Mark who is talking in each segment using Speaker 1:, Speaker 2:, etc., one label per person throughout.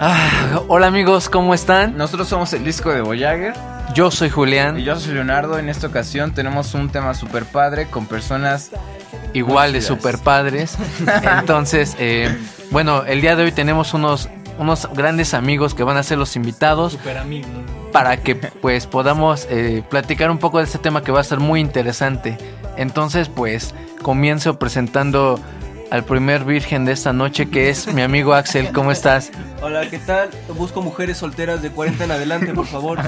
Speaker 1: Ah, Hola amigos, ¿cómo están?
Speaker 2: Nosotros somos el disco de Voyager
Speaker 1: Yo soy
Speaker 2: y
Speaker 1: Julián,
Speaker 2: yo soy Leonardo. En esta ocasión tenemos un tema super padre con personas.
Speaker 1: igual de
Speaker 2: Gracias.
Speaker 1: super padres. Entonces, eh, bueno, el día de hoy tenemos unos, unos grandes amigos que van a ser los invitados
Speaker 3: Super amigo.
Speaker 1: para que pues podamos eh, platicar un poco de este tema que va a ser muy interesante. Entonces, pues comienzo presentando al primer virgen de esta noche que es mi amigo Axel. ¿Cómo estás?
Speaker 4: Hola, ¿qué tal? Busco mujeres solteras de 40 en adelante, por favor.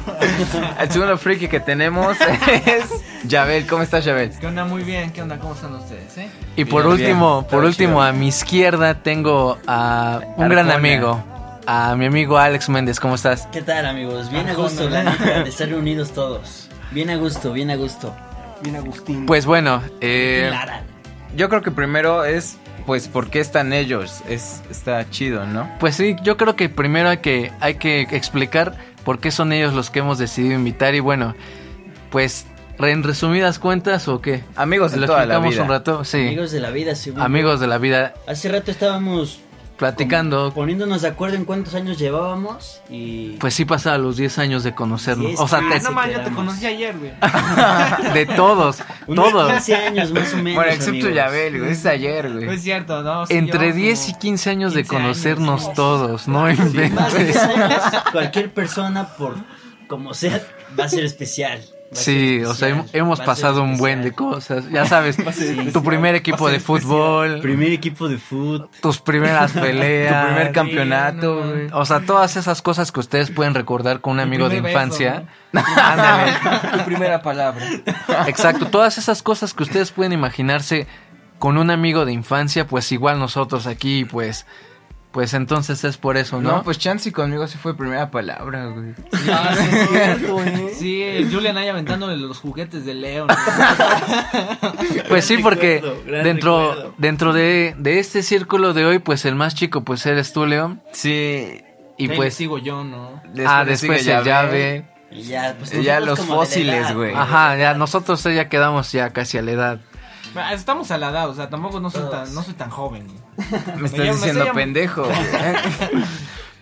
Speaker 2: El segundo friki que tenemos es Yabel. ¿Cómo estás, Yabel?
Speaker 3: ¿Qué onda? Muy bien, ¿qué onda? ¿Cómo están ustedes? Eh?
Speaker 1: Y por
Speaker 2: Bien,
Speaker 1: último,
Speaker 2: bien.
Speaker 1: por
Speaker 2: Está
Speaker 1: último,
Speaker 2: chido.
Speaker 1: a mi izquierda tengo a un
Speaker 2: Arjona.
Speaker 1: gran amigo, a mi amigo Alex Méndez. ¿Cómo estás?
Speaker 5: ¿Qué tal amigos? Bien a
Speaker 3: Ah,
Speaker 5: gusto,
Speaker 3: bueno.
Speaker 5: la neta, de estar reunidos todos. Bien a gusto, bien a gusto.
Speaker 4: Bien, Agustín.
Speaker 1: Pues bueno, eh,
Speaker 5: Clara.
Speaker 2: Yo creo que primero es, pues, ¿por qué están ellos? Es, está chido, ¿no?
Speaker 1: pues sí, yo creo que primero hay que, hay que explicar por qué son ellos los que hemos decidido invitar y bueno, pues re- en resumidas cuentas o qué.
Speaker 2: Amigos de
Speaker 1: Lo
Speaker 2: toda la
Speaker 1: explicamos
Speaker 2: vida.
Speaker 1: un rato, sí. Amigos,
Speaker 5: Amigos de la vida, según.
Speaker 1: de la vida
Speaker 5: Hace rato estábamos
Speaker 1: platicando.
Speaker 5: como poniéndonos de acuerdo en cuántos años llevábamos y.
Speaker 1: Pues sí pasaba los 10 años de conocernos.
Speaker 5: Diez
Speaker 1: O sea,
Speaker 5: años.
Speaker 3: Ah,
Speaker 1: te-
Speaker 3: no man, yo te
Speaker 5: quedamos.
Speaker 3: conocí ayer, güey.
Speaker 1: de todos,
Speaker 5: unos
Speaker 1: todos.
Speaker 5: 15 años más o menos.
Speaker 2: Bueno, excepto
Speaker 5: amigos.
Speaker 2: Yabel, güey. Es ayer,
Speaker 3: No
Speaker 2: güey.
Speaker 3: es cierto, ¿no? Sí,
Speaker 1: Entre
Speaker 3: llevamos
Speaker 1: 10 y
Speaker 3: como-
Speaker 1: 15 años de
Speaker 3: 15 años,
Speaker 1: conocernos
Speaker 3: sí.
Speaker 1: todos, no
Speaker 5: Más de
Speaker 1: inventes.
Speaker 5: 10 años, cualquier persona, por como sea, va a ser especial. va a
Speaker 1: Sí,
Speaker 5: ser
Speaker 1: o sea,
Speaker 5: especial,
Speaker 1: hem- hemos
Speaker 5: va a ser
Speaker 1: pasado un buen de
Speaker 5: especial.
Speaker 1: cosas. Ya sabes, tu primer equipo de fútbol,
Speaker 5: Primer equipo de fútbol.
Speaker 1: tus primeras peleas,
Speaker 2: Tu primer
Speaker 3: no,
Speaker 2: campeonato,
Speaker 3: no.
Speaker 2: güey.
Speaker 1: O sea, todas esas cosas que ustedes pueden recordar con un
Speaker 3: Mi
Speaker 1: amigo de
Speaker 3: primer beso,
Speaker 1: infancia. Ándale.
Speaker 4: tu primera palabra.
Speaker 1: Exacto, todas esas cosas que ustedes pueden imaginarse con un amigo de infancia, pues igual nosotros aquí, pues, pues entonces es por eso, ¿no?
Speaker 2: No, pues Chansey conmigo sí fue primera palabra, güey.
Speaker 3: Ah, sí, es cierto, ¿eh? Sí, el Julian ahí aventándole los juguetes de León.
Speaker 1: Pues sí,
Speaker 5: Gran
Speaker 1: porque
Speaker 5: recuerdo, gran
Speaker 1: dentro,
Speaker 5: recuerdo.
Speaker 1: dentro de, de este círculo de hoy, pues el más chico, pues eres tú, León.
Speaker 2: Sí.
Speaker 1: Y pues,
Speaker 3: sigo yo, ¿no?
Speaker 1: ah, después
Speaker 2: sigue
Speaker 1: el llave.
Speaker 5: Y ya, pues,
Speaker 2: Ya
Speaker 5: nosotros
Speaker 2: los
Speaker 5: como de la
Speaker 2: fósiles,
Speaker 5: edad,
Speaker 2: güey.
Speaker 1: Ajá, ya nosotros ya quedamos ya casi a la edad.
Speaker 3: Ah, Estamos a la edad, o sea, tampoco no soy
Speaker 5: Todos.
Speaker 3: tan, no soy tan joven. güey.
Speaker 2: Me
Speaker 3: llamo-
Speaker 2: estás
Speaker 3: me
Speaker 2: diciendo
Speaker 3: llamo-
Speaker 2: pendejo. güey.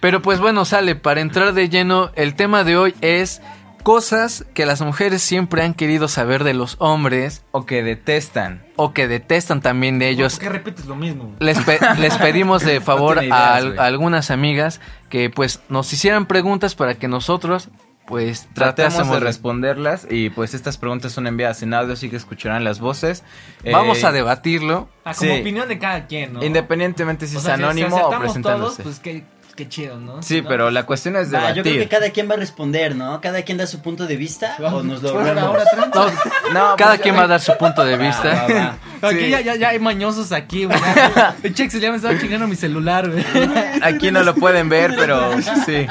Speaker 1: Pero pues bueno, sale, para entrar de lleno, el tema de hoy es cosas que las mujeres siempre han querido saber de los hombres
Speaker 2: o que detestan. Pues,
Speaker 1: o que detestan también de ellos.
Speaker 3: ¿Por qué repites lo mismo?
Speaker 1: Les, pe- les pedimos de favor
Speaker 2: tiene ideas,
Speaker 1: a, al-
Speaker 2: güey.
Speaker 1: a algunas amigas que pues nos hicieran preguntas para que nosotros pues
Speaker 2: Tratemos de
Speaker 1: tratásemos
Speaker 2: responderlas y pues estas preguntas son enviadas en audio, así que escucharán las voces. Eh,
Speaker 1: Vamos a debatirlo.
Speaker 3: Ah, como
Speaker 2: Sí.
Speaker 3: opinión de cada quien, ¿no?
Speaker 2: Independientemente si
Speaker 3: O
Speaker 2: es
Speaker 3: sea, si- si
Speaker 2: anónimo o
Speaker 3: acertamos todos,
Speaker 2: presentándose.
Speaker 3: pues qué, qué chido, ¿no? pues,
Speaker 2: sí, pero la cuestión es
Speaker 5: Ah, yo creo que
Speaker 2: debatir.
Speaker 5: cada quien va a responder, ¿no? Cada quien da su punto de vista o nos lo
Speaker 3: Por
Speaker 5: vemos.
Speaker 3: ahora,
Speaker 1: No,
Speaker 2: No,
Speaker 1: cada
Speaker 2: pues,
Speaker 1: quien va a dar su punto de vista.
Speaker 3: Aquí
Speaker 2: Sí.
Speaker 3: ya, ya, ya hay mañosos aquí, güey. Chex, ya me estaba chingando mi celular, güey.
Speaker 2: Aquí no lo pueden ver, pero sí.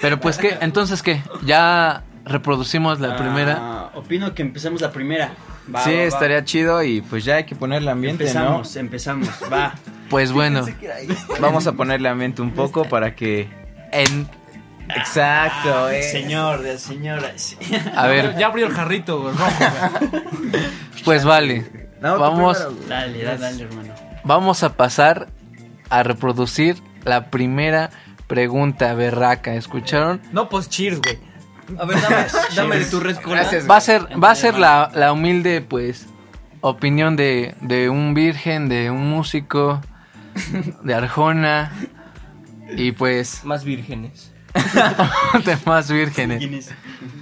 Speaker 1: Pero pues qué, entonces qué, ya reproducimos la primera.
Speaker 5: Ah, opino que empecemos la primera. Va,
Speaker 2: sí,
Speaker 5: va, va.
Speaker 2: estaría chido y pues ya hay que ponerle ambiente,
Speaker 5: Empezamos, empezamos. Va.
Speaker 1: Pues bueno,
Speaker 2: ¿no? Vamos a ponerle ambiente un poco para que...
Speaker 1: en,
Speaker 2: Exacto, eh.
Speaker 5: Señor, de señoras.
Speaker 1: a ver,
Speaker 3: Ya abrió el jarrito, güey, rojo, güey.
Speaker 1: pues vale.
Speaker 2: No, tú
Speaker 1: Vamos,
Speaker 2: primero, güey.
Speaker 5: Dale, dale, dale, hermano.
Speaker 1: vamos a pasar a reproducir la primera pregunta berraca, ¿escucharon?
Speaker 3: No, pues cheers, güey.
Speaker 4: A ver, dame, dame de tu red cola.
Speaker 2: Gracias,
Speaker 1: Va a ser, va a ser la, la humilde, pues, opinión de, de un virgen, de un músico, de Arjona y pues
Speaker 4: Más vírgenes.
Speaker 1: de más vírgenes.
Speaker 5: ¿Quién es?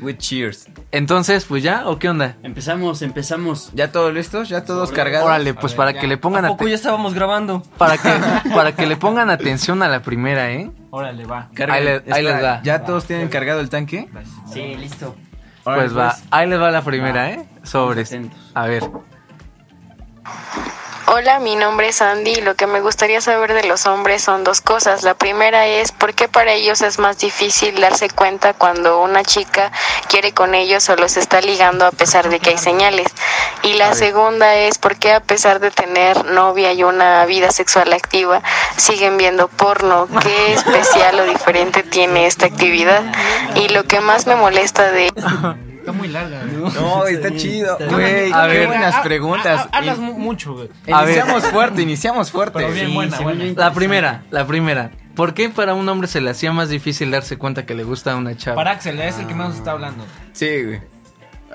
Speaker 2: With cheers.
Speaker 1: Entonces, pues ya, ¿o qué onda?
Speaker 5: Empezamos, empezamos.
Speaker 2: ¿Ya todos listos? ¿Ya todos cargados?
Speaker 1: Órale, pues
Speaker 3: ver,
Speaker 1: para
Speaker 3: ya.
Speaker 1: que le
Speaker 4: ¿A
Speaker 1: pongan
Speaker 4: poco
Speaker 1: atención.
Speaker 4: ya estábamos grabando?
Speaker 1: Para que, para que le pongan atención a la primera, ¿eh?
Speaker 3: Órale, va.
Speaker 2: Carga-
Speaker 1: Ahí le- ahí les
Speaker 2: Espera,
Speaker 1: va.
Speaker 2: ¿Ya todos tienen cargado el tanque?
Speaker 5: Sí, listo.
Speaker 2: Órale,
Speaker 1: Pues va, ahí les va la primera, ¿eh? Sobres.
Speaker 5: Atentos.
Speaker 1: A ver.
Speaker 6: Hola, mi nombre es Andy y lo que me gustaría saber de los hombres son dos cosas. La primera es por qué para ellos es más difícil darse cuenta cuando una chica quiere con ellos o los está ligando a pesar de que hay señales. Y la segunda es por qué a pesar de tener novia y una vida sexual activa siguen viendo porno. ¿Qué especial o diferente tiene esta actividad? Y lo que más me molesta de
Speaker 3: Está muy larga, güey.
Speaker 2: No,
Speaker 5: Está
Speaker 2: está
Speaker 5: bien,
Speaker 2: chido.
Speaker 5: está
Speaker 2: Güey,
Speaker 1: bien. A
Speaker 2: qué
Speaker 1: ver.
Speaker 2: buenas
Speaker 3: Ah,
Speaker 2: preguntas.
Speaker 3: ah, ah, Hablas mu- mucho, güey.
Speaker 1: A ver.
Speaker 2: Iniciamos fuerte, iniciamos fuerte.
Speaker 3: Pero bien
Speaker 5: Sí,
Speaker 3: buena,
Speaker 5: según
Speaker 3: buena.
Speaker 5: yo
Speaker 1: La primera, la primera. ¿Por qué para un hombre se le hacía más difícil darse cuenta que le gusta a una chava?
Speaker 3: Para Axel, es el que más está hablando.
Speaker 2: Sí, güey.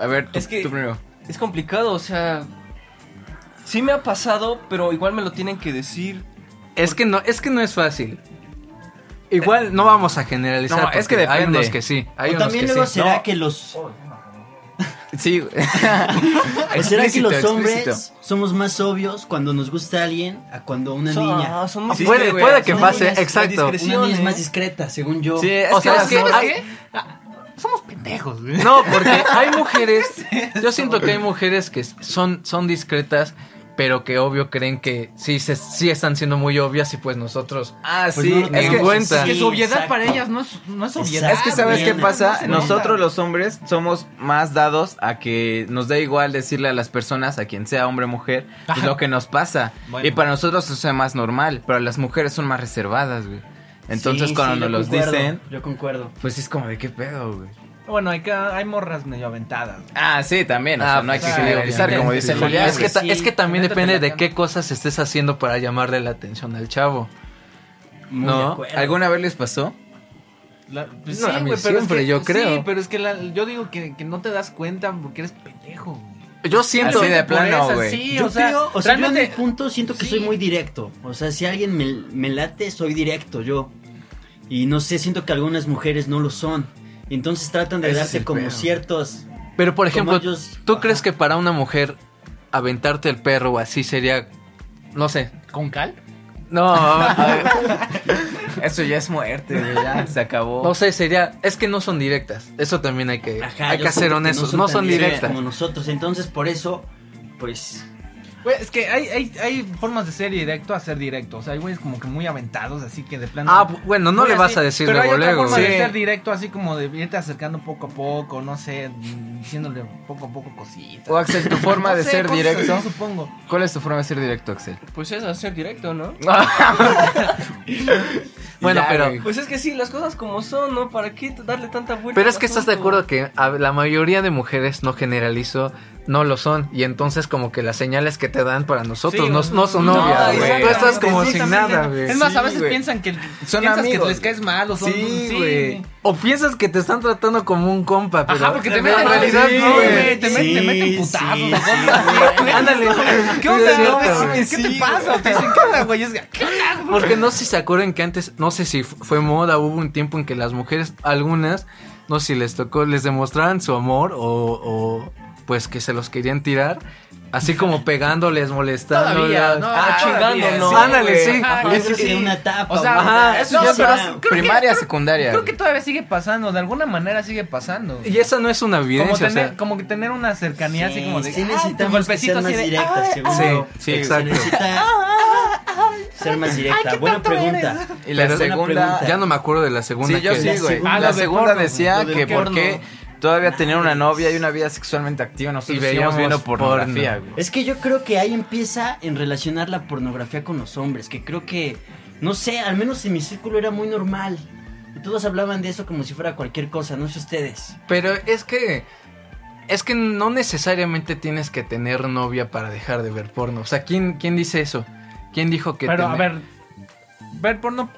Speaker 2: A ver, tú,
Speaker 4: Es que-
Speaker 2: tú primero.
Speaker 4: Es complicado, o sea. Sí me ha pasado, pero igual me lo tienen que decir.
Speaker 1: Es que no, es que no es fácil. Igual no vamos a generalizar.
Speaker 2: No, es que
Speaker 1: porque Hay
Speaker 2: depende.
Speaker 1: unos que sí. Hay
Speaker 5: o
Speaker 1: unos
Speaker 5: también
Speaker 1: que
Speaker 5: luego
Speaker 1: sí.
Speaker 5: será
Speaker 2: No.
Speaker 5: que los
Speaker 2: Sí, güey.
Speaker 5: o será que
Speaker 2: Explícito,
Speaker 5: los hombres
Speaker 2: explícito.
Speaker 5: somos más obvios cuando nos gusta alguien a cuando una
Speaker 4: Son-
Speaker 5: niña.
Speaker 4: ah, son más
Speaker 2: Sí,
Speaker 1: puede
Speaker 2: güey,
Speaker 1: puede que
Speaker 5: son
Speaker 1: pase,
Speaker 5: niñas,
Speaker 1: exacto.
Speaker 4: son
Speaker 5: Una niña es
Speaker 4: ¿eh?
Speaker 5: más discreta, según yo.
Speaker 2: Sí, es
Speaker 1: O
Speaker 2: que
Speaker 1: sea,
Speaker 2: las
Speaker 1: es que-
Speaker 2: morras-
Speaker 1: hay- No, porque hay mujeres. Yo siento que hay mujeres que son, son discretas, pero que obvio creen que sí, se, sí están siendo muy obvias y pues nosotros.
Speaker 2: Ah,
Speaker 5: Pues
Speaker 2: sí,
Speaker 5: no lo
Speaker 2: es que
Speaker 1: tenemos. cuenta.
Speaker 5: así,
Speaker 1: Que
Speaker 3: su obviedad
Speaker 5: exacto.
Speaker 3: para ellas no es, no es obviedad.
Speaker 2: Es que sabes qué
Speaker 5: Bien,
Speaker 2: pasa,
Speaker 5: bien.
Speaker 2: nosotros los hombres somos más dados a que nos da igual decirle a las personas, a quien sea hombre o mujer, pues, lo que nos pasa.
Speaker 3: Bueno.
Speaker 2: Y para nosotros eso es más normal, pero las mujeres son más reservadas, güey. Entonces
Speaker 5: Sí,
Speaker 2: cuando
Speaker 5: sí,
Speaker 2: nos
Speaker 5: yo
Speaker 2: los
Speaker 5: concuerdo,
Speaker 2: dicen,
Speaker 5: Yo concuerdo.
Speaker 2: pues es como de qué pedo, güey.
Speaker 3: Bueno, hay, que, hay morras medio aventadas.
Speaker 2: Ah, sí, también, o
Speaker 1: Ah,
Speaker 2: sea, no hay que
Speaker 1: pues,
Speaker 3: sí,
Speaker 2: generalizar, como dice
Speaker 1: Sí,
Speaker 2: Julián.
Speaker 1: es, que
Speaker 2: güey.
Speaker 1: ta-
Speaker 3: sí.
Speaker 1: es que también
Speaker 3: Métete
Speaker 1: depende
Speaker 3: la
Speaker 1: de
Speaker 3: cama.
Speaker 1: qué cosas estés haciendo para llamarle la atención al chavo.
Speaker 5: Muy de
Speaker 1: no,
Speaker 5: acuerdo.
Speaker 2: ¿Alguna vez les pasó?
Speaker 3: La- pues
Speaker 1: No, a mí
Speaker 3: güey, pero
Speaker 1: siempre,
Speaker 3: es que-
Speaker 1: yo
Speaker 3: sí,
Speaker 1: creo.
Speaker 3: pero es que la- yo digo que, que no te das cuenta porque eres pendejo. güey.
Speaker 1: Yo siento.
Speaker 2: Así de
Speaker 3: Por
Speaker 2: plano,
Speaker 3: esas,
Speaker 2: güey.
Speaker 3: Sí,
Speaker 5: Yo
Speaker 3: o sea,
Speaker 5: creo, o sea, yo en mi
Speaker 3: realmente-
Speaker 5: punto siento que
Speaker 3: sí.
Speaker 5: soy muy directo. O sea, si alguien me, me late, soy directo yo. Y no sé, siento que algunas mujeres no lo son. Entonces tratan de
Speaker 2: Ese es
Speaker 5: darse
Speaker 2: el
Speaker 5: como
Speaker 2: pedo.
Speaker 5: ciertos.
Speaker 1: Pero por ejemplo,
Speaker 5: Como ellos-
Speaker 1: ¿tú
Speaker 5: Ajá.
Speaker 1: crees que para una mujer aventarte el perro o así sería. No sé.
Speaker 3: ¿Con cal?
Speaker 1: No, a ver,
Speaker 2: Eso ya es muerte, güey, ya se acabó.
Speaker 1: no sé, sería. Es que no son directas. Eso también hay que,
Speaker 5: Ajá,
Speaker 1: hay
Speaker 5: yo
Speaker 1: que ser
Speaker 5: siento
Speaker 1: honestos.
Speaker 5: tan
Speaker 1: No son
Speaker 5: directos
Speaker 1: directas.
Speaker 5: Como nosotros. Entonces, por eso, pues.
Speaker 3: Güey, es que hay, hay, hay formas de ser directo a ser directo. O sea, hay güeyes como que muy aventados, así que de plano.
Speaker 1: Ah, bu- bueno, no
Speaker 3: Muy
Speaker 1: le vas
Speaker 3: así,
Speaker 1: a decir
Speaker 3: pero hay
Speaker 1: luego,
Speaker 3: otra
Speaker 1: luego.
Speaker 3: forma de
Speaker 1: Sí.
Speaker 3: ser directo, así como de irte acercando poco a poco, no sé, mm, diciéndole poco a poco cositas.
Speaker 2: O Axel, tu forma
Speaker 3: No
Speaker 2: de
Speaker 3: sé,
Speaker 2: ser
Speaker 3: cosas así,
Speaker 2: directo.
Speaker 3: supongo.
Speaker 2: ¿Cuál es tu forma de ser directo, Axel?
Speaker 4: Pues es hacer directo, ¿no?
Speaker 1: Bueno,
Speaker 2: Ya,
Speaker 1: pero.
Speaker 2: güey.
Speaker 4: Pues es que sí, las cosas como son, ¿no? ¿Para qué darle tanta vuelta?
Speaker 1: Pero
Speaker 4: al
Speaker 1: es que estás de
Speaker 4: asunto?
Speaker 1: acuerdo que a- la mayoría de mujeres, no generalizo, no lo son. Y entonces como que las señales que te dan para nosotros
Speaker 3: Sí,
Speaker 1: no, no son
Speaker 3: no,
Speaker 1: obvias, güey.
Speaker 2: no,
Speaker 1: Tú
Speaker 2: exactamente,
Speaker 1: estás como
Speaker 3: sí,
Speaker 1: sin
Speaker 3: también,
Speaker 1: nada,
Speaker 3: no.
Speaker 1: güey.
Speaker 3: Es más,
Speaker 2: Sí,
Speaker 3: a veces
Speaker 2: güey.
Speaker 3: piensan que
Speaker 2: Son
Speaker 3: son piensas que
Speaker 2: amigos.
Speaker 3: les caes mal o son
Speaker 2: Sí, güey.
Speaker 1: O piensas que te están tratando como un compa, pero
Speaker 3: Ajá, porque te
Speaker 1: en
Speaker 3: meten
Speaker 1: realidad
Speaker 2: sí,
Speaker 1: no, güey.
Speaker 2: güey.
Speaker 3: te, meten- te
Speaker 5: Sí,
Speaker 3: meten
Speaker 5: sí,
Speaker 3: putazos.
Speaker 5: sí,
Speaker 3: o cosas así, güey.
Speaker 1: Ándale.
Speaker 3: ¿Qué onda?
Speaker 1: Sí, es cierto,
Speaker 3: güey?
Speaker 1: güey.
Speaker 3: ¿Qué te pasa? Te dicen, ¿qué onda, güey? Es que, ¿qué onda?
Speaker 1: Porque no sé si se acuerdan que antes, no sé si fu- fue moda, hubo un tiempo en que las mujeres, algunas, no sé si les tocó, les demostraban su amor o, o, pues que se los querían tirar, así como pegándoles, molestándoles.
Speaker 3: Todavía, no,
Speaker 1: Ah,
Speaker 3: todavía,
Speaker 1: chingándonos.
Speaker 3: sí,
Speaker 1: Ándale,
Speaker 2: güey.
Speaker 1: sí.
Speaker 3: Ajá,
Speaker 5: yo
Speaker 3: es
Speaker 5: creo que
Speaker 3: que-
Speaker 5: de una tapa.
Speaker 3: o sea,
Speaker 5: una-
Speaker 1: ajá, eso ya,
Speaker 5: sea,
Speaker 1: pero
Speaker 3: Creo que-
Speaker 2: Primaria,
Speaker 3: creo-
Speaker 2: secundaria.
Speaker 3: Creo
Speaker 2: güey.
Speaker 3: que todavía sigue pasando, de alguna manera sigue pasando.
Speaker 1: Y esa no es una
Speaker 3: Como
Speaker 1: evidencia, o
Speaker 3: tener,
Speaker 1: sea,
Speaker 3: como que tener una cercanía así como de
Speaker 5: sí
Speaker 3: ah,
Speaker 5: necesitamos
Speaker 3: tu golpecito
Speaker 5: que ser
Speaker 3: así
Speaker 5: más
Speaker 3: de,
Speaker 5: directas, según
Speaker 1: sí,
Speaker 5: yo.
Speaker 1: sí,
Speaker 5: Se
Speaker 1: exacto.
Speaker 5: necesita ser más directa. Buena pregunta.
Speaker 2: Y la
Speaker 1: Pero-
Speaker 2: segunda.
Speaker 1: ya no me acuerdo de la segunda
Speaker 2: Sí, yo
Speaker 1: que
Speaker 2: sí,
Speaker 5: La
Speaker 2: güey.
Speaker 5: segunda.
Speaker 2: La
Speaker 5: Ah, lo de
Speaker 2: segunda
Speaker 5: porno,
Speaker 2: decía
Speaker 5: güey. Lo
Speaker 2: que
Speaker 5: de
Speaker 2: por
Speaker 5: porno.
Speaker 2: qué todavía tener una novia y una vida sexualmente activa nosotros
Speaker 1: Y
Speaker 2: veíamos
Speaker 1: veíamos
Speaker 2: viendo
Speaker 1: porno.
Speaker 2: pornografía, güey.
Speaker 5: Es que yo creo que ahí empieza en relacionar la pornografía con los hombres, que creo que, no sé, al menos en mi círculo era muy normal. Y todos hablaban de eso como si fuera cualquier cosa, no sé ustedes.
Speaker 1: Pero es que. Es que no necesariamente tienes que tener novia para dejar de ver porno. O sea, ¿quién, quién dice eso? ¿Quién dijo que.?
Speaker 3: Pero a
Speaker 1: tener-
Speaker 3: ver, ver porno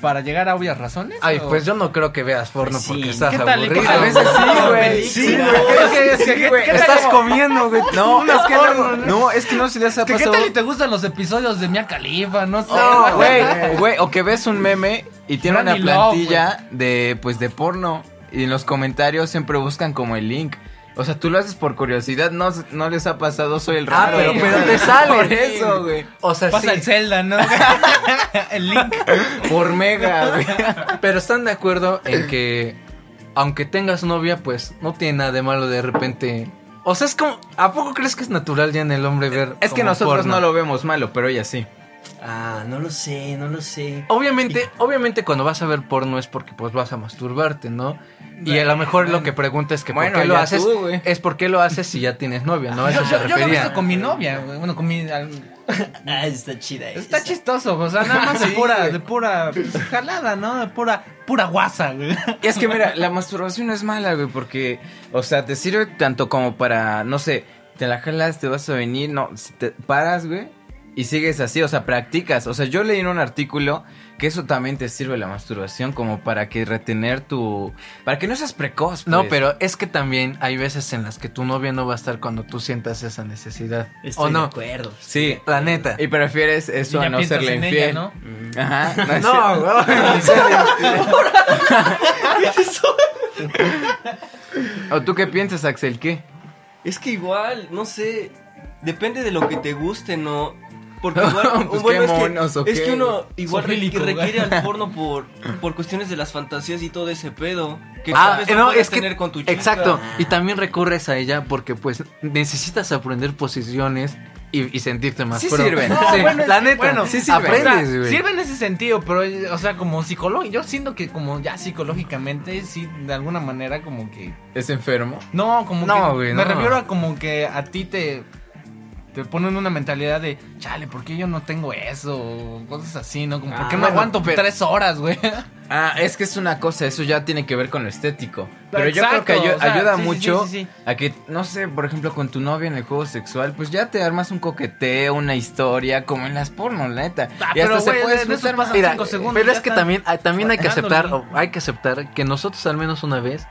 Speaker 3: para llegar a obvias razones.
Speaker 1: Ay,
Speaker 3: ¿o?
Speaker 1: pues yo no creo que veas porno
Speaker 5: Sí,
Speaker 1: porque
Speaker 5: ¿qué
Speaker 1: estás
Speaker 3: tal y
Speaker 1: aburrido.
Speaker 3: cuando-
Speaker 2: A veces sí, güey. Sí, güey. Es que, güey.
Speaker 1: Estás comiendo, güey.
Speaker 2: No, es que
Speaker 1: porno,
Speaker 2: no, no, es que no se les ha
Speaker 3: ¿Qué, qué
Speaker 2: pasado.
Speaker 3: tal y te gustan los episodios de Mia Khalifa? No sé.
Speaker 2: No, güey, güey, o que ves un meme y tiene una
Speaker 3: Ronnie Love,
Speaker 2: plantilla de pues de porno y en los comentarios siempre buscan como el link. O sea, tú lo haces por curiosidad, no, no les ha pasado, soy el
Speaker 1: Ah,
Speaker 2: raro.
Speaker 1: pero,
Speaker 2: que
Speaker 1: pero
Speaker 2: sale.
Speaker 1: te sale.
Speaker 2: Por eso, güey.
Speaker 1: O sea,
Speaker 3: Pasa el
Speaker 1: sí,
Speaker 3: Zelda, ¿no? el link.
Speaker 2: Por mega, güey.
Speaker 1: pero están de acuerdo en que aunque tengas novia, pues no tiene nada de malo de repente. O sea, es como ¿a poco crees que es natural ya en el hombre ver
Speaker 2: Es que
Speaker 1: como
Speaker 2: nosotros
Speaker 1: porno?
Speaker 2: no lo vemos malo, pero ella sí.
Speaker 5: Ah, no lo sé, no lo sé.
Speaker 1: Obviamente, obviamente cuando vas a ver porno es porque pues vas a masturbarte, ¿no? Y a lo mejor lo que pregunta es que
Speaker 2: Bueno,
Speaker 1: por qué lo
Speaker 2: ya
Speaker 1: haces
Speaker 2: tú, güey.
Speaker 1: es por qué lo haces si ya tienes novia, ¿no? A eso
Speaker 3: yo,
Speaker 1: se
Speaker 3: yo, yo lo he
Speaker 1: refería.
Speaker 3: visto con mi novia, güey. Bueno, con mi. al-
Speaker 5: Ah, está chida.
Speaker 3: Está
Speaker 5: esa.
Speaker 3: chistoso, o sea, nada más de
Speaker 2: Sí,
Speaker 3: pura,
Speaker 2: güey.
Speaker 3: de pura jalada, ¿no? De pura, pura guasa, güey.
Speaker 2: Y es que mira, la masturbación no es mala, güey, porque, o sea, te sirve tanto como para, no sé, te la jalas, te vas a venir, no, si te paras, güey, y sigues así, o sea, practicas. O sea, yo leí en un artículo que eso también te sirve la masturbación como para que retener tu... Para que no seas precoz.
Speaker 1: No,
Speaker 2: pues.
Speaker 1: pero es que también hay veces en las que tu novia no va a estar cuando tú sientas esa necesidad.
Speaker 5: Estoy
Speaker 1: ¿O no?
Speaker 5: de acuerdo.
Speaker 2: Sí,
Speaker 1: La neta.
Speaker 2: y prefieres
Speaker 3: Y
Speaker 2: eso
Speaker 3: ya
Speaker 2: a no
Speaker 3: piensas
Speaker 2: serle
Speaker 3: en
Speaker 2: infiel.
Speaker 3: ella, ¿no?
Speaker 2: Ajá. No, es
Speaker 1: No,
Speaker 2: cierto.
Speaker 1: güey, en serio.
Speaker 2: ¿O tú qué piensas, Axel? ¿Qué?
Speaker 4: Es que igual, no sé, depende de lo que te guste, ¿no? Porque igual,
Speaker 2: Pues
Speaker 4: bueno,
Speaker 2: qué
Speaker 4: es que-
Speaker 2: monos, ¿o
Speaker 4: es que,
Speaker 2: qué?
Speaker 4: uno igual
Speaker 3: Sofílico,
Speaker 4: re- requiere
Speaker 3: güey.
Speaker 4: al porno por, por cuestiones de las fantasías y todo ese pedo. Que tal
Speaker 1: Ah,
Speaker 4: vez
Speaker 1: eh,
Speaker 4: no,
Speaker 1: no,
Speaker 4: puedes
Speaker 1: es que
Speaker 4: tener con tu chica.
Speaker 1: exacto. Y también recurres a ella porque pues necesitas aprender posiciones y, y sentirte más
Speaker 2: Sí
Speaker 1: pro.
Speaker 2: sirven.
Speaker 1: Sí,
Speaker 3: No, bueno, es-
Speaker 1: la neta,
Speaker 3: bueno,
Speaker 1: sí
Speaker 2: sirven.
Speaker 3: O
Speaker 1: aprendes,
Speaker 3: sea,
Speaker 1: güey.
Speaker 3: sirve en ese sentido, pero, o sea, como psicológico, yo siento que como ya psicológicamente, sí, de alguna manera como que...
Speaker 2: ¿Es enfermo?
Speaker 3: No, como
Speaker 1: No,
Speaker 3: que...
Speaker 1: güey,
Speaker 3: me
Speaker 1: no.
Speaker 3: refiero a como que a ti te... Te ponen una mentalidad de, chale, ¿por qué yo no tengo eso? O cosas así, ¿no? Como, ¿por
Speaker 2: Ah,
Speaker 3: qué me
Speaker 2: bueno,
Speaker 3: aguanto
Speaker 2: pero-
Speaker 3: tres horas, güey?
Speaker 2: Ah, es que es una cosa, eso ya tiene que ver con lo estético. Pero yo creo
Speaker 3: Exacto,
Speaker 2: que ayu-
Speaker 3: o sea,
Speaker 2: ayuda
Speaker 3: sí, sí,
Speaker 2: mucho
Speaker 3: sí, sí, sí.
Speaker 2: a que, no sé, por ejemplo, con tu novia en el juego sexual, pues ya te armas un coqueteo, una historia, como en las porno, la neta.
Speaker 3: Ah,
Speaker 2: y hasta
Speaker 3: pero,
Speaker 2: se
Speaker 3: güey,
Speaker 2: puede
Speaker 3: de- de esos
Speaker 2: disfrutar más.
Speaker 3: pasan
Speaker 1: Mira,
Speaker 3: cinco segundos,
Speaker 1: pero
Speaker 3: ya
Speaker 1: es que
Speaker 3: están
Speaker 1: también, ah, también hay que aceptar,
Speaker 3: dándole.
Speaker 1: o hay que aceptar que nosotros al menos una vez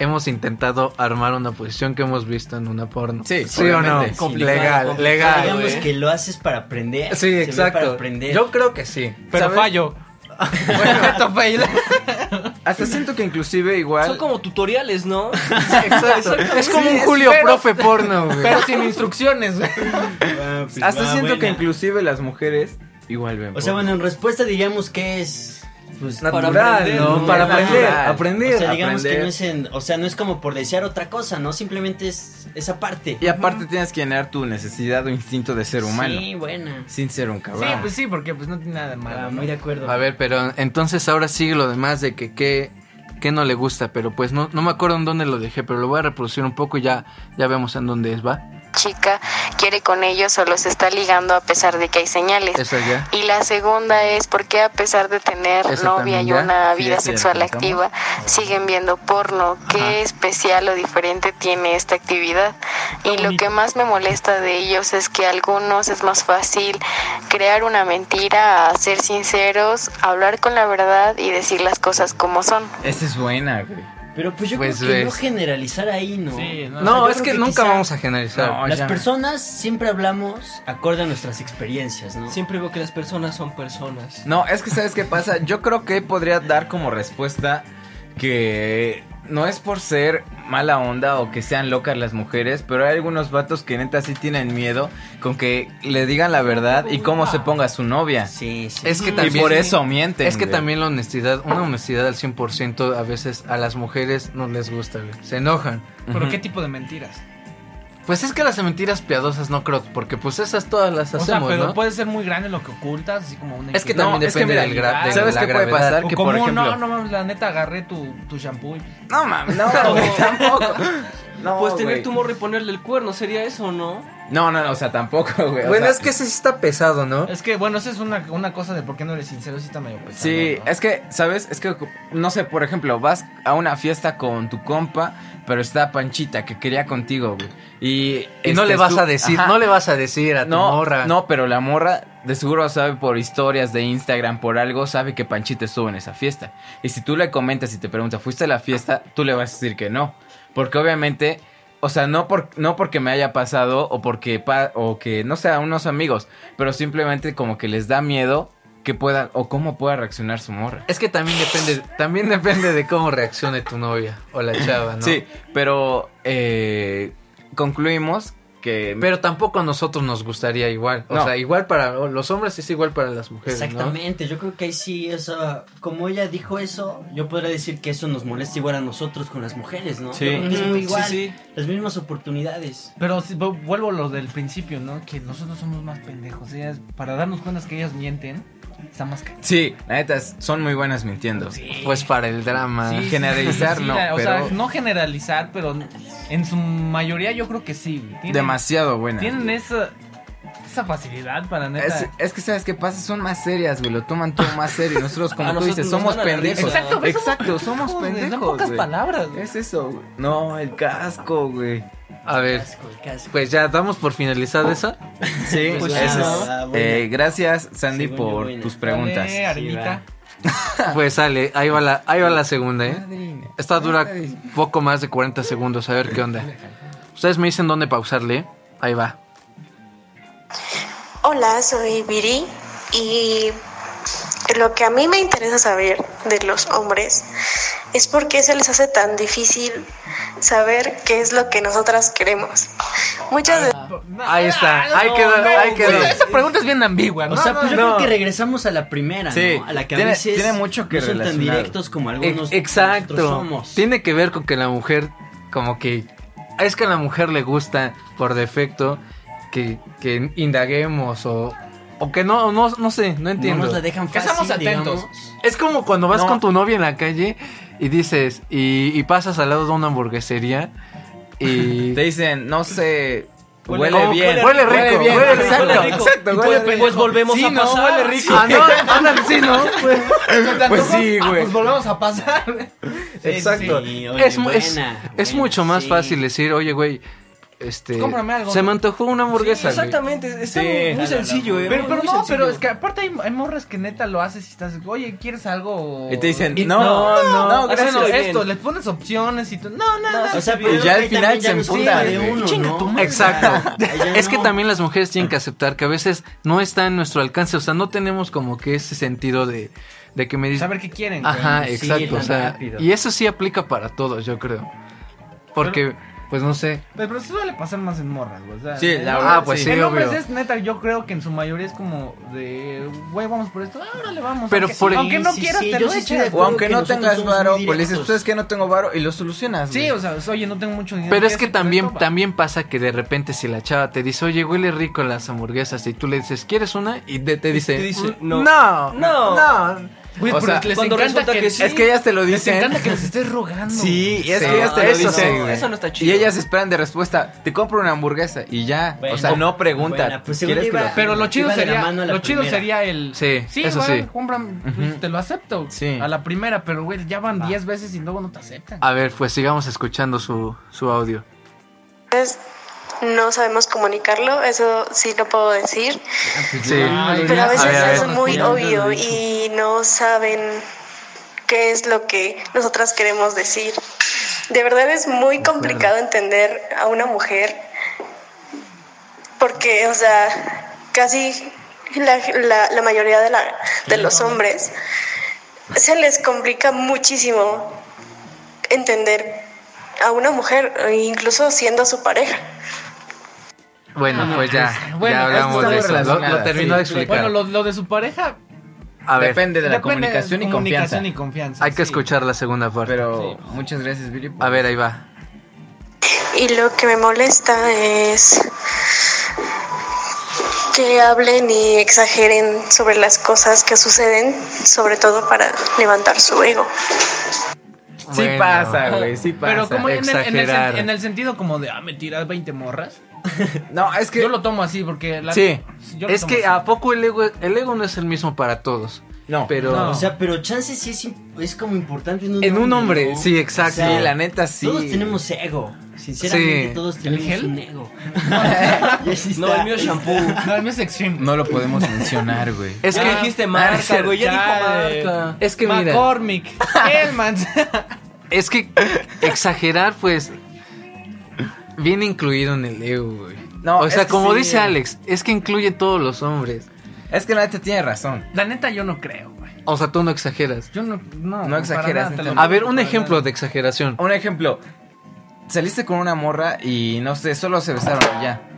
Speaker 1: hemos intentado armar una posición que hemos visto en una porno.
Speaker 2: Sí,
Speaker 1: sí o no.
Speaker 2: obviamente.
Speaker 4: Complicado,
Speaker 1: Legal,
Speaker 4: complicado,
Speaker 1: legal. eh.
Speaker 4: güey.
Speaker 5: Digamos que lo haces para aprender. se
Speaker 1: Sí,
Speaker 5: ve Para
Speaker 1: exacto.
Speaker 5: aprender.
Speaker 1: Yo creo que sí.
Speaker 3: Pero
Speaker 1: ¿sabes?
Speaker 3: fallo. Bueno, fail.
Speaker 2: Hasta siento que inclusive igual...
Speaker 4: Son como tutoriales, ¿no?
Speaker 1: Sí, exacto. es como
Speaker 3: Sí,
Speaker 1: un Julio
Speaker 3: espero.
Speaker 1: Profe porno, güey.
Speaker 3: Pero sin instrucciones, güey.
Speaker 5: Ah, pues
Speaker 2: Hasta
Speaker 5: va,
Speaker 2: siento que
Speaker 5: buena.
Speaker 2: inclusive las mujeres igual ven.
Speaker 5: O sea,
Speaker 2: porno.
Speaker 5: bueno, en respuesta digamos que es... Pues,
Speaker 1: Natural, ¿no?
Speaker 5: ¿no?
Speaker 1: Para
Speaker 5: Ajá.
Speaker 1: aprender,
Speaker 2: Natural.
Speaker 1: aprender.
Speaker 5: O sea, digamos
Speaker 2: aprender.
Speaker 5: que no es en, o sea, no es como por desear otra cosa, ¿no? Simplemente es esa parte.
Speaker 2: Y aparte tienes que llenar tu necesidad o instinto de ser humano.
Speaker 5: Sí, buena.
Speaker 2: Sin ser un
Speaker 3: Sí,
Speaker 2: cabrón.
Speaker 3: pues sí, porque pues no tiene nada de
Speaker 5: Ah,
Speaker 3: malo. ¿no?
Speaker 5: muy de acuerdo.
Speaker 1: Ah. A ver, pero entonces ahora sigue lo demás de que qué, qué no le gusta, pero pues no, no me acuerdo en dónde lo dejé, pero lo voy a reproducir un poco y ya, ya vemos en dónde es, ¿va?
Speaker 6: chica quiere con ellos o los está ligando a pesar de que hay señales.
Speaker 1: Esa ya.
Speaker 6: Y la segunda es por qué a pesar de tener
Speaker 1: Esa
Speaker 6: novia
Speaker 1: también
Speaker 6: y
Speaker 1: ya.
Speaker 6: una
Speaker 2: Sí,
Speaker 6: vida
Speaker 2: esa ya la
Speaker 6: sexual
Speaker 2: contamos.
Speaker 6: activa, siguen viendo porno. ¿Qué
Speaker 1: Ajá.
Speaker 6: especial o diferente tiene esta actividad? Y lo que más me molesta de ellos es que a algunos es más fácil crear una mentira, a ser sinceros, hablar con la verdad y decir las cosas como son.
Speaker 2: Esa es buena, güey.
Speaker 5: Pero pues yo
Speaker 1: Pues,
Speaker 5: creo que no
Speaker 1: ves.
Speaker 5: generalizar ahí, ¿no?
Speaker 3: Sí, no.
Speaker 1: No,
Speaker 5: O sea, yo
Speaker 1: es
Speaker 5: creo
Speaker 1: que, nunca
Speaker 5: quizá
Speaker 1: vamos a generalizar.
Speaker 2: No,
Speaker 5: Las
Speaker 2: ya.
Speaker 5: personas siempre hablamos acorde a nuestras experiencias, ¿no?
Speaker 4: Siempre veo que las personas son personas.
Speaker 2: No, es que sabes qué pasa. Yo creo que podría dar como respuesta que no es por ser mala onda o que sean locas las mujeres, pero hay algunos vatos que neta sí tienen miedo con que le digan la verdad y cómo se ponga su novia.
Speaker 5: Sí, sí.
Speaker 1: Es que
Speaker 2: Y
Speaker 1: también.
Speaker 2: por eso mienten.
Speaker 1: Es que
Speaker 2: güey.
Speaker 1: también la honestidad, una honestidad al 100% a veces a las mujeres no les gusta, güey. Se enojan.
Speaker 3: Pero qué tipo de mentiras.
Speaker 1: Pues es que las mentiras piadosas no creo, porque pues esas todas las
Speaker 3: O sea,
Speaker 1: hacemos,
Speaker 3: pero
Speaker 1: ¿no?
Speaker 3: puede ser muy grande lo que ocultas, así como una
Speaker 1: Es que
Speaker 3: infidelidad.
Speaker 1: también
Speaker 2: es que
Speaker 1: depende
Speaker 2: mira,
Speaker 1: del gra- de
Speaker 2: ¿sabes
Speaker 1: la
Speaker 2: qué puede
Speaker 1: gravedad.
Speaker 2: pasar?
Speaker 3: O
Speaker 2: que,
Speaker 3: como
Speaker 2: por ejemplo-
Speaker 3: no, no mames, la neta agarré tu, tu shampoo. y-
Speaker 2: No mames, no, güey, tampoco. No,
Speaker 4: pues tener
Speaker 2: güey.
Speaker 4: tu morro y ponerle el cuerno, ¿sería eso, no?
Speaker 2: No, no, no, o sea, tampoco, güey. o
Speaker 1: Bueno,
Speaker 2: sea,
Speaker 1: es que sí está pesado, ¿no?
Speaker 3: Es que, bueno, esa es una, una cosa de por qué no eres sincero, sí está medio
Speaker 1: pues,
Speaker 3: pesado.
Speaker 2: Sí,
Speaker 3: ¿no?
Speaker 2: es que, ¿sabes? Es que, no sé, por ejemplo, vas a una fiesta con tu compa, pero está Panchita, que quería contigo, güey. Y,
Speaker 1: Y no
Speaker 2: este,
Speaker 1: le vas
Speaker 2: tú-
Speaker 1: a decir,
Speaker 2: Ajá.
Speaker 1: no le vas a decir a tu
Speaker 2: no,
Speaker 1: morra.
Speaker 2: No, pero la morra de seguro sabe por historias de Instagram, por algo, sabe que Panchita estuvo en esa fiesta. Y si tú le comentas y te pregunta, ¿fuiste a la fiesta? Tú le vas a decir que no. Porque obviamente, o sea, no, por, no porque me haya pasado o porque, pa- o que, no sé, a unos amigos, pero simplemente como que les da miedo que pueda, o cómo pueda reaccionar su morra.
Speaker 1: Es que también depende, también depende de cómo reaccione tu novia o la chava, ¿no?
Speaker 2: Sí, pero eh, concluimos que...
Speaker 1: Pero tampoco a nosotros nos gustaría igual. O
Speaker 2: No.
Speaker 1: sea, igual para los hombres es igual para las mujeres. Pues, ¿no?
Speaker 5: Exactamente, yo creo que ahí sí, o sea, como ella dijo eso, yo podría decir que eso nos molesta igual a nosotros con las mujeres, ¿no?
Speaker 2: Sí.
Speaker 5: Yo creo que es muy
Speaker 4: Mm,
Speaker 5: igual,
Speaker 4: sí, sí.
Speaker 5: las mismas oportunidades.
Speaker 3: Pero sí, vu- vuelvo a lo del principio, ¿no? Que nosotros somos más pendejos. Ellas, para darnos cuenta que ellas mienten, está más caro.
Speaker 2: Sí, la neta, son muy buenas mintiendo.
Speaker 1: Pues para el drama.
Speaker 3: Sí, sí,
Speaker 2: generalizar,
Speaker 3: sí, sí,
Speaker 2: no,
Speaker 3: la- O sea,
Speaker 2: pero-
Speaker 3: no generalizar, pero en su mayoría yo creo que sí. güey. Tienen-
Speaker 2: Demasiado buenas.
Speaker 3: Tienen esa, esa facilidad para neta.
Speaker 2: Es, es que sabes qué pasa, son más serias, güey, lo toman todo más serio. Y Nosotros, como
Speaker 4: A
Speaker 2: tú
Speaker 4: nosotros
Speaker 2: dices,
Speaker 4: nos
Speaker 2: somos
Speaker 4: van a la risa.
Speaker 2: pendejos.
Speaker 4: Exacto,
Speaker 3: güey,
Speaker 2: Exacto, somos
Speaker 3: pendejos, güey,
Speaker 2: pendejos.
Speaker 3: son pocas
Speaker 2: güey.
Speaker 3: palabras, güey.
Speaker 2: Es eso, güey. No, el casco, güey.
Speaker 1: A ver,
Speaker 5: Casco, el casco.
Speaker 1: pues ya damos por finalizada esa.
Speaker 2: Sí,
Speaker 5: Pues
Speaker 2: eso
Speaker 5: ya,
Speaker 2: es.
Speaker 5: ah, bueno.
Speaker 2: Eh, gracias, Sandy,
Speaker 5: Según yo,
Speaker 2: por
Speaker 5: buena.
Speaker 2: tus preguntas.
Speaker 3: Dale, arenita.
Speaker 1: Pues sale, ahí va la, ahí va la segunda, ¿eh? Esta dura poco más de 40 segundos, a ver qué onda. Ustedes me dicen dónde pausarle, ¿eh? Ahí va.
Speaker 7: Hola, soy Viri y lo que a mí me interesa saber de los hombres es por qué se les hace tan difícil saber qué es lo que nosotras queremos. Muchas veces...
Speaker 1: Ahí está, ahí quedó, ahí quedó.
Speaker 3: güey, Esa pregunta es bien ambigua,
Speaker 5: O
Speaker 3: ¿no?
Speaker 5: sea,
Speaker 3: No,
Speaker 5: pues yo
Speaker 3: no.
Speaker 5: creo que regresamos a la primera,
Speaker 2: Sí,
Speaker 5: ¿no? A la que
Speaker 2: tiene-
Speaker 5: a veces
Speaker 2: tiene mucho que
Speaker 5: no son tan
Speaker 2: relacionar.
Speaker 5: directos como algunos
Speaker 1: E- Exacto.
Speaker 5: nosotros somos.
Speaker 1: Tiene que ver con que la mujer, como que. Es que a la mujer le gusta, por defecto, que, que indaguemos o. O que no, no, no sé, no
Speaker 5: No
Speaker 1: entiendo.
Speaker 5: nos la dejan
Speaker 3: Que
Speaker 5: fácil,
Speaker 3: seamos atentos.
Speaker 5: digamos.
Speaker 1: Es como cuando vas
Speaker 2: No.
Speaker 1: con tu novia en la calle y dices. Y, y pasas al lado de una hamburguesería y.
Speaker 2: Te dicen, no sé,
Speaker 4: Huele-
Speaker 2: huele,
Speaker 1: Oh,
Speaker 2: bien.
Speaker 1: huele rico,
Speaker 2: bien,
Speaker 1: huele
Speaker 2: exacto,
Speaker 1: rico.
Speaker 2: exacto,
Speaker 4: Y tú
Speaker 2: huele
Speaker 4: después
Speaker 2: rico.
Speaker 4: volvemos
Speaker 2: Sí,
Speaker 4: a
Speaker 2: no,
Speaker 4: pasar.
Speaker 2: huele rico.
Speaker 1: Ah, no, ándale, sí, ¿no?
Speaker 2: Pues sí,
Speaker 3: Ah,
Speaker 2: güey.
Speaker 3: Pues volvemos a pasar.
Speaker 2: Exacto.
Speaker 5: Sí, oye,
Speaker 1: es, mu- es-
Speaker 5: buena,
Speaker 1: es
Speaker 5: buena,
Speaker 1: mucho más
Speaker 5: sí.
Speaker 1: fácil decir, oye, güey, este,
Speaker 3: Cómprame algo,
Speaker 1: se
Speaker 3: ¿no?
Speaker 1: me antojó una hamburguesa. güey".
Speaker 4: Exactamente, es- está
Speaker 2: Sí.
Speaker 4: muy-
Speaker 2: La,
Speaker 4: muy,
Speaker 2: la, la.
Speaker 4: sencillo, eh.
Speaker 3: Pero,
Speaker 4: muy,
Speaker 3: pero
Speaker 4: muy
Speaker 3: no, pero
Speaker 4: sencillo.
Speaker 3: es que aparte hay, hay morras que neta lo haces y estás, oye, ¿quieres algo?
Speaker 2: Y te dicen,
Speaker 1: Y-
Speaker 2: no,
Speaker 1: no, no,
Speaker 2: no,
Speaker 3: No,
Speaker 2: gracias.
Speaker 3: gracias.
Speaker 4: bien.
Speaker 3: Esto, les pones opciones y tú. No, no, no.
Speaker 5: O sea, pero
Speaker 2: Y ya
Speaker 5: ahí
Speaker 2: al final
Speaker 5: también
Speaker 2: se
Speaker 5: no es
Speaker 2: emputa,
Speaker 5: culpa de
Speaker 2: güey.
Speaker 5: uno,
Speaker 3: Chinga
Speaker 5: ¿no?
Speaker 3: tu madre.
Speaker 1: Exacto.
Speaker 5: Ya, ya
Speaker 1: es que
Speaker 5: no.
Speaker 1: también las mujeres tienen que aceptar que a veces no está en nuestro alcance, o sea, no tenemos como que ese sentido de, de que me dicen...
Speaker 3: Saber qué quieren. güey.
Speaker 1: Ajá,
Speaker 5: Sí,
Speaker 1: exacto.
Speaker 5: tan
Speaker 1: o sea,
Speaker 5: rápido.
Speaker 1: y eso sí aplica para todos, yo creo. Porque, pues no sé.
Speaker 3: Pero, pero eso suele pasar más en morras, güey. o sea,
Speaker 2: Sí,
Speaker 3: en-
Speaker 2: la
Speaker 1: Ah,
Speaker 2: verdad,
Speaker 1: pues sí,
Speaker 3: en hombres
Speaker 1: obvio.
Speaker 3: es neta, yo creo que en su mayoría es como de, güey, vamos por esto, ahora le vamos.
Speaker 1: Pero
Speaker 3: aunque,
Speaker 1: por-
Speaker 3: aunque no
Speaker 5: Sí,
Speaker 3: quieras,
Speaker 5: sí,
Speaker 3: te
Speaker 5: yo
Speaker 3: lo
Speaker 5: sí estoy de
Speaker 3: echas.
Speaker 2: O aunque
Speaker 5: que
Speaker 2: no
Speaker 5: nosotros
Speaker 2: tengas
Speaker 5: somos muy
Speaker 2: varo, pues le dices,
Speaker 5: directos.
Speaker 2: pues es que no tengo varo y lo solucionas.
Speaker 3: Sí,
Speaker 2: güey.
Speaker 3: o sea, oye, no tengo mucho dinero.
Speaker 1: Pero es
Speaker 3: ¿quieres
Speaker 1: que
Speaker 3: te
Speaker 1: también,
Speaker 3: presto? Va.
Speaker 1: también pasa que de repente si la chava te dice, oye, huele rico las hamburguesas, y tú le dices, ¿quieres una? Y te, te dice,
Speaker 4: dice,
Speaker 1: no,
Speaker 4: "No".
Speaker 1: no,
Speaker 4: No.
Speaker 1: no".
Speaker 3: Güey,
Speaker 2: o
Speaker 3: pero
Speaker 2: sea,
Speaker 3: les
Speaker 4: cuando
Speaker 3: encanta
Speaker 4: resulta
Speaker 3: que,
Speaker 4: que
Speaker 3: sí.
Speaker 4: sí.
Speaker 2: es que ellas te lo
Speaker 3: les
Speaker 2: dicen.
Speaker 3: encanta que les estés rogando.
Speaker 2: Sí, es
Speaker 1: Sí,
Speaker 2: que ellas te lo
Speaker 1: eso sí,
Speaker 2: dicen.
Speaker 1: güey.
Speaker 4: Eso no está
Speaker 2: Y
Speaker 4: chido.
Speaker 2: ellas esperan de respuesta, te compro una hamburguesa y ya.
Speaker 5: Bueno,
Speaker 2: o sea, no pregunta.
Speaker 5: bueno, pues según
Speaker 2: ¿Quieres que
Speaker 5: iba-
Speaker 2: lo-
Speaker 3: Pero lo chido
Speaker 5: Iba de la
Speaker 3: sería,
Speaker 5: mano a la
Speaker 3: lo chido
Speaker 5: primera.
Speaker 3: sería el.
Speaker 1: Sí, eso
Speaker 3: güey,
Speaker 1: sí.
Speaker 3: compran, pues,
Speaker 2: Ujú.
Speaker 3: te lo acepto.
Speaker 2: Sí.
Speaker 3: A la primera, pero güey, ya van 10 veces y luego no te aceptan.
Speaker 1: A ver, pues sigamos escuchando su, su audio.
Speaker 7: Entonces, no sabemos comunicarlo, eso sí no puedo decir,
Speaker 1: Sí.
Speaker 7: pero a veces
Speaker 1: A ver, a
Speaker 7: es
Speaker 1: ver.
Speaker 7: muy
Speaker 5: Ya, ya lo
Speaker 7: obvio
Speaker 5: dije.
Speaker 7: y no saben qué es lo que nosotras queremos decir. De verdad es muy complicado entender a una mujer porque, o sea, casi la, la- la mayoría de, la- de los hombres se les complica muchísimo entender a una mujer, incluso siendo su pareja.
Speaker 1: Bueno, pues ya,
Speaker 3: bueno,
Speaker 1: ya
Speaker 3: pues
Speaker 1: hablamos
Speaker 2: está
Speaker 1: de
Speaker 2: muy
Speaker 1: eso. Lo,
Speaker 2: relacionada,
Speaker 1: lo terminó
Speaker 2: sí.
Speaker 1: de explicar.
Speaker 3: Bueno, lo, lo de su pareja
Speaker 1: a ver,
Speaker 2: Depende de la
Speaker 3: depende de
Speaker 2: comunicación y confianza.
Speaker 3: comunicación y confianza.
Speaker 1: hay que
Speaker 3: sí.
Speaker 1: escuchar la segunda parte.
Speaker 2: Pero muchas gracias, Billy. por-
Speaker 1: a ver, ahí va.
Speaker 7: Y lo que me molesta es que hablen y exageren sobre las cosas que suceden, sobre todo para levantar su ego.
Speaker 2: Sí
Speaker 1: Bueno.
Speaker 2: pasa, güey, sí pasa.
Speaker 3: Pero como en el, en el sen-
Speaker 1: exagerar.
Speaker 3: en el sentido como de, ah, me tiras 20 morras.
Speaker 2: No, es que
Speaker 3: Yo lo tomo así porque... La,
Speaker 2: Sí.
Speaker 3: yo lo
Speaker 1: Es
Speaker 3: tomo
Speaker 1: que
Speaker 3: así.
Speaker 1: a poco el ego, el ego no es el mismo para todos.
Speaker 2: no.
Speaker 1: Pero
Speaker 3: No.
Speaker 5: O sea, pero chance sí es, im- es como importante en un
Speaker 1: en un hombre,
Speaker 5: ¿no?
Speaker 1: sí, exacto.
Speaker 5: O
Speaker 2: sí,
Speaker 5: sea,
Speaker 2: la neta sí.
Speaker 5: Todos tenemos ego. Sinceramente,
Speaker 1: Sí.
Speaker 5: todos
Speaker 3: gel?
Speaker 5: tenemos un ego.
Speaker 4: No, el mío es shampoo.
Speaker 3: No, el mío es extreme.
Speaker 2: No lo podemos mencionar, güey.
Speaker 4: Es
Speaker 1: Es que-
Speaker 4: que
Speaker 3: Ah,
Speaker 4: dijiste marca, güey. Ya
Speaker 3: Chale.
Speaker 4: dijo marca.
Speaker 1: Es que mira,
Speaker 3: eh, McCormick, Hellmans.
Speaker 1: es que exagerar, pues, viene incluido en el ego, güey.
Speaker 2: No,
Speaker 1: o sea,
Speaker 2: es que
Speaker 1: como
Speaker 2: sí.
Speaker 1: dice Alex, es que incluye todos los hombres.
Speaker 2: Es que la neta tiene razón.
Speaker 3: La neta yo no creo, güey.
Speaker 1: O sea, tú no exageras.
Speaker 3: Yo no... No,
Speaker 2: No exageras,
Speaker 3: para nada,
Speaker 2: neta.
Speaker 3: te lo
Speaker 1: A
Speaker 3: juro,
Speaker 1: ver, un
Speaker 3: para
Speaker 1: ejemplo
Speaker 3: nada.
Speaker 1: de exageración.
Speaker 2: Un ejemplo. Saliste con una morra y no sé, solo se besaron y ya.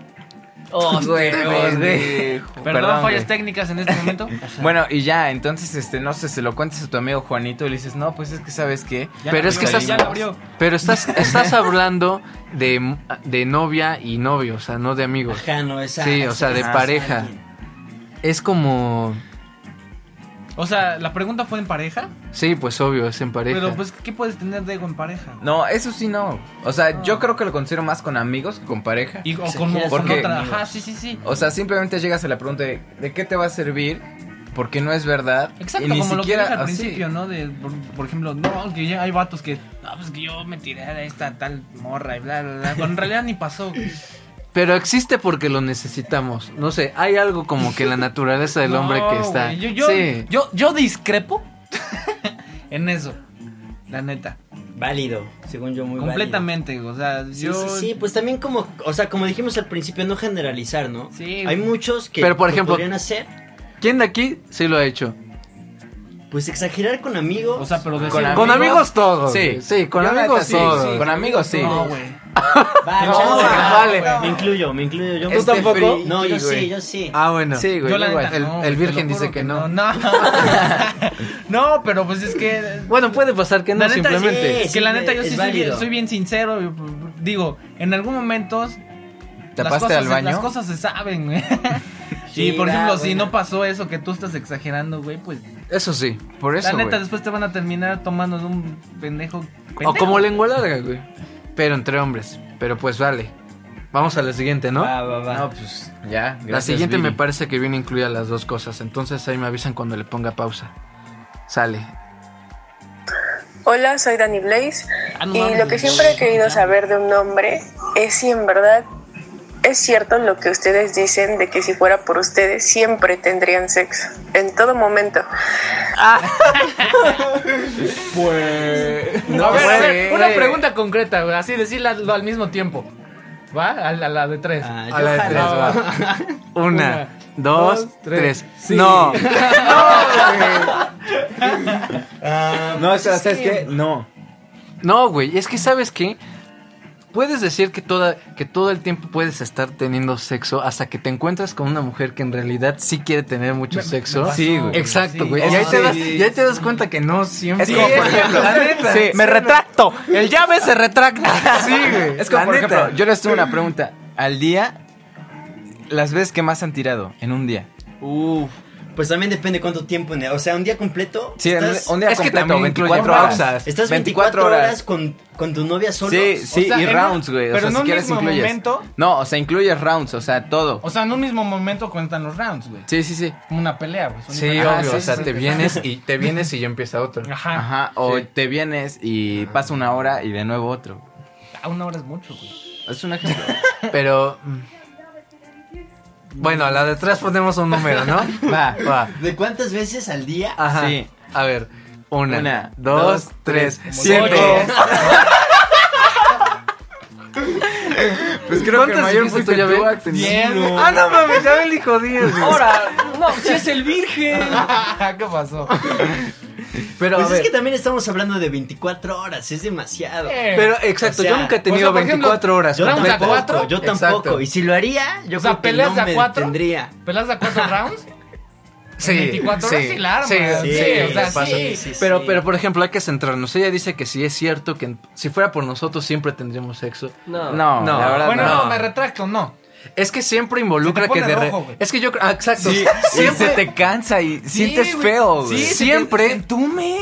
Speaker 4: Oh,
Speaker 2: Güey, güey.
Speaker 4: pendejo.
Speaker 3: Perdón,
Speaker 2: Perdón,
Speaker 3: fallas
Speaker 2: güey.
Speaker 3: técnicas en este momento.
Speaker 2: Bueno, y ya, entonces, este, no sé, se lo cuentas a tu amigo Juanito y le dices, no, pues es que sabes qué.
Speaker 3: Ya
Speaker 1: Pero
Speaker 3: la
Speaker 1: es que
Speaker 3: abrió,
Speaker 1: estás-
Speaker 3: Ya la abrió.
Speaker 1: Pero estás, estás hablando de, de novia y novio, o sea, no de amigos.
Speaker 5: Ajá, no, esa-
Speaker 1: Sí, o
Speaker 5: esa-
Speaker 1: sea, de
Speaker 5: esa-
Speaker 1: pareja.
Speaker 5: alguien.
Speaker 1: Es como...
Speaker 3: O sea, la pregunta fue en pareja,
Speaker 1: Sí, pues obvio, es en pareja.
Speaker 3: pero pues, ¿qué puedes tener de ego en pareja?
Speaker 2: No, eso sí no. O sea, yo creo que lo considero más con amigos que con pareja.
Speaker 3: Ah. Y, o con,
Speaker 5: Exageras
Speaker 3: con
Speaker 2: porque-
Speaker 3: otra. Ajá, sí, sí, sí.
Speaker 2: O sea, simplemente llegas a la pregunta de, ¿de qué te va a servir porque no es verdad.
Speaker 3: Exacto,
Speaker 2: y ni
Speaker 3: como lo que
Speaker 2: siquiera
Speaker 3: dije al
Speaker 2: así.
Speaker 3: principio, ¿no? De, por, por ejemplo, no, que ya hay vatos que, no, pues que yo me tiré a esta tal morra y bla, bla, bla. Cuando en realidad ni pasó.
Speaker 1: Pero existe porque lo necesitamos. No sé, hay algo como que la naturaleza del
Speaker 3: No,
Speaker 1: hombre que está.
Speaker 3: güey, Yo, yo,
Speaker 1: sí.
Speaker 3: yo, yo discrepo en eso, la neta.
Speaker 5: Válido, según yo, muy válido.
Speaker 3: completamente, o sea,
Speaker 5: Sí,
Speaker 3: yo...
Speaker 5: sí, sí, pues también como, o sea, como dijimos al principio, no generalizar, ¿no?
Speaker 3: Sí.
Speaker 5: Hay muchos que
Speaker 1: Pero, por
Speaker 5: lo
Speaker 1: ejemplo-
Speaker 5: podrían hacer,
Speaker 1: ¿Quién de aquí sí lo ha hecho?
Speaker 5: pues exagerar con amigos.
Speaker 3: O sea, pero
Speaker 2: Con
Speaker 3: decir-
Speaker 1: Con amigos
Speaker 2: amigos
Speaker 1: todos.
Speaker 2: Sí,
Speaker 1: Sí, sí, con
Speaker 2: Yo la neta
Speaker 1: amigos
Speaker 2: sí,
Speaker 1: todos.
Speaker 2: sí, Con amigos sí.
Speaker 3: No, güey.
Speaker 5: Va,
Speaker 1: No,
Speaker 5: chance,
Speaker 1: ah,
Speaker 5: va,
Speaker 1: vale.
Speaker 5: Me incluyo, me incluyo. Yo
Speaker 2: ¿Tú este
Speaker 5: me-
Speaker 2: tampoco?
Speaker 5: No, yo
Speaker 1: Sí,
Speaker 5: sí,
Speaker 1: güey.
Speaker 5: yo sí.
Speaker 1: Ah, bueno.
Speaker 2: Sí, güey,
Speaker 3: Yo la
Speaker 2: igual.
Speaker 3: neta,
Speaker 1: el-
Speaker 3: no,
Speaker 1: el
Speaker 3: güey, te lo
Speaker 1: virgen
Speaker 3: juro
Speaker 1: dice que no.
Speaker 3: No, No, pero pues es que...
Speaker 1: Bueno, puede pasar que no,
Speaker 3: La neta,
Speaker 1: simplemente.
Speaker 3: Es que la neta yo
Speaker 5: Es
Speaker 3: sí soy
Speaker 5: válido.
Speaker 3: bien, soy bien sincero. yo, Digo, en algún momento las
Speaker 2: ¿Tapaste
Speaker 3: cosas,
Speaker 2: al baño?
Speaker 3: las cosas se saben, güey.
Speaker 5: Sí,
Speaker 3: y por
Speaker 5: va,
Speaker 3: ejemplo, si
Speaker 5: bueno.
Speaker 3: no pasó eso que tú estás exagerando, güey, pues
Speaker 1: Eso sí, por eso.
Speaker 3: la neta
Speaker 1: güey.
Speaker 3: después te van a terminar tomando de un pendejo.
Speaker 1: O
Speaker 3: pendejo.
Speaker 1: como lengua larga, güey. Pero entre hombres. Pero pues vale. Vamos a la siguiente, ¿no?
Speaker 5: Va, va, va.
Speaker 1: Ah,
Speaker 2: No, pues ya.
Speaker 1: la
Speaker 2: gracias,
Speaker 1: siguiente
Speaker 2: Viri.
Speaker 1: me parece que viene incluida las dos cosas. Entonces ahí me avisan cuando le ponga pausa. Sale.
Speaker 7: Hola, soy Dani Blaze
Speaker 3: Ah, no
Speaker 7: y
Speaker 3: mames.
Speaker 7: lo que siempre he querido saber de un hombre es si en verdad es cierto lo que ustedes dicen de que si fuera por ustedes siempre tendrían sexo, en todo momento.
Speaker 1: Ah.
Speaker 3: Pues,
Speaker 2: No,
Speaker 1: A ver, a
Speaker 2: sé,
Speaker 1: ver,
Speaker 2: güey.
Speaker 1: una pregunta
Speaker 3: concreta, güey, así decirla al mismo tiempo. ¿Va? A la, de tres.
Speaker 5: Ah,
Speaker 1: A
Speaker 5: yo
Speaker 1: la de
Speaker 5: jalo.
Speaker 1: tres, va. Una,
Speaker 3: Una,
Speaker 1: dos,
Speaker 3: dos,
Speaker 1: tres.
Speaker 3: tres.
Speaker 1: No.
Speaker 3: Ah,
Speaker 2: No,
Speaker 3: pues
Speaker 2: o sea, ¿sabes qué? No.
Speaker 1: No, güey. Es que sabes qué. Puedes decir que, toda, que todo el tiempo puedes estar teniendo sexo hasta que te encuentras con una mujer que en realidad sí quiere tener mucho sexo.
Speaker 3: pasó,
Speaker 1: Sí,
Speaker 3: güey.
Speaker 1: Exacto,
Speaker 3: Sí.
Speaker 1: güey.
Speaker 2: Oh,
Speaker 1: y ahí te
Speaker 2: sí.
Speaker 1: das, y ahí te das cuenta que no siempre.
Speaker 2: Es como, por ejemplo,
Speaker 1: la neta. Sí, me retracto. El llave se retracta. Sí, güey.
Speaker 2: Es como,
Speaker 1: La
Speaker 2: por
Speaker 1: neta.
Speaker 2: ejemplo, yo les tuve una pregunta. Al día, las veces que más han tirado en un día.
Speaker 5: Uf. Pues también depende cuánto tiempo. en el- O sea, un día completo.
Speaker 2: Sí, en
Speaker 5: estás,
Speaker 2: un día
Speaker 1: es que
Speaker 2: completo,
Speaker 1: también incluye
Speaker 2: 24 horas.
Speaker 1: pausas.
Speaker 5: estás 24 horas, con, con tu novia solo.
Speaker 2: Sí, sí,
Speaker 3: sea,
Speaker 2: y
Speaker 3: en un-
Speaker 2: rounds, güey. O
Speaker 3: pero
Speaker 2: sea,
Speaker 3: en
Speaker 2: si
Speaker 3: un
Speaker 2: quieres
Speaker 3: mismo
Speaker 2: incluyes.
Speaker 3: momento.
Speaker 2: No, o sea, incluyes rounds, o sea, todo.
Speaker 3: O sea, en un mismo momento cuentan los rounds, güey.
Speaker 2: Sí, sí, sí.
Speaker 3: Como una pelea, güey. son
Speaker 1: Sí,
Speaker 3: diferentes.
Speaker 2: Ah,
Speaker 1: obvio.
Speaker 2: sí,
Speaker 1: o sea,
Speaker 2: sí,
Speaker 1: te
Speaker 2: sí.
Speaker 1: vienes y te vienes y ya empieza otro.
Speaker 3: Ajá.
Speaker 2: Ajá, o
Speaker 1: Sí.
Speaker 2: te vienes y pasa una hora y de nuevo otro.
Speaker 3: A Ah, una hora es mucho, güey.
Speaker 2: Es un ejemplo.
Speaker 1: Pero. mm, Bueno, a la de atrás ponemos un número, ¿no?
Speaker 2: Va.
Speaker 1: Va.
Speaker 5: ¿De cuántas veces al día?
Speaker 1: Ajá.
Speaker 2: Sí.
Speaker 1: A ver. Una,
Speaker 2: Una,
Speaker 1: dos,
Speaker 2: dos,
Speaker 1: tres,
Speaker 2: tres,
Speaker 1: siete.
Speaker 2: Pues
Speaker 1: ¿Cuántas dijiste tú, Yabel?
Speaker 3: Diez.
Speaker 1: Ah, no mames, ya me dijo diez. güey.
Speaker 4: Ahora, no, si es el virgen.
Speaker 3: ¿Qué pasó?
Speaker 1: Pero,
Speaker 5: Pues es
Speaker 1: a ver,
Speaker 5: que también estamos hablando de 24 horas, es demasiado.
Speaker 1: pero exacto,
Speaker 5: O sea,
Speaker 1: yo nunca he
Speaker 5: o
Speaker 1: tenido
Speaker 3: sea, por ejemplo,
Speaker 1: 24 horas.
Speaker 5: Yo
Speaker 1: completas.
Speaker 5: tampoco,
Speaker 3: cuatro?
Speaker 5: yo
Speaker 1: Exacto.
Speaker 5: tampoco. Y si lo haría, yo
Speaker 3: O sea,
Speaker 5: creo que
Speaker 3: ¿peleas
Speaker 5: no
Speaker 3: de a
Speaker 5: me
Speaker 3: cuatro?
Speaker 5: tendría.
Speaker 3: ¿Pelas a cuatro rounds?
Speaker 1: Sí,
Speaker 3: 24 horas y la armas. Sí, o sea,
Speaker 1: pasa.
Speaker 3: sí.
Speaker 1: Pero, pero, por ejemplo, hay que centrarnos. Ella dice que si es cierto que si fuera por nosotros siempre tendríamos sexo.
Speaker 4: No.
Speaker 2: No,
Speaker 1: No.
Speaker 2: la verdad
Speaker 3: Bueno,
Speaker 2: no.
Speaker 3: no. me retracto, no.
Speaker 1: Es que siempre involucra
Speaker 3: Se te
Speaker 1: que
Speaker 3: pone
Speaker 1: de re-
Speaker 3: rojo, güey.
Speaker 1: Es que yo creo. ah, exacto.
Speaker 2: Sí, y
Speaker 1: siempre
Speaker 2: se te cansa y sientes
Speaker 3: güey.
Speaker 2: feo, güey.
Speaker 1: Sí, siempre-
Speaker 3: Tú me.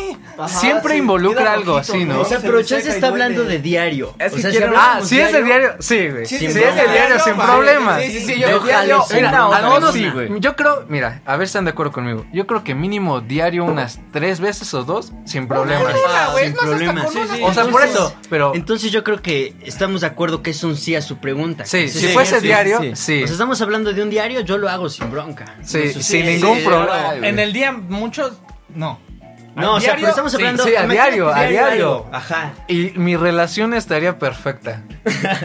Speaker 1: siempre involucra algo así, ¿no?
Speaker 5: O sea, pero Chance está hablando de diario.
Speaker 2: Es que
Speaker 5: o sea,
Speaker 2: quiero-
Speaker 1: Ah,
Speaker 5: habláramos
Speaker 1: si es de diario, sí, güey.
Speaker 5: Sí,
Speaker 1: Si
Speaker 5: sí,
Speaker 1: es
Speaker 5: sí,
Speaker 1: de
Speaker 5: sí,
Speaker 1: diario,
Speaker 5: sí,
Speaker 1: sin
Speaker 5: sí,
Speaker 1: problemas.
Speaker 2: Sí, sí, sí, yo
Speaker 5: Ojalá
Speaker 2: diario,
Speaker 5: y sea
Speaker 2: una
Speaker 5: una
Speaker 2: o
Speaker 1: Al
Speaker 2: dos,
Speaker 1: menos,
Speaker 2: sí,
Speaker 5: persona.
Speaker 2: güey.
Speaker 1: yo creo, mira, a ver si están de acuerdo conmigo. Yo creo que mínimo diario unas tres veces o dos, sin problemas.
Speaker 5: Ah,
Speaker 3: güey, es
Speaker 5: sin
Speaker 3: más, hasta
Speaker 5: problemas.
Speaker 3: con
Speaker 5: Sí,
Speaker 3: una-
Speaker 5: sí,
Speaker 1: O sea, por
Speaker 5: entonces-
Speaker 1: eso, pero
Speaker 5: Entonces yo creo que estamos de acuerdo que es un sí a su pregunta.
Speaker 1: sí,
Speaker 5: O sea,
Speaker 1: si
Speaker 5: sí,
Speaker 1: fuese
Speaker 5: sí,
Speaker 1: diario,
Speaker 5: sí.
Speaker 1: sí.
Speaker 5: O sea, estamos hablando de un diario, yo lo hago sin bronca.
Speaker 1: Sí,
Speaker 5: Entonces,
Speaker 1: sin ningún
Speaker 5: sí,
Speaker 1: problema.
Speaker 5: sí.
Speaker 3: En el día, muchos. No.
Speaker 5: No, o sea, pero estamos
Speaker 1: sí,
Speaker 5: hablando...
Speaker 1: sí, a
Speaker 5: imagínate
Speaker 1: diario, a diario.
Speaker 5: Ajá.
Speaker 1: Y mi relación estaría perfecta.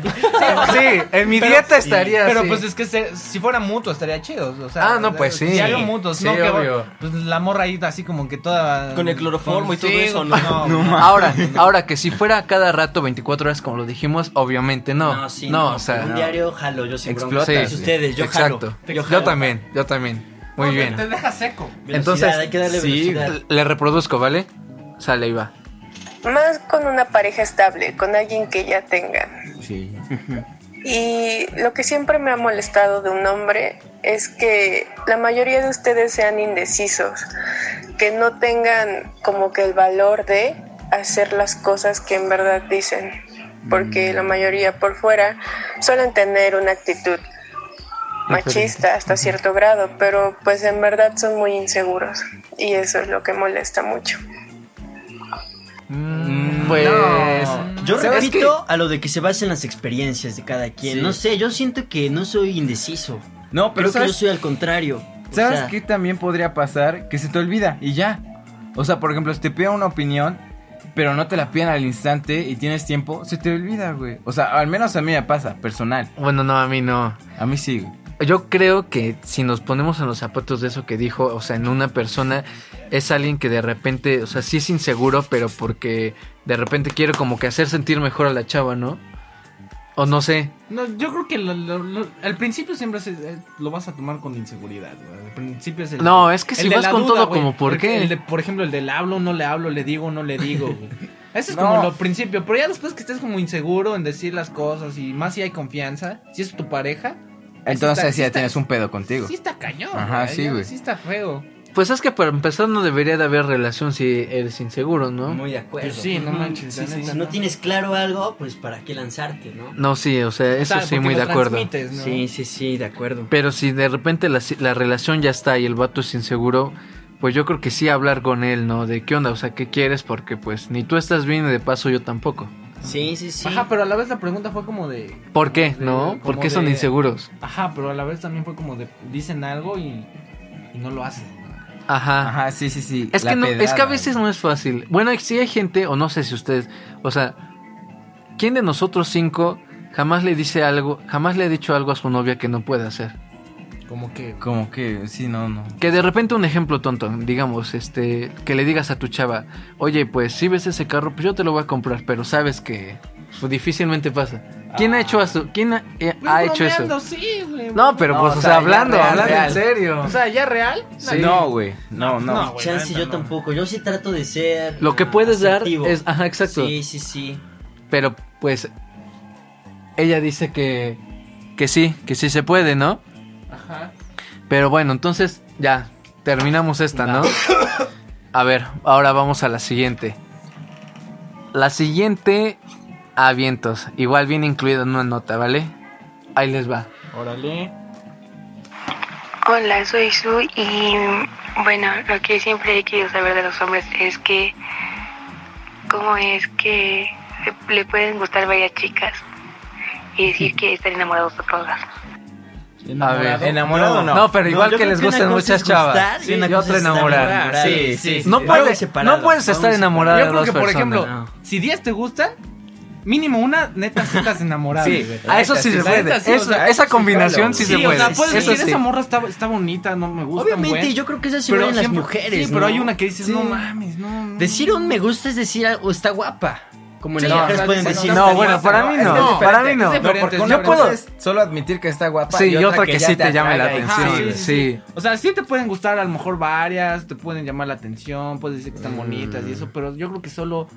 Speaker 1: sí, en mi dieta estaría
Speaker 3: Pero
Speaker 1: así.
Speaker 3: pues es que se- si fuera mutuo estaría chido. O sea,
Speaker 1: Ah, no, pues sí.
Speaker 3: Diario mutuos,
Speaker 1: Sí,
Speaker 3: ¿no? Que,
Speaker 1: obvio.
Speaker 3: Pues la morra ahí así como que toda.
Speaker 4: Con el cloroformo y todo
Speaker 3: sí,
Speaker 4: eso, ¿no?
Speaker 3: no
Speaker 1: Ahora, ahora que si fuera cada rato 24 horas como lo dijimos, obviamente no. No,
Speaker 5: sí,
Speaker 1: o sea,
Speaker 5: un
Speaker 1: no.
Speaker 5: diario jalo yo sin
Speaker 2: Explota,
Speaker 5: bronca.
Speaker 1: Sí,
Speaker 5: Entonces, ustedes, yo jalo.
Speaker 1: Exacto.
Speaker 5: Yo
Speaker 1: Yo,
Speaker 5: jalo.
Speaker 1: también, yo también. Muy
Speaker 3: No, te-
Speaker 1: bien.
Speaker 3: Te, deja seco.
Speaker 5: Entonces,
Speaker 1: Entonces,
Speaker 5: hay que darle
Speaker 1: sí,
Speaker 5: velocidad.
Speaker 1: le reproduzco, ¿vale? Sale y va.
Speaker 7: Más con una pareja estable, con alguien que ya tengan.
Speaker 2: Sí.
Speaker 7: Y lo que siempre me ha molestado de un hombre es que la mayoría de ustedes sean indecisos, que no tengan como que el valor de hacer las cosas que en verdad dicen, porque la mayoría por fuera suelen tener una actitud machista hasta cierto grado, pero pues en verdad son muy inseguros y eso es lo que molesta mucho.
Speaker 1: Mm, Pues.
Speaker 5: Yo
Speaker 2: ¿Sabes
Speaker 5: repito a lo de que se basen las experiencias de cada quien.
Speaker 2: Sí.
Speaker 5: No sé, yo siento que no soy indeciso.
Speaker 2: No, pero
Speaker 5: Creo que yo
Speaker 2: ¿sabes,
Speaker 5: soy al contrario. O
Speaker 2: ¿sabes
Speaker 5: sea,
Speaker 2: qué también podría pasar? Que se te olvida y ya. O sea, por ejemplo, si te piden una opinión, pero no te la piden al instante y tienes tiempo, se te olvida, güey. O sea, al menos a mí me pasa, personal.
Speaker 1: Bueno, no, a mí no.
Speaker 2: A mí sí, güey.
Speaker 1: Yo creo que si nos ponemos en los zapatos de eso que dijo, o sea, en una persona, es alguien que de repente, o sea, sí es inseguro, pero porque de repente quiere como que hacer sentir mejor a la chava, ¿no? O no sé.
Speaker 3: No, yo creo que lo- lo- lo- al principio siempre se- eh, lo vas a tomar con inseguridad. güey. Al principio es el-
Speaker 1: No, es que
Speaker 3: el
Speaker 1: si
Speaker 3: de
Speaker 1: vas
Speaker 3: la
Speaker 1: con
Speaker 3: duda,
Speaker 1: todo,
Speaker 3: güey.
Speaker 1: como, ¿por
Speaker 3: El-
Speaker 1: qué?
Speaker 3: el de- por ejemplo, el del hablo, no le hablo, le digo, no le digo. güey. Eso es
Speaker 2: No.
Speaker 3: como lo principio. Pero ya después que estés como inseguro en decir las cosas y más si hay confianza, si es tu pareja,
Speaker 2: Entonces
Speaker 3: está-
Speaker 2: sí ya
Speaker 3: está-
Speaker 2: tienes un pedo contigo.
Speaker 3: sí está cañón.
Speaker 2: Ajá, sí,
Speaker 3: ya-
Speaker 2: güey.
Speaker 3: Sí está feo.
Speaker 1: Pues es que para empezar no debería de haber relación si eres inseguro, ¿no?
Speaker 5: Muy de acuerdo.
Speaker 3: Pues sí, no manches, la
Speaker 5: Sí, sí,
Speaker 3: neta,
Speaker 5: si no
Speaker 3: no.
Speaker 5: tienes claro algo, pues para qué lanzarte, ¿no?
Speaker 1: No, sí, o sea, eso
Speaker 3: O sea,
Speaker 1: sí,
Speaker 3: porque
Speaker 1: muy
Speaker 3: lo
Speaker 1: de acuerdo.
Speaker 3: transmites, ¿no?
Speaker 5: Sí, sí, sí, de acuerdo.
Speaker 1: Pero si de repente la, la relación ya está y el vato es inseguro, pues yo creo que sí hablar con él, ¿no? De qué onda, o sea, qué quieres, porque pues ni tú estás bien y de paso yo tampoco.
Speaker 5: Sí, sí, sí.
Speaker 3: Ajá, pero a la vez la pregunta fue como de.
Speaker 1: ¿Por qué,
Speaker 3: de-
Speaker 1: no?
Speaker 3: como
Speaker 1: ¿Por qué son
Speaker 3: de-
Speaker 1: inseguros?
Speaker 3: Ajá, pero a la vez también fue como de. Dicen algo y, y no lo hacen.
Speaker 1: Ajá.
Speaker 2: Ajá, sí, sí, sí.
Speaker 1: Es
Speaker 2: La
Speaker 1: que, no, es que a
Speaker 2: pedrada,
Speaker 1: veces
Speaker 2: güey.
Speaker 1: no es fácil. Bueno, si hay gente, o no sé si ustedes, o sea, ¿quién de nosotros cinco jamás le dice algo, jamás le ha dicho algo a su novia que no puede hacer?
Speaker 3: Como que.
Speaker 2: Como que, sí, no, no.
Speaker 1: Que de repente un ejemplo tonto, digamos, este, que le digas a tu chava, oye, pues si ves ese carro, pues yo te lo voy a comprar, pero sabes que pues, difícilmente pasa. ¿Quién ha hecho eso? ¿Quién ha, eh,
Speaker 3: Pues,
Speaker 1: ha hecho
Speaker 3: bromeando,
Speaker 1: eso?
Speaker 3: sí, güey.
Speaker 1: No, pero
Speaker 2: No,
Speaker 1: pues,
Speaker 2: o
Speaker 1: o sea,
Speaker 2: sea, ya
Speaker 1: hablando,
Speaker 2: real,
Speaker 1: hablando
Speaker 2: real.
Speaker 1: en serio.
Speaker 3: O sea, ya real.
Speaker 2: No, güey. No, no.
Speaker 3: No, güey, la
Speaker 5: Chance
Speaker 3: neta,
Speaker 5: yo
Speaker 3: no.
Speaker 5: tampoco. Yo sí trato de ser.
Speaker 1: Lo que
Speaker 5: ah,
Speaker 1: puedes dar
Speaker 5: asertivo.
Speaker 1: es, ajá, exacto.
Speaker 5: Sí, sí, sí.
Speaker 1: Pero pues ella dice que que sí, que sí se puede, ¿no?
Speaker 3: Ajá.
Speaker 1: Pero bueno, entonces ya terminamos esta, ¿no? A ver, ahora vamos a la siguiente. La siguiente a vientos, igual viene incluida en una nota, ¿vale? Ahí les va.
Speaker 3: Órale.
Speaker 6: Hola, soy Su y bueno, lo que siempre he querido saber de los hombres es que cómo es que se- le pueden gustar varias chicas y decir que están enamorados de todas.
Speaker 1: A ver.
Speaker 2: ¿Enamorado o no?
Speaker 1: No, pero igual
Speaker 5: yo
Speaker 1: que
Speaker 5: creo
Speaker 1: les
Speaker 5: una
Speaker 1: gustan
Speaker 5: cosa
Speaker 1: muchas
Speaker 5: es gustar
Speaker 1: chavas.
Speaker 5: y una
Speaker 1: Sí, y
Speaker 5: cosa
Speaker 1: otra
Speaker 5: es estar
Speaker 1: enamorar.
Speaker 5: enamorado.
Speaker 2: Sí, sí, sí.
Speaker 1: No
Speaker 5: Algo
Speaker 1: puedes,
Speaker 5: separado,
Speaker 1: no puedes estar
Speaker 5: algo
Speaker 1: enamorado
Speaker 3: Yo
Speaker 1: de
Speaker 3: creo
Speaker 1: dos
Speaker 3: que, por
Speaker 1: personas.
Speaker 3: ejemplo,
Speaker 5: No.
Speaker 3: si 10 te gustan, mínimo una, neta, sí estás enamorado.
Speaker 2: Sí.
Speaker 3: güey.
Speaker 1: Ah, eso sí se
Speaker 2: La
Speaker 1: puede.
Speaker 2: neta sí, o
Speaker 1: Eso-
Speaker 2: sea,
Speaker 1: esa
Speaker 2: sí,
Speaker 1: combinación
Speaker 2: claro,
Speaker 1: sí
Speaker 3: Sí,
Speaker 1: se
Speaker 3: o
Speaker 1: puede.
Speaker 3: sea, puedes
Speaker 1: Eso
Speaker 3: decir,
Speaker 1: sí.
Speaker 3: esa morra está, está bonita, no me gusta. un
Speaker 5: Obviamente,
Speaker 3: buen".
Speaker 5: yo creo que eso es
Speaker 3: Pero
Speaker 5: igual en las
Speaker 3: siempre-
Speaker 5: mujeres.
Speaker 3: Sí, pero
Speaker 5: ¿no?
Speaker 3: hay una que dices,
Speaker 5: Sí.
Speaker 3: no mames, no. no".
Speaker 5: Decir un me gusta es decir, o está guapa. Como en
Speaker 3: Sí,
Speaker 5: las
Speaker 3: o
Speaker 5: mujeres
Speaker 3: sea,
Speaker 5: pueden
Speaker 3: sí,
Speaker 5: decir.
Speaker 1: No,
Speaker 5: "Está
Speaker 1: bueno,
Speaker 5: guapa".
Speaker 1: para mí
Speaker 2: Es
Speaker 1: no.
Speaker 2: diferente,
Speaker 1: Para mí no.
Speaker 3: es diferente.
Speaker 2: porque
Speaker 3: Yo
Speaker 2: una
Speaker 1: puedo-
Speaker 2: cosa es solo admitir que está guapa.
Speaker 1: Sí,
Speaker 2: y
Speaker 1: y
Speaker 2: otra,
Speaker 1: otra que, sí te llame la
Speaker 2: atraiga.
Speaker 1: atención.
Speaker 3: Ajá,
Speaker 1: Sí,
Speaker 3: sí, O sea, sí te pueden gustar a lo mejor varias, te pueden llamar la atención, puedes decir que
Speaker 1: Mm.
Speaker 3: están bonitas y eso, pero yo creo que solo.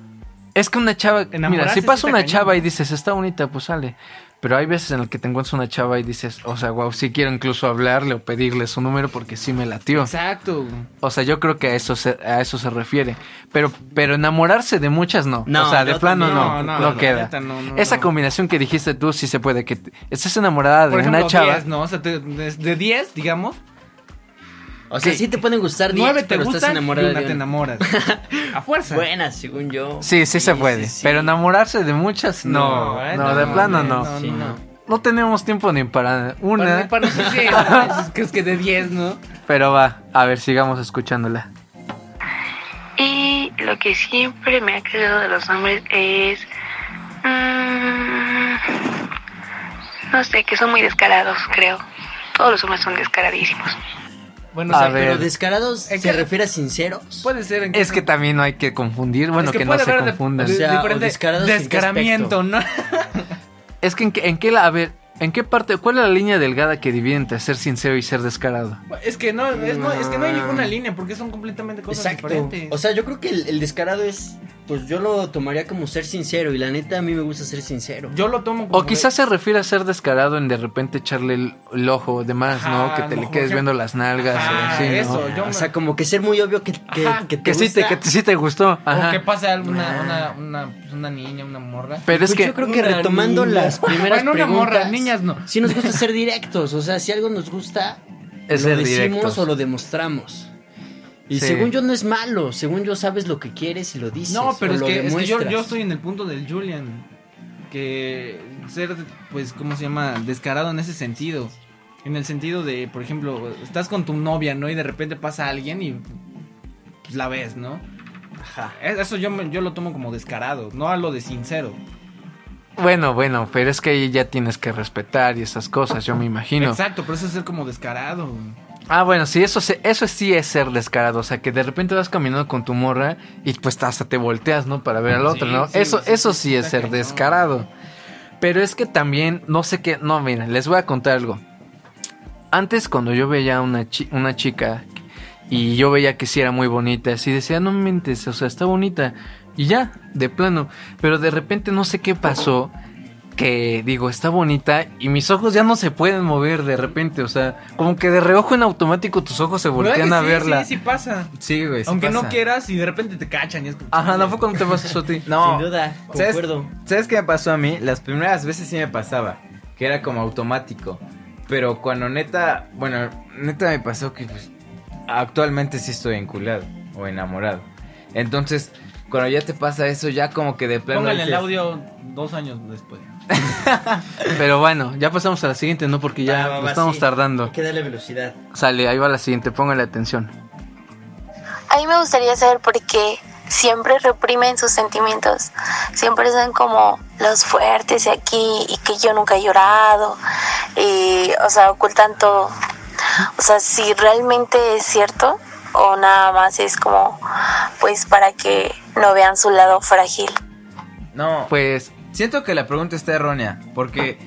Speaker 1: Es que una chava, mira,
Speaker 3: Enamorarse
Speaker 1: si
Speaker 3: sí
Speaker 1: pasa
Speaker 3: está
Speaker 1: una
Speaker 3: cañón.
Speaker 1: chava y dices, está bonita, pues sale. Pero hay veces en las que te encuentras una chava y dices, o sea, wow, sí quiero incluso hablarle o pedirle su número porque sí me latió.
Speaker 3: Exacto. güey.
Speaker 1: O sea, yo creo que a eso se, a eso se refiere. Pero, pero enamorarse de muchas no.
Speaker 5: No,
Speaker 1: o sea, de
Speaker 5: yo
Speaker 1: plano
Speaker 5: también.
Speaker 1: no, no,
Speaker 3: la
Speaker 1: queda.
Speaker 3: neta, no, no,
Speaker 1: Esa
Speaker 3: no.
Speaker 1: combinación que dijiste tú sí se puede, que te- estés enamorada de
Speaker 3: Por ejemplo,
Speaker 1: una chava.
Speaker 3: 10, ¿no? O sea, te- de de 10, digamos,
Speaker 5: O sea,
Speaker 1: Sí.
Speaker 5: sí te pueden gustar 10,
Speaker 3: 9 te
Speaker 5: pero estás
Speaker 3: gustan y
Speaker 5: enamorada
Speaker 3: una
Speaker 5: de
Speaker 3: te
Speaker 5: una.
Speaker 3: enamoras. A fuerza.
Speaker 5: Buena, según yo.
Speaker 1: Sí, sí, se puede.
Speaker 5: sí, sí.
Speaker 1: Pero enamorarse de muchas, no. No,
Speaker 3: eh,
Speaker 1: de plano
Speaker 3: eh,
Speaker 1: no.
Speaker 3: No,
Speaker 5: Sí,
Speaker 3: no, no.
Speaker 5: no.
Speaker 1: No tenemos tiempo ni para una,
Speaker 3: Para, para no sé, es que es que de 10, ¿no?
Speaker 1: pero va, a ver, sigamos escuchándola.
Speaker 6: Y lo que siempre me ha cagado de los hombres es... mm, no sé, que son muy descarados, creo. Todos los hombres son descaradísimos.
Speaker 3: Bueno,
Speaker 1: A
Speaker 3: o sea,
Speaker 1: ver.
Speaker 5: Pero descarados,
Speaker 3: Es
Speaker 5: ¿se
Speaker 3: que-
Speaker 5: refiere a sinceros?
Speaker 3: puede ser en
Speaker 1: Es que también no hay que confundir, bueno,
Speaker 3: Es
Speaker 1: que,
Speaker 3: que
Speaker 1: no
Speaker 3: puede
Speaker 1: se
Speaker 3: haber de-
Speaker 1: confundan.
Speaker 5: O sea,
Speaker 3: diferente
Speaker 5: o descarados en qué
Speaker 3: descaramiento, ¿no?
Speaker 1: Es que en, qué- en qué la, a ver, ¿en qué parte, cuál es la línea delgada que divide entre ser sincero y ser descarado?
Speaker 3: Es que no, es, no, es que no hay ninguna línea porque son completamente cosas
Speaker 5: Exacto.
Speaker 3: diferentes.
Speaker 5: O sea, yo creo que el, el descarado es pues yo lo tomaría como ser sincero y la neta a mí me gusta ser sincero.
Speaker 3: Yo lo tomo como.
Speaker 1: O quizás se refiere a ser descarado en de repente echarle el, el ojo de más, ¿no?
Speaker 3: Ajá,
Speaker 1: Que te le
Speaker 3: no,
Speaker 1: quedes
Speaker 3: que-
Speaker 1: viendo las nalgas.
Speaker 3: Ajá,
Speaker 1: o sí, ¿no?
Speaker 3: Ah, eso, yo
Speaker 5: o
Speaker 3: me-
Speaker 5: sea, como que ser muy obvio que, que,
Speaker 3: Ajá,
Speaker 5: que te
Speaker 1: Que sí te,
Speaker 5: gusta.
Speaker 1: que te- sí te gustó.
Speaker 3: O que
Speaker 1: Ajá.
Speaker 3: pase alguna una, una, pues, una niña, una morra.
Speaker 1: Pero es
Speaker 5: Pues
Speaker 1: que.
Speaker 5: yo creo que
Speaker 4: Una
Speaker 5: retomando
Speaker 4: niña.
Speaker 5: las primeras
Speaker 3: Bueno, una
Speaker 5: preguntas,
Speaker 3: morra, niñas no.
Speaker 5: Sí nos gusta ser directos, o sea, si algo nos gusta,
Speaker 1: Es
Speaker 5: lo
Speaker 1: ser
Speaker 5: decimos
Speaker 1: directos.
Speaker 5: o lo demostramos. Y
Speaker 1: Sí.
Speaker 5: según yo no es malo, según yo sabes lo que quieres y lo dices.
Speaker 3: No, pero
Speaker 5: o
Speaker 3: es
Speaker 5: lo
Speaker 3: que, es que yo,
Speaker 5: demuestras.
Speaker 3: yo estoy en el punto del Julian. Que ser, pues, ¿cómo se llama? Descarado en ese sentido. En el sentido de, por ejemplo, estás con tu novia, ¿no? Y de repente pasa alguien y pues, la ves, ¿no?
Speaker 5: Ajá.
Speaker 3: Es- Eso yo, me- yo lo tomo como descarado, no a lo de sincero.
Speaker 1: Bueno, bueno, pero es que ahí ya tienes que respetar y esas cosas, yo me imagino.
Speaker 3: Exacto, pero eso es ser como descarado.
Speaker 1: Ah, bueno, sí, eso, se- eso sí es ser descarado. O sea, que de repente vas caminando con tu morra y pues hasta te volteas, ¿no? Para ver al otro, ¿no?
Speaker 3: sí,
Speaker 1: eso,
Speaker 3: sí,
Speaker 1: eso
Speaker 3: sí,
Speaker 1: sí es
Speaker 3: está
Speaker 1: ser
Speaker 3: cañón.
Speaker 1: descarado. Pero es que también, no sé qué. No, mira, les voy a contar algo. Antes, cuando yo veía a una, chi- una chica y yo veía que sí era muy bonita, así decía, no me mentes, o sea, está bonita. Y ya, de plano. Pero de repente no sé qué pasó. Que digo, está bonita y mis ojos ya no se pueden mover de repente. O sea, como que de reojo en automático tus ojos se voltean
Speaker 3: ¿Verdad
Speaker 1: a
Speaker 3: que sí,
Speaker 1: verla.
Speaker 3: Sí, sí pasa.
Speaker 2: Sí, güey. sí
Speaker 3: Aunque no
Speaker 2: pasa.
Speaker 3: quieras y de repente te cachan y es como...
Speaker 1: Ajá, ¿no fue cuando te pasó eso a ti?
Speaker 2: No.
Speaker 5: Sin duda,
Speaker 2: ¿Sabes,
Speaker 5: concuerdo.
Speaker 2: ¿Sabes qué me pasó a mí? Las primeras veces sí me pasaba, que era como automático. Pero cuando neta, bueno, neta me pasó que pues, actualmente sí estoy enculado o enamorado. Entonces, cuando ya te pasa eso, ya como que de plano.
Speaker 3: Póngale el
Speaker 2: dices,
Speaker 3: audio dos años después.
Speaker 1: Pero bueno, ya pasamos a la siguiente, ¿no? Porque ya
Speaker 5: Va, va,
Speaker 1: nos
Speaker 5: va,
Speaker 1: estamos
Speaker 5: sí.
Speaker 1: tardando.
Speaker 5: Hay que darle velocidad.
Speaker 1: Sale, ahí va la siguiente, póngale atención.
Speaker 6: A mí me gustaría saber por qué siempre reprimen sus sentimientos. Siempre son como los fuertes y aquí y que yo nunca he llorado. Y, o sea, ocultan todo. O sea, si realmente es cierto o nada más es como, pues, para que no vean su lado frágil.
Speaker 2: No,
Speaker 1: Pues
Speaker 2: siento que la pregunta está errónea, porque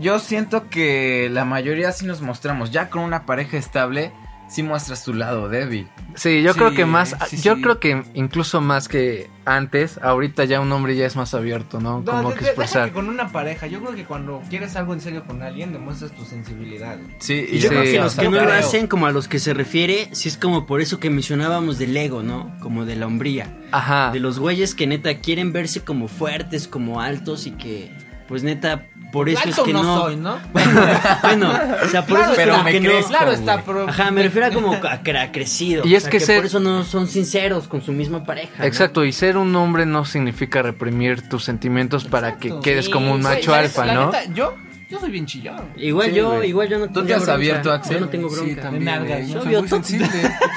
Speaker 2: yo siento que la mayoría sí nos mostramos. Ya con una pareja estable, sí muestras tu lado débil.
Speaker 1: Sí, yo
Speaker 2: Sí,
Speaker 1: creo que más,
Speaker 2: sí,
Speaker 1: yo
Speaker 2: sí.
Speaker 1: creo que incluso más que antes, ahorita ya un hombre ya es más abierto, ¿no?
Speaker 3: No,
Speaker 1: Como
Speaker 3: de-
Speaker 1: que
Speaker 3: de- deja
Speaker 1: expresar.
Speaker 3: que con una pareja, yo creo que cuando quieres algo en serio con alguien, demuestras tu sensibilidad.
Speaker 2: Sí,
Speaker 5: Y yo
Speaker 1: Sí,
Speaker 5: creo que
Speaker 1: o
Speaker 5: los
Speaker 1: sea,
Speaker 5: que no
Speaker 3: creo.
Speaker 5: lo hacen, como a los que se refiere, sí es como por eso que mencionábamos del ego, ¿no? Como de la hombría.
Speaker 1: Ajá.
Speaker 5: De los güeyes que neta quieren verse como fuertes, como altos y que, pues neta, por eso es
Speaker 3: Alto
Speaker 5: que
Speaker 3: no,
Speaker 5: no.
Speaker 3: soy, ¿no?
Speaker 5: bueno, o sea, por
Speaker 3: Claro,
Speaker 5: eso es
Speaker 2: pero
Speaker 5: como
Speaker 2: me
Speaker 5: que
Speaker 2: crezco,
Speaker 5: no.
Speaker 3: Claro está,
Speaker 2: güey.
Speaker 3: pero...
Speaker 5: Ajá, me refiero a como a, que ha crecido.
Speaker 1: Y
Speaker 5: o
Speaker 1: es
Speaker 5: sea,
Speaker 1: que ser-
Speaker 5: por eso no son sinceros con su misma pareja. ¿no?
Speaker 1: Exacto, y ser un hombre no significa reprimir tus sentimientos para que
Speaker 3: Exacto.
Speaker 1: quedes como un
Speaker 3: Sí,
Speaker 1: macho
Speaker 3: la-
Speaker 1: alfa,
Speaker 3: la
Speaker 1: ¿no?
Speaker 3: neta, yo, yo soy bien chillón.
Speaker 5: Igual
Speaker 2: Sí,
Speaker 5: yo,
Speaker 2: güey.
Speaker 5: igual yo no
Speaker 2: ¿Tú te
Speaker 5: tengo
Speaker 2: has
Speaker 5: bronca.
Speaker 2: abierto, Axel?
Speaker 5: Yo no tengo bronca.
Speaker 3: también, güey. Yo soy
Speaker 5: Obvio,
Speaker 3: muy
Speaker 5: tú-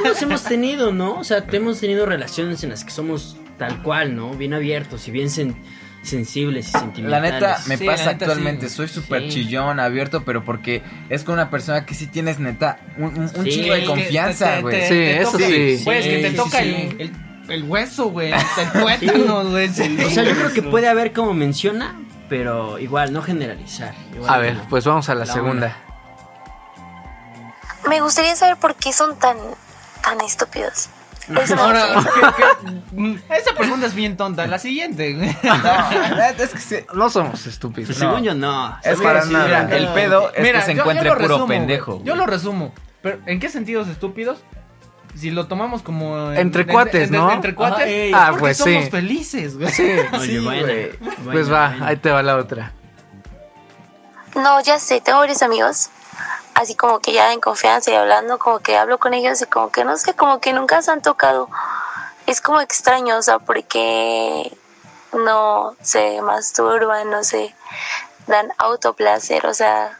Speaker 5: Todos hemos tenido, ¿no? O sea, te hemos tenido relaciones en las que somos tal cual, ¿no? Bien abiertos y bien sen- sensibles y
Speaker 2: La
Speaker 5: sentimentales.
Speaker 2: neta, me
Speaker 3: Sí, la
Speaker 2: pasa
Speaker 3: neta,
Speaker 2: actualmente.
Speaker 3: sí.
Speaker 2: Soy súper
Speaker 5: Sí.
Speaker 2: chillón, abierto, pero porque es con una persona que sí tienes neta un, un, un
Speaker 5: Sí,
Speaker 2: chingo de
Speaker 5: que
Speaker 2: confianza, güey.
Speaker 1: Sí, eso
Speaker 3: toca-
Speaker 1: sí.
Speaker 3: Pues que te
Speaker 5: Sí,
Speaker 3: toca
Speaker 5: sí,
Speaker 3: el,
Speaker 5: sí.
Speaker 3: el, el hueso, güey. hasta El tuétano, güey. sí.
Speaker 5: O sea, yo creo que puede haber como menciona, pero igual, no generalizar. Igual
Speaker 1: A ver,
Speaker 5: no.
Speaker 1: pues vamos a la,
Speaker 5: La
Speaker 1: segunda.
Speaker 6: Me gustaría saber por qué son tan, tan estúpidos. Eso me
Speaker 3: Ahora,
Speaker 6: gustaría saber.
Speaker 3: Mm, Esa pregunta es bien tonta. La siguiente, güey.
Speaker 2: No, es que sí.
Speaker 1: No somos
Speaker 5: Pues
Speaker 1: estúpidos.
Speaker 5: según yo, no.
Speaker 2: Es
Speaker 5: Según
Speaker 2: para
Speaker 5: yo, sí,
Speaker 2: nada.
Speaker 5: no.
Speaker 2: el pedo es que se
Speaker 3: eh, yo- yo
Speaker 2: encuentre
Speaker 3: lo
Speaker 2: puro
Speaker 3: resumo, güey.
Speaker 2: pendejo.
Speaker 3: Yo
Speaker 2: güey.
Speaker 3: lo resumo. Pero, ¿en qué sentidos estúpidos? Si lo tomamos como... en-
Speaker 1: Entre
Speaker 3: en-
Speaker 1: cuates,
Speaker 3: en- en-
Speaker 1: ¿no?
Speaker 3: Entre cuates.
Speaker 1: Ajá, ey. Ah,
Speaker 3: porque
Speaker 1: pues sí.
Speaker 3: somos felices, güey.
Speaker 5: Oye,
Speaker 2: Sí,
Speaker 5: buena,
Speaker 2: güey.
Speaker 5: buena,
Speaker 1: Pues va,
Speaker 5: buena.
Speaker 1: ahí te va la otra.
Speaker 6: No, ya sé, tengo varios amigos, así como que ya en confianza y hablando, como que hablo con ellos y como que no sé, como que nunca se han tocado. Es como extraño, o sea, porque no se masturban, no se dan autoplacer, o sea,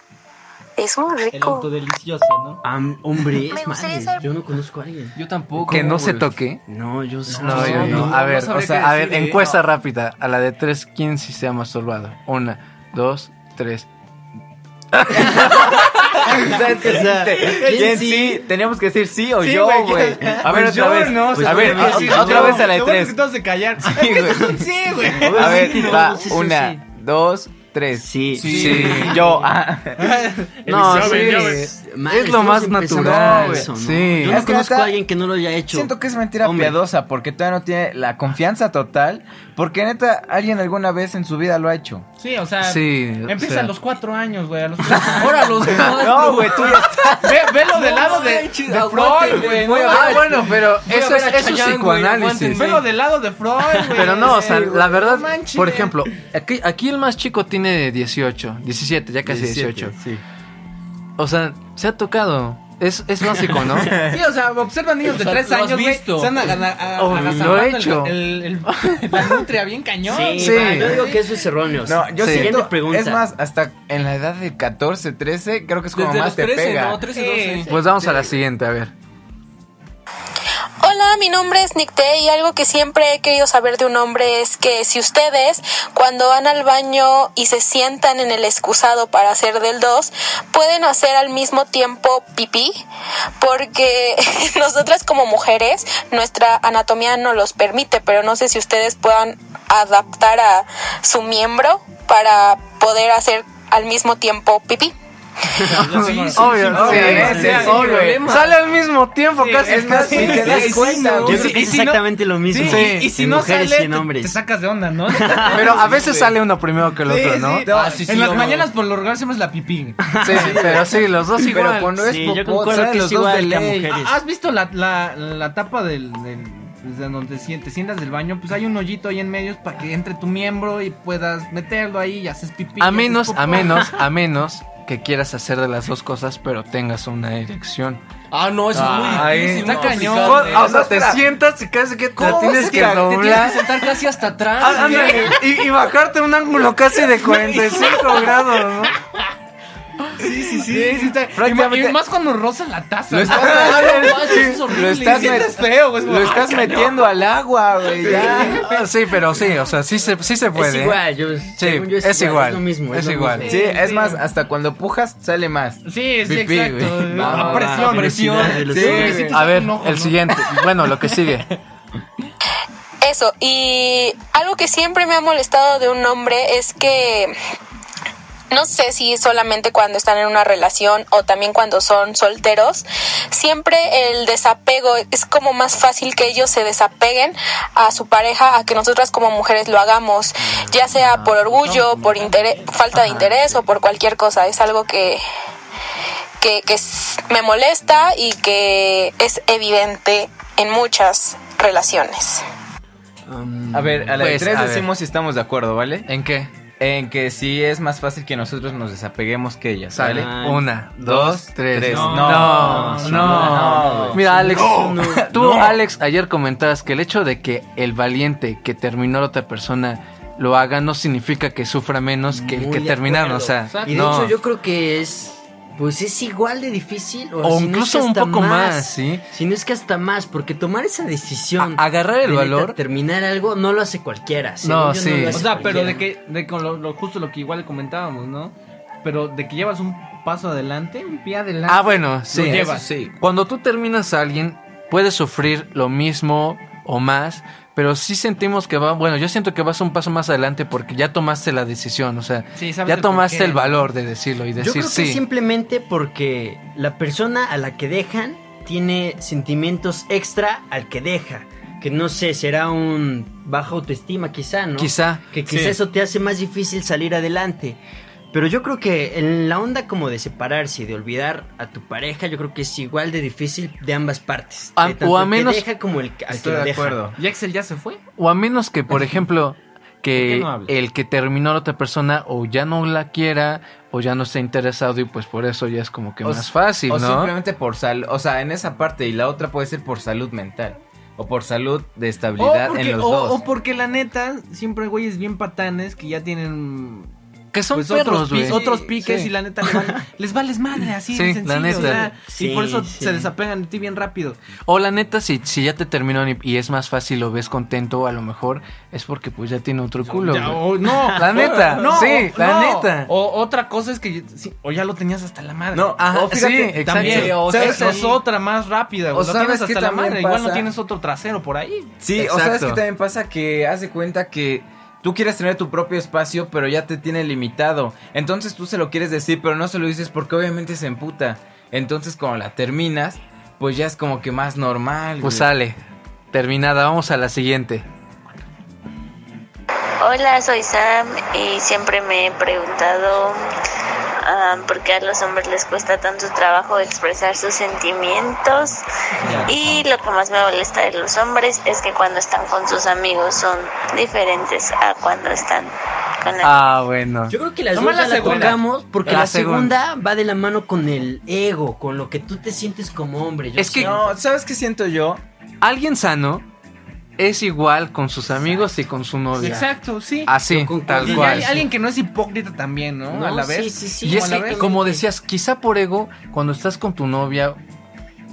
Speaker 6: es muy rico.
Speaker 3: autodelicioso, ¿no?
Speaker 5: Am- hombre,
Speaker 6: Me
Speaker 5: es
Speaker 6: gustaría
Speaker 5: madre.
Speaker 6: saber-
Speaker 5: Yo no conozco a alguien.
Speaker 2: Yo tampoco.
Speaker 1: Que no se
Speaker 2: güey.
Speaker 1: toque.
Speaker 5: No, yo
Speaker 1: No, yo no. A ver, o sea, a ver, encuesta rápida. A la de tres, ¿quién sí se ha masturbado? Una, dos, tres.
Speaker 2: ¿Sabes qué dijiste? ¿Quién sí? Teníamos que decir sí o
Speaker 3: Sí,
Speaker 2: yo,
Speaker 3: güey,
Speaker 2: güey.
Speaker 3: ya.
Speaker 2: A ver,
Speaker 3: Pues
Speaker 2: otra
Speaker 3: yo
Speaker 2: vez.
Speaker 3: no,
Speaker 2: a ver,
Speaker 3: seguramente
Speaker 2: o-
Speaker 3: sí,
Speaker 2: otra
Speaker 3: yo.
Speaker 2: vez a la de
Speaker 3: Lo bueno
Speaker 2: tres.
Speaker 3: es que todos se callar. Es que
Speaker 2: güey.
Speaker 3: esto es un sí, güey.
Speaker 2: A ver,
Speaker 5: Sí,
Speaker 2: va,
Speaker 5: sí, sí, sí.
Speaker 2: una, dos, tres.
Speaker 5: Sí.
Speaker 2: Sí, yo. ah.
Speaker 1: No,
Speaker 3: Elizabeth,
Speaker 1: sí.
Speaker 3: ya ves.
Speaker 5: mal,
Speaker 1: es lo
Speaker 5: estamos
Speaker 1: más
Speaker 5: empezando
Speaker 1: natural.
Speaker 5: eso, ¿no?
Speaker 1: Sí.
Speaker 5: Yo no
Speaker 2: Es que
Speaker 5: conozco
Speaker 2: neta,
Speaker 5: a alguien que no lo haya hecho.
Speaker 2: Siento que es mentira
Speaker 5: Hombre.
Speaker 2: piadosa porque todavía no tiene la confianza total. Porque neta, alguien alguna vez en su vida lo ha hecho.
Speaker 3: Sí, o sea.
Speaker 1: Sí, o
Speaker 3: Empieza
Speaker 1: sea.
Speaker 3: a los cuatro años, güey. A los tres. Ahora a los
Speaker 2: No, güey, tú ya
Speaker 3: Ve, velo del lado de, de
Speaker 4: manches,
Speaker 3: Freud,
Speaker 4: aguante,
Speaker 3: güey.
Speaker 4: voy
Speaker 3: no
Speaker 4: a-
Speaker 1: Ah,
Speaker 3: mames.
Speaker 1: bueno, pero
Speaker 4: a
Speaker 1: eso
Speaker 4: ver
Speaker 1: es,
Speaker 4: a
Speaker 1: eso es
Speaker 4: Chayanne, güey,
Speaker 1: psicoanálisis.
Speaker 3: Velo del lado de Freud, güey.
Speaker 1: Pero no, o sea,
Speaker 3: Sí, güey,
Speaker 1: la verdad,
Speaker 3: no manches.
Speaker 1: por ejemplo, aquí, aquí el más chico tiene 18, 17, ya casi 18.
Speaker 2: Sí.
Speaker 1: O sea, se ha tocado. Es, es básico, ¿no?
Speaker 3: Sí, o sea, observan niños de
Speaker 4: sea,
Speaker 3: tres
Speaker 4: lo has
Speaker 3: años, güey.
Speaker 4: visto.
Speaker 3: Están aga- aga-
Speaker 1: Oh,
Speaker 3: agazapando
Speaker 1: lo he hecho.
Speaker 3: El, el- el- la nutria bien cañón.
Speaker 5: Sí,
Speaker 1: Sí.
Speaker 5: va, yo digo que eso es erróneo.
Speaker 2: No, yo
Speaker 1: Sí.
Speaker 5: Siguiente
Speaker 2: siento.
Speaker 5: pregunta.
Speaker 2: Es más, hasta en la edad de 14, 13, creo que es como
Speaker 4: Desde
Speaker 2: más
Speaker 4: los
Speaker 2: te
Speaker 4: 13,
Speaker 2: pega.
Speaker 4: ¿no? 13, 12.
Speaker 1: Pues vamos a la siguiente, a ver.
Speaker 8: Hola, mi nombre es Nicte y algo que siempre he querido saber de un hombre es que si ustedes cuando van al baño y se sientan en el excusado para hacer del 2, pueden hacer al mismo tiempo pipí, porque nosotras como mujeres nuestra anatomía no los permite, pero no sé si ustedes puedan adaptar a su miembro para poder hacer al mismo tiempo pipí.
Speaker 1: obvio,
Speaker 2: sí, sí, sí, sí,
Speaker 1: obvio.
Speaker 4: problema.
Speaker 1: Sale al mismo tiempo,
Speaker 3: Sí,
Speaker 1: casi,
Speaker 3: es
Speaker 1: casi.
Speaker 3: más,
Speaker 2: Sí, te
Speaker 3: Sí,
Speaker 2: das
Speaker 3: sí,
Speaker 2: cuenta.
Speaker 5: Yo
Speaker 2: güey.
Speaker 5: creo que
Speaker 3: y
Speaker 5: es
Speaker 3: si no-
Speaker 5: exactamente lo mismo.
Speaker 3: Sí, y, y si
Speaker 5: en
Speaker 3: no
Speaker 5: mujeres
Speaker 3: sale,
Speaker 5: y en
Speaker 3: te-
Speaker 5: hombres.
Speaker 3: te sacas de onda, ¿no?
Speaker 1: Pero a veces sale uno primero que el
Speaker 3: Sí,
Speaker 1: otro, ¿no?
Speaker 3: sí.
Speaker 2: No, sí, sí,
Speaker 3: en las
Speaker 2: yo no.
Speaker 3: mañanas por lo regular hacemos la pipí.
Speaker 1: Sí, pero sí, los dos igual.
Speaker 2: Pero cuando es
Speaker 5: Sí, yo
Speaker 2: popó,
Speaker 5: concuerdo
Speaker 3: ¿eh?
Speaker 2: salen
Speaker 5: que
Speaker 2: los
Speaker 5: es
Speaker 2: dos de
Speaker 5: igual que a
Speaker 2: ley.
Speaker 5: mujer. Eres.
Speaker 3: ¿Has visto la, la, la tapa del, del desde donde sien- te sientas del baño? Pues hay un hoyito ahí en medio para que entre tu miembro y puedas meterlo ahí y haces pipí.
Speaker 1: A
Speaker 3: y
Speaker 1: menos,
Speaker 3: haces popó.
Speaker 1: a menos, a menos que quieras hacer de las dos cosas, pero tengas una erección.
Speaker 4: Ah, no, eso
Speaker 1: Ay,
Speaker 4: es muy difícil.
Speaker 3: está
Speaker 4: muy
Speaker 3: cañón.
Speaker 4: complicado.
Speaker 3: Joder,
Speaker 1: O sea, te
Speaker 2: espera.
Speaker 1: sientas y casi que te
Speaker 4: ¿Cómo
Speaker 1: tienes
Speaker 4: vas a
Speaker 1: que
Speaker 4: ca- Te tienes
Speaker 1: doblar.
Speaker 4: que sentar casi hasta atrás. ¿eh?
Speaker 1: Ah, ándale, y, y bajarte un ángulo casi de 45 grados, ¿no?
Speaker 3: Sí, sí, sí, está- y ma-
Speaker 2: Prácticamente-
Speaker 3: Y más cuando roza la taza. Ah, ¿no?
Speaker 2: Lo estás,
Speaker 4: no, eso es horrible.
Speaker 2: lo
Speaker 3: Te
Speaker 2: estás,
Speaker 3: sientes
Speaker 2: met-
Speaker 3: feo, güey. "Ah,
Speaker 2: lo estás metiendo al agua, güey. ya.
Speaker 1: Ah, Sí, pero sí, o sea, sí se, sí se puede. ¿eh?
Speaker 5: Es igual, yo, según yo es,
Speaker 1: es
Speaker 5: igual.
Speaker 1: igual,
Speaker 5: Es lo mismo.
Speaker 1: es
Speaker 5: lo
Speaker 1: igual.
Speaker 5: mismo.
Speaker 2: Sí, es más, hasta cuando pujas sale más.
Speaker 3: Sí, sí,
Speaker 2: Pipí,
Speaker 3: exacto.
Speaker 2: güey.
Speaker 3: A
Speaker 4: Ah,
Speaker 2: Va, va,
Speaker 3: presión,
Speaker 5: va,
Speaker 3: presión.
Speaker 5: velocidad, velocidad.
Speaker 3: Sí, sí te
Speaker 1: A
Speaker 3: saca
Speaker 1: ver,
Speaker 3: un ojo,
Speaker 1: el
Speaker 3: ¿no?
Speaker 1: siguiente. Bueno, lo que sigue.
Speaker 8: Eso, y algo que siempre me ha molestado de un hombre es que no sé si solamente cuando están en una relación o también cuando son solteros, siempre el desapego es como más fácil que ellos se desapeguen a su pareja a que nosotras como mujeres lo hagamos, ya sea por orgullo, por interés, falta de interés o por cualquier cosa. Es algo que, que, que s- me molesta y que es evidente en muchas relaciones.
Speaker 3: Mm.
Speaker 2: A ver, a la
Speaker 1: Pues,
Speaker 2: de tres
Speaker 1: a ver.
Speaker 2: decimos si estamos de acuerdo, ¿vale?
Speaker 1: ¿En qué?
Speaker 2: En que sí es más fácil que nosotros nos desapeguemos que ellas,
Speaker 1: Sale.
Speaker 2: ¿vale?
Speaker 1: Una, dos, tres.
Speaker 2: tres.
Speaker 1: No,
Speaker 2: No,
Speaker 1: no.
Speaker 2: no, güey.
Speaker 1: Mira, Alex, tú, Alex, ayer comentabas que el hecho de que el valiente que terminó la otra persona lo haga no significa que sufra menos que el
Speaker 5: Muy
Speaker 1: que
Speaker 5: de
Speaker 1: terminaron. O
Speaker 5: acuerdo.
Speaker 1: sea,
Speaker 5: Y de
Speaker 1: no.
Speaker 5: hecho yo creo que es... Pues es igual de difícil. O, si
Speaker 1: O
Speaker 5: no es que
Speaker 1: incluso un
Speaker 5: hasta
Speaker 1: poco más, ¿sí?
Speaker 5: Si no es que hasta más, porque tomar esa decisión...
Speaker 1: A- agarrar el
Speaker 5: de neta
Speaker 1: valor.
Speaker 5: Terminar algo no lo hace cualquiera. según
Speaker 1: No,
Speaker 5: yo,
Speaker 1: sí.
Speaker 5: lo hace
Speaker 3: O sea, pero de
Speaker 5: cualquiera.
Speaker 3: que, de con lo, lo- justo lo que igual comentábamos, ¿no? Pero de que llevas un paso adelante, un pie adelante.
Speaker 1: Ah, bueno, sí.
Speaker 3: Lo llevas.
Speaker 1: eso sí. Cuando tú terminas a alguien, puedes sufrir lo mismo o más, pero sí sentimos que va, bueno, yo siento que vas un paso más adelante porque ya tomaste la decisión, o sea,
Speaker 3: Sí, sabes
Speaker 1: ya
Speaker 3: el
Speaker 1: tomaste
Speaker 3: porqué,
Speaker 1: el
Speaker 3: ¿no?
Speaker 1: valor de decirlo y
Speaker 5: Yo
Speaker 1: decir
Speaker 5: creo que
Speaker 1: sí.
Speaker 5: simplemente porque la persona a la que dejan tiene sentimientos extra al que deja. Que no sé, será un baja autoestima quizá, ¿no?
Speaker 1: Quizá.
Speaker 5: Que quizá
Speaker 2: Sí.
Speaker 5: eso te hace más difícil salir adelante. Pero yo creo que en la onda como de separarse y de olvidar a tu pareja, yo creo que es igual de difícil de ambas partes.
Speaker 1: A-
Speaker 5: De
Speaker 1: o a
Speaker 5: el que
Speaker 1: menos-
Speaker 5: deja como el que- al
Speaker 2: Estoy
Speaker 5: que lo
Speaker 2: de
Speaker 5: deja.
Speaker 2: acuerdo.
Speaker 3: ¿Y Axel ya se fue?
Speaker 1: O a menos que, por ejemplo, que
Speaker 3: ¿Por qué no hablas?
Speaker 1: el que terminó a la otra persona o ya no la quiera o ya no esté interesado y pues por eso ya es como que
Speaker 2: O
Speaker 1: más
Speaker 2: s-
Speaker 1: fácil,
Speaker 2: o
Speaker 1: ¿no?
Speaker 2: simplemente por salud, o sea, en esa parte y la otra puede ser por salud mental o por salud de
Speaker 3: O
Speaker 2: estabilidad
Speaker 3: Oh, porque,
Speaker 2: en los
Speaker 3: o-
Speaker 2: dos.
Speaker 3: o porque la neta, siempre hay güeyes bien patanes que ya tienen
Speaker 1: Que son
Speaker 3: pues,
Speaker 1: perros,
Speaker 3: otros, pi-
Speaker 1: güey.
Speaker 3: otros piques
Speaker 1: Sí.
Speaker 3: y la neta le van- les vales madre, así
Speaker 1: Sí,
Speaker 3: de
Speaker 1: la
Speaker 3: sencillo.
Speaker 1: neta.
Speaker 3: o sea,
Speaker 5: Sí,
Speaker 3: y por eso
Speaker 5: sí.
Speaker 3: se desapegan de ti bien rápido.
Speaker 1: O la neta, si, si ya te terminó y, y es más fácil o ves contento, a lo mejor es porque pues ya tiene otro culo.
Speaker 3: Ya, o-
Speaker 1: güey.
Speaker 3: no,
Speaker 1: La neta,
Speaker 3: no,
Speaker 1: sí,
Speaker 3: o-
Speaker 1: la
Speaker 3: no.
Speaker 1: neta.
Speaker 3: O otra cosa es que sí, o ya lo tenías hasta la madre.
Speaker 2: No,
Speaker 1: Ajá,
Speaker 2: o fíjate,
Speaker 1: sí, exacto.
Speaker 3: también.
Speaker 2: Sí, o
Speaker 3: ¿sabes?
Speaker 2: sea,
Speaker 3: Esa es otra más rápida. güey.
Speaker 2: o
Speaker 3: Lo tienes
Speaker 2: sabes
Speaker 3: hasta
Speaker 2: que
Speaker 3: la
Speaker 2: también
Speaker 3: madre. Igual no
Speaker 2: pasa-
Speaker 3: tienes otro trasero por ahí.
Speaker 2: Sí, o sea, es que
Speaker 1: Exacto.
Speaker 2: también pasa que haz de cuenta que tú quieres tener tu propio espacio, pero ya te tiene limitado. Entonces tú se lo quieres decir, pero no se lo dices porque obviamente se emputa. Entonces, cuando la terminas, pues ya es como que más normal.
Speaker 1: Pues
Speaker 2: güey.
Speaker 1: sale. Terminada, vamos a la siguiente.
Speaker 9: Hola, soy Sam y siempre me he preguntado ah, por qué a los hombres les cuesta tanto trabajo expresar sus sentimientos. Y lo que más me molesta de los hombres es que cuando están con sus amigos son diferentes a cuando están con la...
Speaker 1: Ah, bueno.
Speaker 5: Yo creo que las
Speaker 3: Toma
Speaker 5: dos ya
Speaker 3: la
Speaker 5: la
Speaker 3: segunda.
Speaker 5: tocamos porque
Speaker 1: La
Speaker 5: la segunda va de la mano con el ego, con lo que tú te sientes como hombre. Yo
Speaker 1: Es que-
Speaker 5: siento.
Speaker 3: No, ¿sabes qué siento yo?
Speaker 1: Alguien sano es igual con sus amigos y con su novia.
Speaker 3: Exacto, sí.
Speaker 1: Así,
Speaker 5: Yo concuerdo.
Speaker 1: tal
Speaker 3: y
Speaker 1: cual.
Speaker 3: hay alguien que no es hipócrita también, ¿no?
Speaker 5: No,
Speaker 3: a la
Speaker 5: sí,
Speaker 3: vez.
Speaker 5: sí, sí.
Speaker 1: Y es
Speaker 3: a la
Speaker 1: que,
Speaker 3: vez.
Speaker 1: como decías, quizá por ego, cuando estás con tu novia,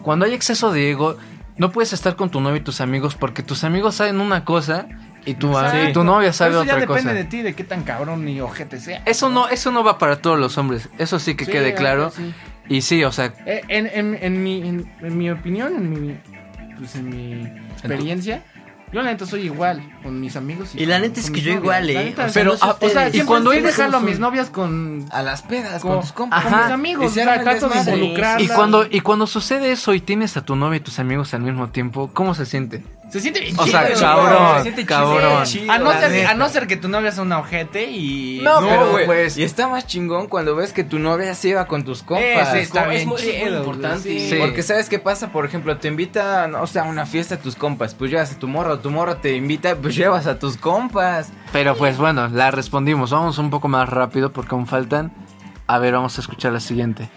Speaker 1: cuando hay exceso de ego, no puedes estar con tu novia y tus amigos porque tus amigos saben una cosa y tu,
Speaker 3: Exacto.
Speaker 1: y tu novia sabe
Speaker 3: Pero eso
Speaker 1: otra
Speaker 3: ya
Speaker 1: cosa.
Speaker 3: depende de ti, de qué tan cabrón y ojete sea.
Speaker 1: Eso no, eso no va para todos los hombres, eso sí que
Speaker 3: Sí,
Speaker 1: quede claro.
Speaker 3: sí.
Speaker 1: Y sí, o sea,
Speaker 3: Eh, En, en- en mi, en, en mi opinión, en mi, pues en mi experiencia, yo la neta soy igual con mis amigos.
Speaker 5: Y la
Speaker 3: con-
Speaker 5: neta es
Speaker 3: con
Speaker 5: que
Speaker 3: mis
Speaker 5: yo
Speaker 3: novias.
Speaker 5: igual,
Speaker 3: La
Speaker 5: ¿eh?
Speaker 3: neta,
Speaker 5: O sea,
Speaker 1: Pero,
Speaker 5: no sé
Speaker 1: ah, o
Speaker 3: O
Speaker 5: ustedes.
Speaker 3: sea,
Speaker 1: y
Speaker 3: siempre,
Speaker 1: cuando
Speaker 3: cuando
Speaker 1: hay
Speaker 3: siempre jalo a
Speaker 1: dejalos-
Speaker 3: mis novias con,
Speaker 2: A las pedas,
Speaker 3: con,
Speaker 2: con tus compas.
Speaker 3: con
Speaker 1: Ajá.
Speaker 3: mis amigos.
Speaker 2: Y
Speaker 3: o
Speaker 2: se
Speaker 3: sea,
Speaker 2: arma el
Speaker 3: trato de
Speaker 2: desmadre.
Speaker 3: involucrarlas.
Speaker 1: y cuando, y cuando sucede eso y tienes a tu novia y tus amigos al mismo tiempo, ¿cómo se siente?
Speaker 3: Se siente bien
Speaker 1: O
Speaker 3: chido,
Speaker 1: sea,
Speaker 3: güey.
Speaker 1: cabrón,
Speaker 2: se siente
Speaker 1: cabrón.
Speaker 2: chido,
Speaker 3: A no,
Speaker 2: la
Speaker 3: ser,
Speaker 2: neta.
Speaker 3: a no ser que tu novia sea una ojete y...
Speaker 2: No, pero
Speaker 1: güey.
Speaker 2: pues. Y está más chingón cuando ves que tu novia se iba con tus compas.
Speaker 3: Ese está
Speaker 4: Es
Speaker 3: bien
Speaker 4: muy- es muy
Speaker 3: chido, güey,
Speaker 4: importante.
Speaker 3: sí.
Speaker 1: Sí.
Speaker 2: Porque sabes qué pasa, por ejemplo, te invitan, o sea, a una fiesta a tus compas, pues llevas a tu morro, tu morro te invita, pues llevas a tus compas.
Speaker 1: Pero pues bueno, la respondimos. Vamos un poco más rápido porque aún faltan. A ver, vamos a escuchar la siguiente.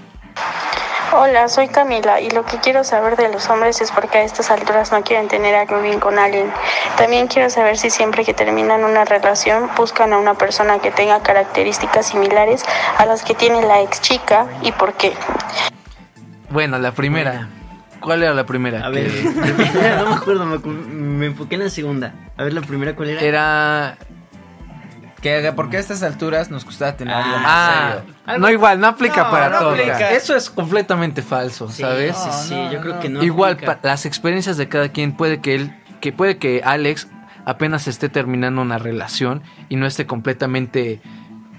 Speaker 9: Hola, soy Camila y lo que quiero saber de los hombres es por qué a estas alturas no quieren tener algo bien con alguien. También quiero saber si siempre que terminan una relación buscan a una persona que tenga características similares a las que tiene la ex chica y por qué.
Speaker 1: Bueno, la primera. ¿Cuál era la primera?
Speaker 5: A
Speaker 1: Que
Speaker 5: ver, no me acuerdo, me, acu- me enfoqué en la segunda. A ver, la primera, ¿cuál era?
Speaker 1: Era.
Speaker 2: Ah, Que porque a estas alturas nos gustaba tener algo más
Speaker 1: Ah,
Speaker 2: serio.
Speaker 1: no igual, no aplica
Speaker 3: No,
Speaker 1: para
Speaker 3: no
Speaker 1: todo.
Speaker 3: aplica.
Speaker 1: Eso es completamente falso,
Speaker 5: Sí,
Speaker 1: ¿sabes?
Speaker 5: Sí, sí,
Speaker 3: No,
Speaker 5: yo
Speaker 3: no,
Speaker 5: creo
Speaker 3: no.
Speaker 5: que no.
Speaker 1: igual,
Speaker 5: aplica.
Speaker 1: pa- las experiencias de cada quien puede que él, que puede que Alex apenas esté terminando una relación y no esté completamente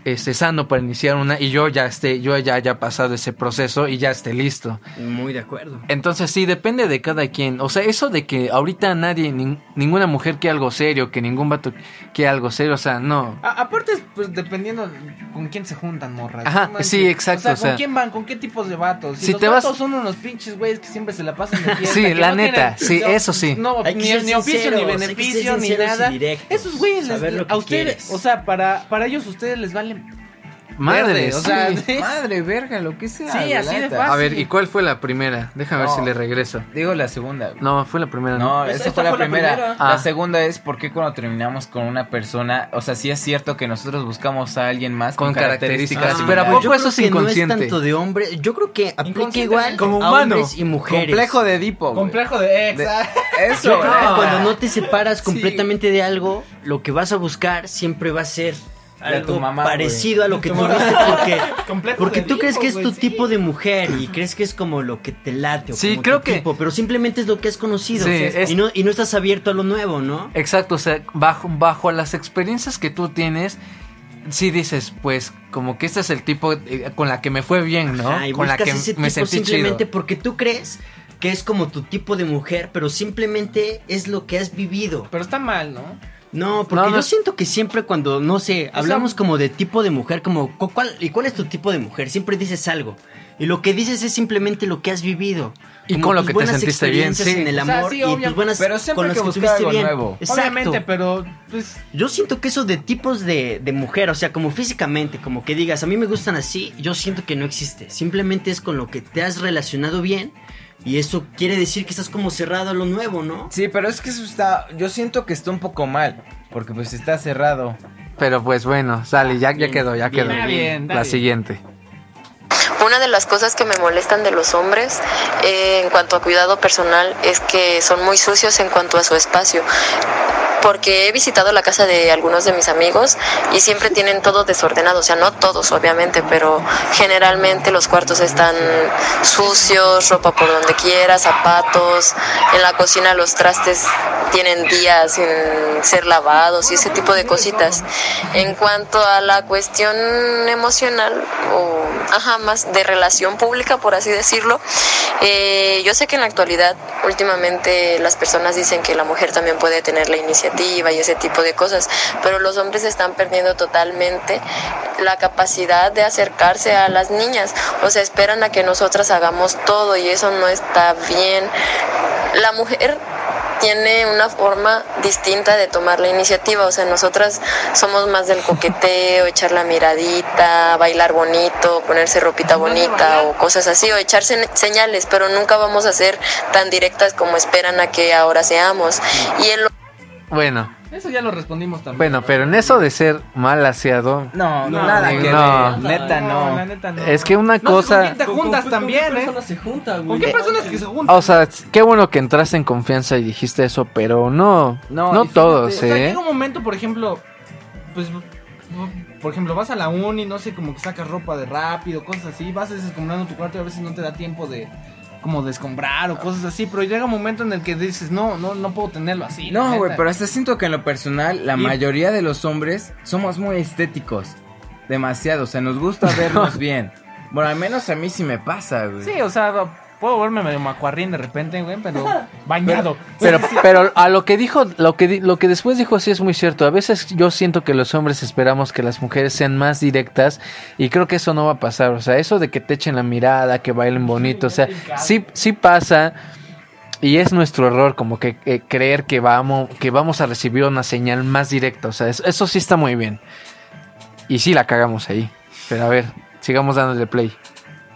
Speaker 1: este, sano para iniciar una y yo ya esté, yo ya haya pasado ese proceso y ya esté listo.
Speaker 5: Muy de acuerdo.
Speaker 1: Entonces sí, depende de cada quien. O sea, eso de que ahorita nadie, nin- ninguna mujer quiere algo serio, que ningún vato quiere algo serio, o sea, no.
Speaker 3: A- aparte, pues dependiendo con quién se juntan, morras.
Speaker 1: Ajá,
Speaker 3: No manches.
Speaker 1: sí, exacto,
Speaker 3: O sea,
Speaker 1: o sea.
Speaker 3: ¿con quién van? ¿Con qué tipos de vatos? Si,
Speaker 1: Si
Speaker 3: los
Speaker 1: te vas-
Speaker 3: vatos son unos pinches güeyes que siempre se la pasan de fiesta,
Speaker 1: Sí,
Speaker 3: que
Speaker 1: la
Speaker 3: no
Speaker 1: neta, sí, eso sí.
Speaker 3: No,
Speaker 5: Hay que
Speaker 3: ni,
Speaker 5: ser
Speaker 3: ni oficio, ni
Speaker 5: sinceros, hay que ser
Speaker 3: beneficio, ni
Speaker 5: sinceros y
Speaker 3: nada.
Speaker 5: directos,
Speaker 3: Esos güeyes, les-
Speaker 5: saber lo que
Speaker 3: a ustedes,
Speaker 5: quieres.
Speaker 3: o sea, para, para ellos, ustedes les valen.
Speaker 1: Madre,
Speaker 3: verde, o sea,
Speaker 1: sí.
Speaker 3: sí.
Speaker 2: Madre, verga, lo que sea.
Speaker 3: Sí,
Speaker 2: la
Speaker 3: así de
Speaker 2: neta.
Speaker 3: fácil.
Speaker 1: A ver, ¿y cuál fue la primera? Déjame ver
Speaker 2: No.
Speaker 1: si le regreso.
Speaker 2: Digo la segunda. güey.
Speaker 1: No, fue la primera.
Speaker 2: No,
Speaker 4: Pues
Speaker 2: esa
Speaker 4: esta
Speaker 2: fue la primera.
Speaker 1: primera.
Speaker 2: La
Speaker 1: Ah.
Speaker 2: segunda es por qué cuando terminamos con una persona, o sea, sí es cierto que nosotros buscamos a alguien más con,
Speaker 1: Con características,
Speaker 2: características,
Speaker 1: pero
Speaker 2: similares.
Speaker 1: ¿a poco
Speaker 5: Ah, Yo creo
Speaker 1: eso es
Speaker 5: que
Speaker 1: inconsciente?
Speaker 5: No es tanto de hombre. Yo creo que aplica igual
Speaker 1: Como
Speaker 5: a
Speaker 1: humano.
Speaker 5: hombres y mujeres.
Speaker 2: complejo de Edipo. güey.
Speaker 3: Complejo de ex.
Speaker 2: De-
Speaker 3: ah.
Speaker 2: Eso.
Speaker 5: Yo creo que
Speaker 2: güey.
Speaker 5: cuando no te separas completamente de algo, lo que vas a buscar siempre va a ser
Speaker 2: De
Speaker 5: algo
Speaker 2: tu mamá,
Speaker 5: parecido a lo que
Speaker 3: tu mamá.
Speaker 5: tuviste porque,
Speaker 3: Complejo
Speaker 5: porque
Speaker 3: de
Speaker 5: tú crees
Speaker 3: tipo,
Speaker 5: que es
Speaker 3: güey,
Speaker 5: tu
Speaker 3: sí.
Speaker 5: tipo de mujer y crees que es como lo que te late o
Speaker 1: Sí,
Speaker 5: como
Speaker 1: creo
Speaker 5: tu
Speaker 1: que-
Speaker 5: tipo, pero simplemente es lo que has conocido
Speaker 1: Sí,
Speaker 5: o sea,
Speaker 1: es-
Speaker 5: y, no, y no estás abierto a lo nuevo, ¿no?
Speaker 1: Exacto, o sea, bajo, bajo las experiencias que tú tienes, sí dices, pues, como que este es el tipo eh, con la que me fue bien, ¿no?
Speaker 5: Ajá, y
Speaker 1: con la
Speaker 5: buscas
Speaker 1: que
Speaker 5: ese
Speaker 1: me
Speaker 5: tipo
Speaker 1: sentí chido.
Speaker 5: simplemente porque tú crees que es como tu tipo de mujer, pero simplemente es lo que has vivido.
Speaker 3: Pero está mal, ¿no?
Speaker 5: No,
Speaker 1: No,
Speaker 5: porque
Speaker 1: no
Speaker 5: yo
Speaker 1: es-
Speaker 5: siento que siempre cuando, no
Speaker 3: sea-
Speaker 5: sé, hablamos como de tipo de mujer, como, cu- ¿cuál, ¿y cuál es tu tipo de mujer? Siempre dices algo. Y lo que dices es simplemente lo que has vivido.
Speaker 1: Y
Speaker 5: Como
Speaker 1: con lo
Speaker 5: tus
Speaker 1: que te
Speaker 5: buenas
Speaker 1: sentiste bien,
Speaker 5: experiencias
Speaker 1: sí.
Speaker 5: en el
Speaker 3: O sea,
Speaker 5: amor
Speaker 3: sí,
Speaker 5: y
Speaker 3: obvia-
Speaker 5: tus buenas
Speaker 2: pero siempre
Speaker 5: con
Speaker 2: hay
Speaker 5: las
Speaker 2: que
Speaker 5: que,
Speaker 2: buscar
Speaker 5: tuviste
Speaker 2: algo
Speaker 5: bien.
Speaker 2: nuevo.
Speaker 5: Exacto.
Speaker 3: Obviamente, pero pues
Speaker 5: Yo siento que eso de tipos de, de mujer, o sea, como físicamente, como que digas, a mí me gustan así, yo siento que no existe. Simplemente es con lo que te has relacionado bien y eso quiere decir que estás como cerrado a lo nuevo, ¿no?
Speaker 2: Sí, pero es que eso está. Yo siento que está un poco mal. Porque pues está cerrado.
Speaker 1: Pero pues bueno, sale, ya, ya
Speaker 5: Bien,
Speaker 1: quedó, ya
Speaker 5: bien,
Speaker 1: quedó.
Speaker 3: está bien, está
Speaker 1: la
Speaker 3: bien.
Speaker 1: siguiente.
Speaker 6: Una de las cosas que me molestan de los hombres eh, en cuanto a cuidado personal es que son muy sucios en cuanto a su espacio.
Speaker 10: porque he visitado la casa de algunos de mis amigos y siempre tienen todo desordenado, o sea, no todos obviamente, pero generalmente los cuartos están sucios, ropa por donde quiera, zapatos, en la cocina los trastes tienen días sin ser lavados y ese tipo de cositas. En cuanto a la cuestión emocional o ajá, más de relación pública, por así decirlo, eh, yo sé que en la actualidad últimamente las personas dicen que la mujer también puede tener la iniciativa y ese tipo de cosas, pero los hombres están perdiendo totalmente la capacidad de acercarse a las niñas, o sea, esperan a que nosotras hagamos todo y eso no está bien. La mujer tiene una forma distinta de tomar la iniciativa. O sea, nosotras somos más del coqueteo, echar la miradita, bailar bonito, ponerse ropita bonita o cosas así, o echar se- señales, pero nunca vamos a ser tan directas como esperan a que ahora seamos.
Speaker 3: Mm.
Speaker 10: Y el
Speaker 1: Bueno,
Speaker 3: Eso ya lo respondimos también.
Speaker 1: bueno, pero en eso de ser mal aseado,
Speaker 3: No,
Speaker 4: No,
Speaker 3: nada
Speaker 1: no.
Speaker 3: que
Speaker 1: No.
Speaker 3: ver. Neta, no. La neta no.
Speaker 1: es que una
Speaker 3: No se
Speaker 1: cosa... Oh,
Speaker 3: convierte- Te juntas también,
Speaker 4: qué
Speaker 3: ¿eh?
Speaker 4: personas se junta, güey?
Speaker 3: ¿Con qué personas que se juntan?
Speaker 1: Ah, O sea, qué bueno que entraste en confianza y dijiste eso, pero no, no,
Speaker 3: y fíjate,
Speaker 1: todos,
Speaker 3: O sea,
Speaker 1: ¿eh?
Speaker 3: llega un momento, por ejemplo, pues, por ejemplo, vas a la uni, no sé, como que sacas ropa de rápido, cosas así, vas desescombrando tu cuarto y a veces no te da tiempo de como de escombrar o cosas así, pero llega un momento en el que dices, no, no, no puedo tenerlo así. la
Speaker 2: No, güey,
Speaker 3: neta.
Speaker 2: pero este hasta siento que en lo personal, la
Speaker 3: Y-
Speaker 2: mayoría de los hombres somos muy estéticos. Demasiado, o sea, nos gusta vernos bien. Bueno, al menos a mí sí me pasa, güey.
Speaker 3: Sí, o sea, puedo volverme medio macuarrín de repente, güey, pero bañado.
Speaker 1: Pero, pero a lo que dijo, lo que, di- lo que después dijo sí es muy cierto. A veces yo siento que los hombres esperamos que las mujeres sean más directas y creo que eso no va a pasar. O sea, eso de que te echen la mirada, que bailen bonito, o sea, sí, sí pasa y es nuestro error como que eh, creer que vamos, que vamos a recibir una señal más directa. O sea, es- eso sí está muy bien. Y sí la cagamos ahí. Pero a ver, sigamos dándole play.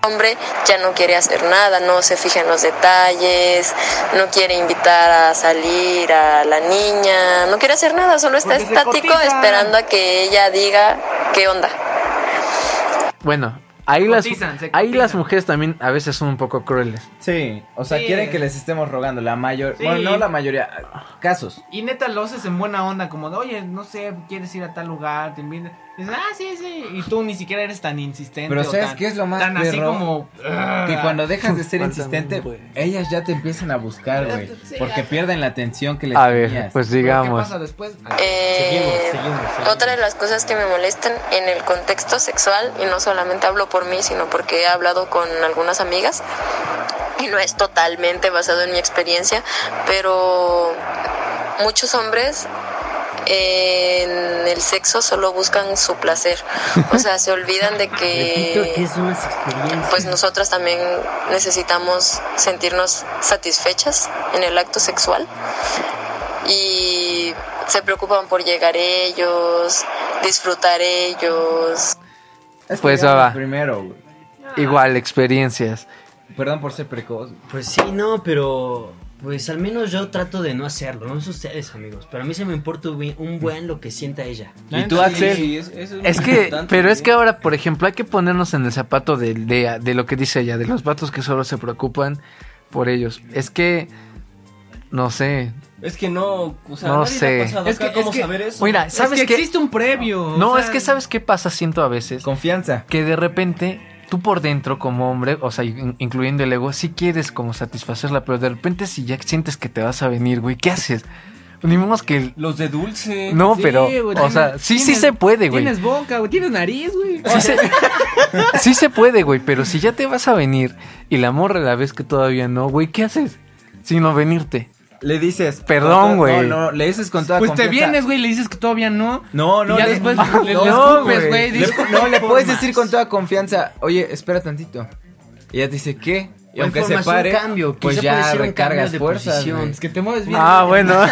Speaker 10: hombre ya no quiere hacer nada, no se fija en los detalles, no quiere invitar a salir a la niña, no quiere hacer nada, solo está
Speaker 3: Porque se
Speaker 10: estático
Speaker 3: cotiza.
Speaker 10: esperando a que ella diga qué onda.
Speaker 1: Bueno, ahí,
Speaker 3: Cotizan,
Speaker 1: las,
Speaker 3: se
Speaker 1: ahí las
Speaker 3: cotizan.
Speaker 1: mujeres también a veces son un poco crueles.
Speaker 2: Sí, o sea,
Speaker 3: Sí.
Speaker 2: quieren que les estemos rogando. La mayor.
Speaker 3: Sí.
Speaker 2: Bueno, no la mayoría. Casos.
Speaker 3: Y neta lo haces en buena onda, como de, oye, no sé, quieres ir a tal lugar, te invitan. Dices, ah, sí, sí. Y tú ni siquiera eres tan insistente.
Speaker 2: Pero
Speaker 3: o
Speaker 2: ¿sabes
Speaker 3: tan-
Speaker 2: qué es lo más
Speaker 3: Tan así
Speaker 2: perro?
Speaker 3: como.
Speaker 2: Que cuando dejas de ser
Speaker 1: Faltan
Speaker 2: insistente,
Speaker 1: un güey.
Speaker 2: ellas ya te empiezan a buscar, güey. Porque pierden la atención que les
Speaker 1: A ver,
Speaker 2: tenías.
Speaker 1: pues
Speaker 3: ¿Qué
Speaker 1: digamos.
Speaker 3: pasa después?
Speaker 10: Eh, Otra de las cosas que me molestan en el contexto sexual, y no solamente hablo por mí, sino porque he hablado con algunas amigas, y no es totalmente basado en mi experiencia, pero muchos hombres en el sexo solo buscan su placer, o sea, se olvidan de
Speaker 5: Repito que
Speaker 10: que
Speaker 5: es unas experiencias.
Speaker 10: Eh, pues nosotras también necesitamos sentirnos satisfechas en el acto sexual y se preocupan por llegar ellos, disfrutar ellos.
Speaker 2: Es que
Speaker 1: Pues,
Speaker 2: llegan
Speaker 1: va, va.
Speaker 2: Primero, güey.
Speaker 3: Ah.
Speaker 1: Igual, experiencias.
Speaker 2: Perdón por ser precoz. güey.
Speaker 5: Pues sí, no, pero pues al menos yo trato de no hacerlo, no sé ustedes amigos, pero a mí se me importa un buen- un buen lo que sienta ella.
Speaker 1: ¿Y tú, Axel?
Speaker 4: es, eso es
Speaker 1: Es
Speaker 4: muy
Speaker 1: que,
Speaker 4: importante, ¿eh?
Speaker 1: pero es
Speaker 4: güey.
Speaker 1: que ahora, por ejemplo, hay que ponernos en el zapato de, de, de lo que dice ella, de los vatos que solo se preocupan por ellos. Es que, no sé.
Speaker 4: Es que no, o sea,
Speaker 1: No
Speaker 4: nadie le
Speaker 1: sé.
Speaker 4: ha pasado
Speaker 3: Es
Speaker 4: acá,
Speaker 3: que-
Speaker 4: ¿cómo
Speaker 3: es que-
Speaker 4: saber eso?
Speaker 1: Mira,
Speaker 3: ¿Sabes
Speaker 1: ¿sabes
Speaker 3: que
Speaker 1: qué?
Speaker 3: existe un previo.
Speaker 1: No,
Speaker 3: o
Speaker 1: es
Speaker 3: sea,
Speaker 1: que, ¿sabes qué pasa? Siento a veces
Speaker 2: Confianza.
Speaker 1: que de repente tú por dentro, como hombre, o sea, in- incluyendo el ego, sí quieres como satisfacerla, pero de repente si ya sientes que te vas a venir, güey, ¿qué haces? Ni más que el-
Speaker 4: Los de dulce.
Speaker 1: No,
Speaker 3: sí,
Speaker 1: pero,
Speaker 3: güey,
Speaker 1: o
Speaker 3: tienes-
Speaker 1: sea, sí, sí
Speaker 3: tienes-
Speaker 1: se puede, güey.
Speaker 3: Tienes boca, güey, tienes nariz, güey. Pues
Speaker 1: Sí se, sí se puede, güey, pero si ya te vas a venir y la morra la ves que todavía no, güey, ¿qué haces? Sino venirte.
Speaker 2: Le dices.
Speaker 1: Perdón,
Speaker 2: con toda-
Speaker 1: güey.
Speaker 2: No, no, le dices con toda
Speaker 3: Pues te
Speaker 2: confianza.
Speaker 3: vienes, güey, y le dices que todavía no.
Speaker 2: No, no,
Speaker 3: Y ya
Speaker 2: le-
Speaker 3: después
Speaker 2: no,
Speaker 3: le- le
Speaker 2: no,
Speaker 3: escupes, güey,
Speaker 2: Le-
Speaker 3: disculpa.
Speaker 2: no, le puedes decir con toda confianza, oye, espera tantito. Y ella te dice, ¿qué? Y
Speaker 5: O
Speaker 2: aunque se
Speaker 5: información,
Speaker 2: pare,
Speaker 5: cambio,
Speaker 2: pues
Speaker 5: quizá puede
Speaker 2: ya
Speaker 5: ser un
Speaker 2: recargas
Speaker 5: cambio de
Speaker 2: fuerzas.
Speaker 5: posición.
Speaker 2: güey.
Speaker 3: Es que te mueves bien.
Speaker 1: Ah, bueno.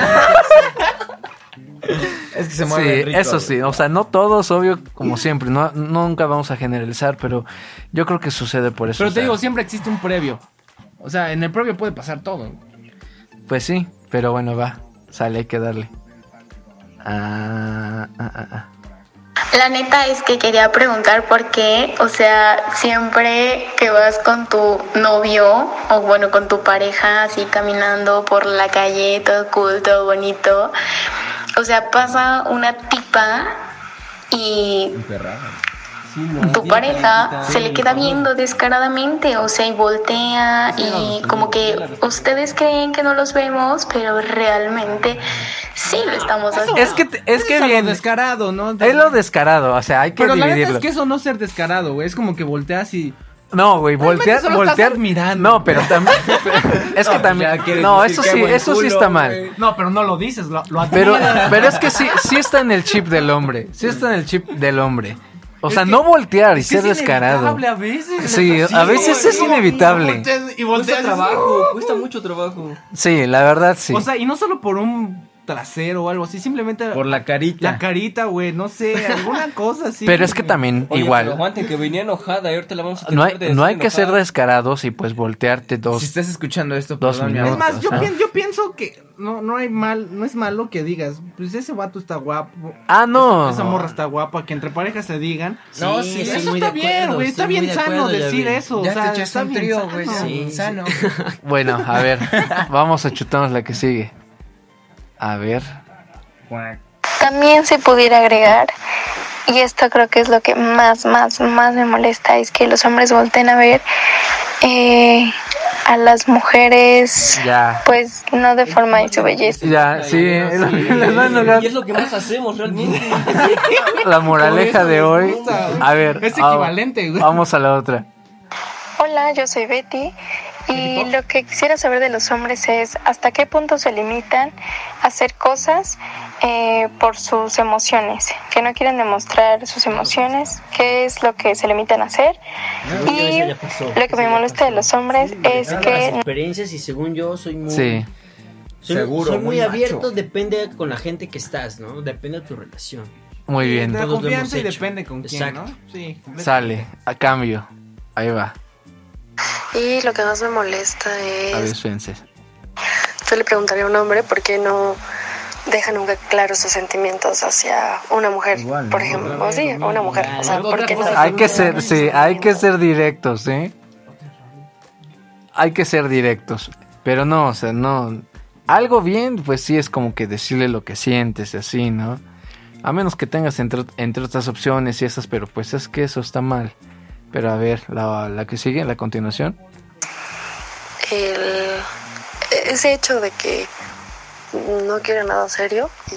Speaker 2: Es que se
Speaker 1: Sí,
Speaker 2: mueve rico.
Speaker 1: eso sí. O sea, no todos, obvio, como siempre. No, nunca vamos a generalizar, pero yo creo que sucede por eso.
Speaker 3: Pero
Speaker 1: o
Speaker 3: te
Speaker 1: sea,
Speaker 3: digo, siempre existe un previo. O sea, en el previo puede pasar todo.
Speaker 1: Pues sí, pero bueno, va. Sale, hay que darle. Ah, ah, ah, ah.
Speaker 9: La neta es que quería preguntar por qué, o sea, siempre que vas con tu novio o bueno, con tu pareja así caminando por la calle, todo cool, todo bonito,
Speaker 11: O sea, pasa una tipa y tu pareja se le queda viendo descaradamente, o sea, y voltea y como que ustedes creen que no los vemos, pero realmente sí lo estamos haciendo.
Speaker 1: Es que, te- es que
Speaker 3: Eso
Speaker 1: bien.
Speaker 3: lo descarado, ¿no?
Speaker 1: Es lo descarado, o sea, hay que
Speaker 3: Pero la neta
Speaker 1: dividirlo.
Speaker 3: es que eso no es ser descarado, güey. Es como que volteas y.
Speaker 1: No, güey, voltear,
Speaker 3: solo estás
Speaker 1: voltear. No, pero también. es que también. No, eso sí, eso sí está mal.
Speaker 3: No, pero no lo dices, lo, lo
Speaker 1: Pero,
Speaker 3: admiras.
Speaker 1: pero es que sí, sí está en el chip del hombre. Sí está en el chip del hombre. O sea, no voltear y
Speaker 3: Es que
Speaker 1: ser
Speaker 3: es
Speaker 1: descarado.
Speaker 3: inevitable a veces.
Speaker 1: Sí, a veces es inevitable.
Speaker 3: Y volteas
Speaker 4: Cuesta trabajo,
Speaker 1: uh,
Speaker 4: cuesta mucho trabajo.
Speaker 1: Sí, la verdad sí.
Speaker 3: O sea, y no solo por un trasero o algo así, simplemente
Speaker 2: Por la carita.
Speaker 3: la carita, güey, no sé, alguna cosa así.
Speaker 1: Pero es que también
Speaker 4: Oye, pero
Speaker 1: igual.
Speaker 4: aguanten, que venía enojada y ahorita la vamos a
Speaker 1: No hay,
Speaker 4: terminar de
Speaker 1: no hay
Speaker 4: decir
Speaker 1: que ser
Speaker 4: enojada.
Speaker 1: descarados y pues voltearte dos.
Speaker 2: Si estás escuchando esto,
Speaker 1: Dos
Speaker 2: perdón, mi
Speaker 1: minutos.
Speaker 3: Es
Speaker 2: amor.
Speaker 3: más, yo,
Speaker 1: Ah.
Speaker 3: pien- yo pienso que no, no hay mal, no es malo que digas, pues ese vato está guapo.
Speaker 1: Ah, no.
Speaker 3: Esa morra está guapa, que entre parejas se digan.
Speaker 5: No, sí, estoy
Speaker 3: eso
Speaker 5: muy
Speaker 3: está
Speaker 5: de
Speaker 3: bien,
Speaker 5: acuerdo,
Speaker 3: güey. Está
Speaker 5: estoy muy
Speaker 3: bien
Speaker 5: de
Speaker 3: sano
Speaker 5: acuerdo,
Speaker 3: decir
Speaker 5: Yavin.
Speaker 3: eso. o
Speaker 2: Ya
Speaker 3: sea,
Speaker 2: te echaste
Speaker 3: está
Speaker 2: un
Speaker 3: bien
Speaker 2: trío,
Speaker 3: sano.
Speaker 2: güey.
Speaker 5: sí,
Speaker 2: Sí,
Speaker 5: sí.
Speaker 2: sano.
Speaker 1: Bueno, a ver. Vamos a chutarnos la que sigue. A ver.
Speaker 11: También se pudiera agregar, y esto creo que es lo que más, más, más me molesta, es que los hombres volten a ver eh, a las mujeres,
Speaker 1: Ya.
Speaker 11: pues no de forma de su belleza.
Speaker 1: Ya, sí. es lo que les va a enojar.
Speaker 4: Y es lo que más hacemos realmente.
Speaker 1: La moraleja de hoy. A ver.
Speaker 3: Es
Speaker 1: ah,
Speaker 3: equivalente, güey.
Speaker 1: Vamos a la otra.
Speaker 11: Hola, yo soy Betty y lo que quisiera saber de los hombres es hasta qué punto se limitan a hacer cosas eh, por sus emociones, que no quieren demostrar sus emociones, qué es lo que se limitan a hacer. Y
Speaker 5: Ah, ya pasó.
Speaker 11: lo que me molesta de los hombres es
Speaker 5: Las
Speaker 11: que
Speaker 5: experiencias y según yo soy muy...
Speaker 1: Sí.
Speaker 5: soy-
Speaker 2: Seguro,
Speaker 5: soy muy,
Speaker 2: muy macho.
Speaker 5: abierto, depende con la gente que estás, ¿no? Depende de tu relación.
Speaker 1: Muy bien.
Speaker 3: La
Speaker 5: Todos lo
Speaker 3: confianza y
Speaker 5: hemos hecho.
Speaker 3: depende con quién,
Speaker 5: Exacto.
Speaker 3: ¿no? Sí.
Speaker 1: Sale. A cambio. Ahí va.
Speaker 7: Y lo que más me molesta
Speaker 1: A ver,
Speaker 7: es.
Speaker 1: espérense.
Speaker 7: Yo le preguntaría a un hombre por qué no deja nunca claros sus sentimientos hacia una mujer, por ejemplo. O sí, a una mujer. O sea, ¿por qué no?
Speaker 1: Hay que ser, sí, hay que ser directos, ¿eh? Hay que ser directos. Pero no, o sea, no. Algo bien, pues sí es como que decirle lo que sientes, así, ¿no? A menos que tengas entre, entre otras opciones y esas, pero pues es que eso está mal. Pero a ver, la, la que sigue, la continuación.
Speaker 7: el, ese hecho de que no quieren nada serio y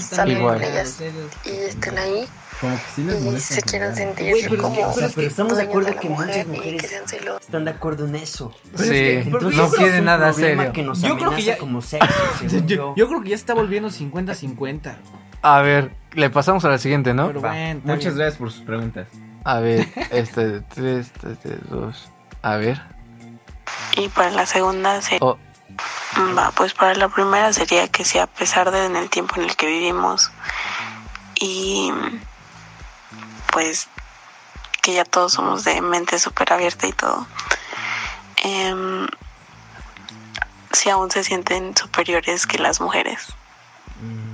Speaker 7: salen
Speaker 1: Igual.
Speaker 7: con ellas y estén ahí
Speaker 2: Como que sí les
Speaker 7: y
Speaker 2: molesta,
Speaker 7: se quieran
Speaker 2: ¿no?
Speaker 7: sentir
Speaker 5: Güey, pero es que-
Speaker 7: como
Speaker 5: o sea, pero estamos de
Speaker 7: dueños
Speaker 5: acuerdo
Speaker 7: la
Speaker 5: que muchas
Speaker 7: mujer y
Speaker 5: mujeres-
Speaker 7: que sean celosas.
Speaker 5: ¿Están de acuerdo en eso?
Speaker 1: Sí,
Speaker 5: Entonces,
Speaker 1: no
Speaker 5: eso es
Speaker 1: quiere
Speaker 5: un
Speaker 1: nada
Speaker 5: problema
Speaker 1: serio.
Speaker 5: que nos
Speaker 3: Yo creo que
Speaker 5: amenaza
Speaker 3: ya-
Speaker 5: como sexo, según yo.
Speaker 3: Yo, yo creo que ya se está volviendo 50-50.
Speaker 1: A ver, le pasamos a la siguiente, ¿no?
Speaker 3: Pero bueno, está
Speaker 2: Muchas
Speaker 3: bien.
Speaker 2: gracias por sus preguntas.
Speaker 1: A ver, este, tres, este, dos. A ver.
Speaker 9: Y para la segunda sería...
Speaker 1: Oh,
Speaker 9: Va, pues para la primera sería que si a pesar de en el tiempo en el que vivimos y pues que ya todos somos de mente súper abierta y todo, em, si aún se sienten superiores que las mujeres.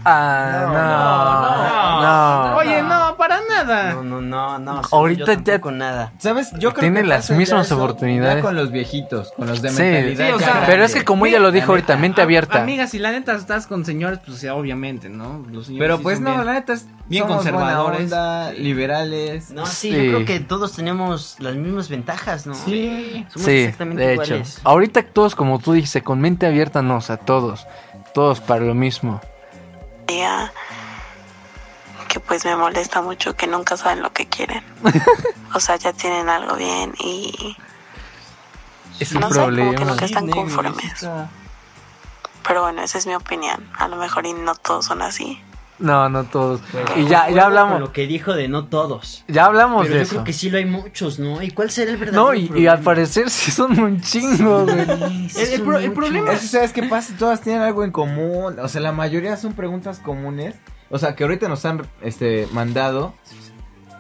Speaker 1: ah, no, no,
Speaker 3: Oye, no, para nada.
Speaker 5: No, no, no, no. según
Speaker 1: Ahorita
Speaker 5: yo
Speaker 1: ya-
Speaker 5: con nada.
Speaker 2: ¿Sabes? Yo creo
Speaker 1: Tiene
Speaker 2: que
Speaker 1: las
Speaker 2: pasa ya
Speaker 1: mismas
Speaker 2: eso,
Speaker 1: oportunidades.
Speaker 2: ya con los viejitos, con los de
Speaker 1: Sí,
Speaker 2: mentalidad.
Speaker 3: Sí, o
Speaker 2: ya
Speaker 3: sea,
Speaker 2: grande.
Speaker 1: pero es que como ella lo dijo ahorita, mente abierta.
Speaker 3: Amiga, si la neta estás con señores, pues ya obviamente, ¿no? Los señores
Speaker 2: Pero
Speaker 3: sí
Speaker 2: pues
Speaker 3: son
Speaker 2: no,
Speaker 3: bien-
Speaker 2: la neta es
Speaker 3: bien
Speaker 2: somos buena
Speaker 3: conservadores.
Speaker 2: onda, liberales.
Speaker 5: No, sí,
Speaker 1: Sí.
Speaker 5: yo creo que todos tenemos las mismas ventajas, ¿no?
Speaker 3: Sí.
Speaker 5: Somos
Speaker 1: sí,
Speaker 5: exactamente
Speaker 1: de hecho.
Speaker 5: iguales.
Speaker 1: Ahorita todos, como tú dijiste, con mente abierta, no, o sea, todos. Todos para lo mismo.
Speaker 9: Sería que pues me molesta mucho que nunca saben lo que quieren. o sea, ya tienen algo bien y
Speaker 1: Es un
Speaker 9: no sé, como que
Speaker 1: problema.
Speaker 9: nunca están conformes. Pero bueno, esa es mi opinión. A lo mejor y no todos son así.
Speaker 1: No, no todos.
Speaker 5: Pues,
Speaker 1: Y ya,
Speaker 5: concuerdo
Speaker 1: ya
Speaker 5: con
Speaker 1: hablamos,
Speaker 5: Lo que dijo de no todos.
Speaker 1: ya hablamos
Speaker 5: Pero
Speaker 1: de
Speaker 5: yo
Speaker 1: eso.
Speaker 5: creo que sí lo hay muchos, ¿no? ¿Y cuál será el verdadero
Speaker 1: No, y, y
Speaker 5: problema?
Speaker 1: al parecer sí son un chingo, güey.
Speaker 5: Sí,
Speaker 3: El- el
Speaker 5: son
Speaker 3: pro- el
Speaker 5: muchos.
Speaker 3: problema
Speaker 2: Es que sabes qué pasa, todas tienen algo en común, o sea, la mayoría son preguntas comunes, o sea, que ahorita nos han este mandado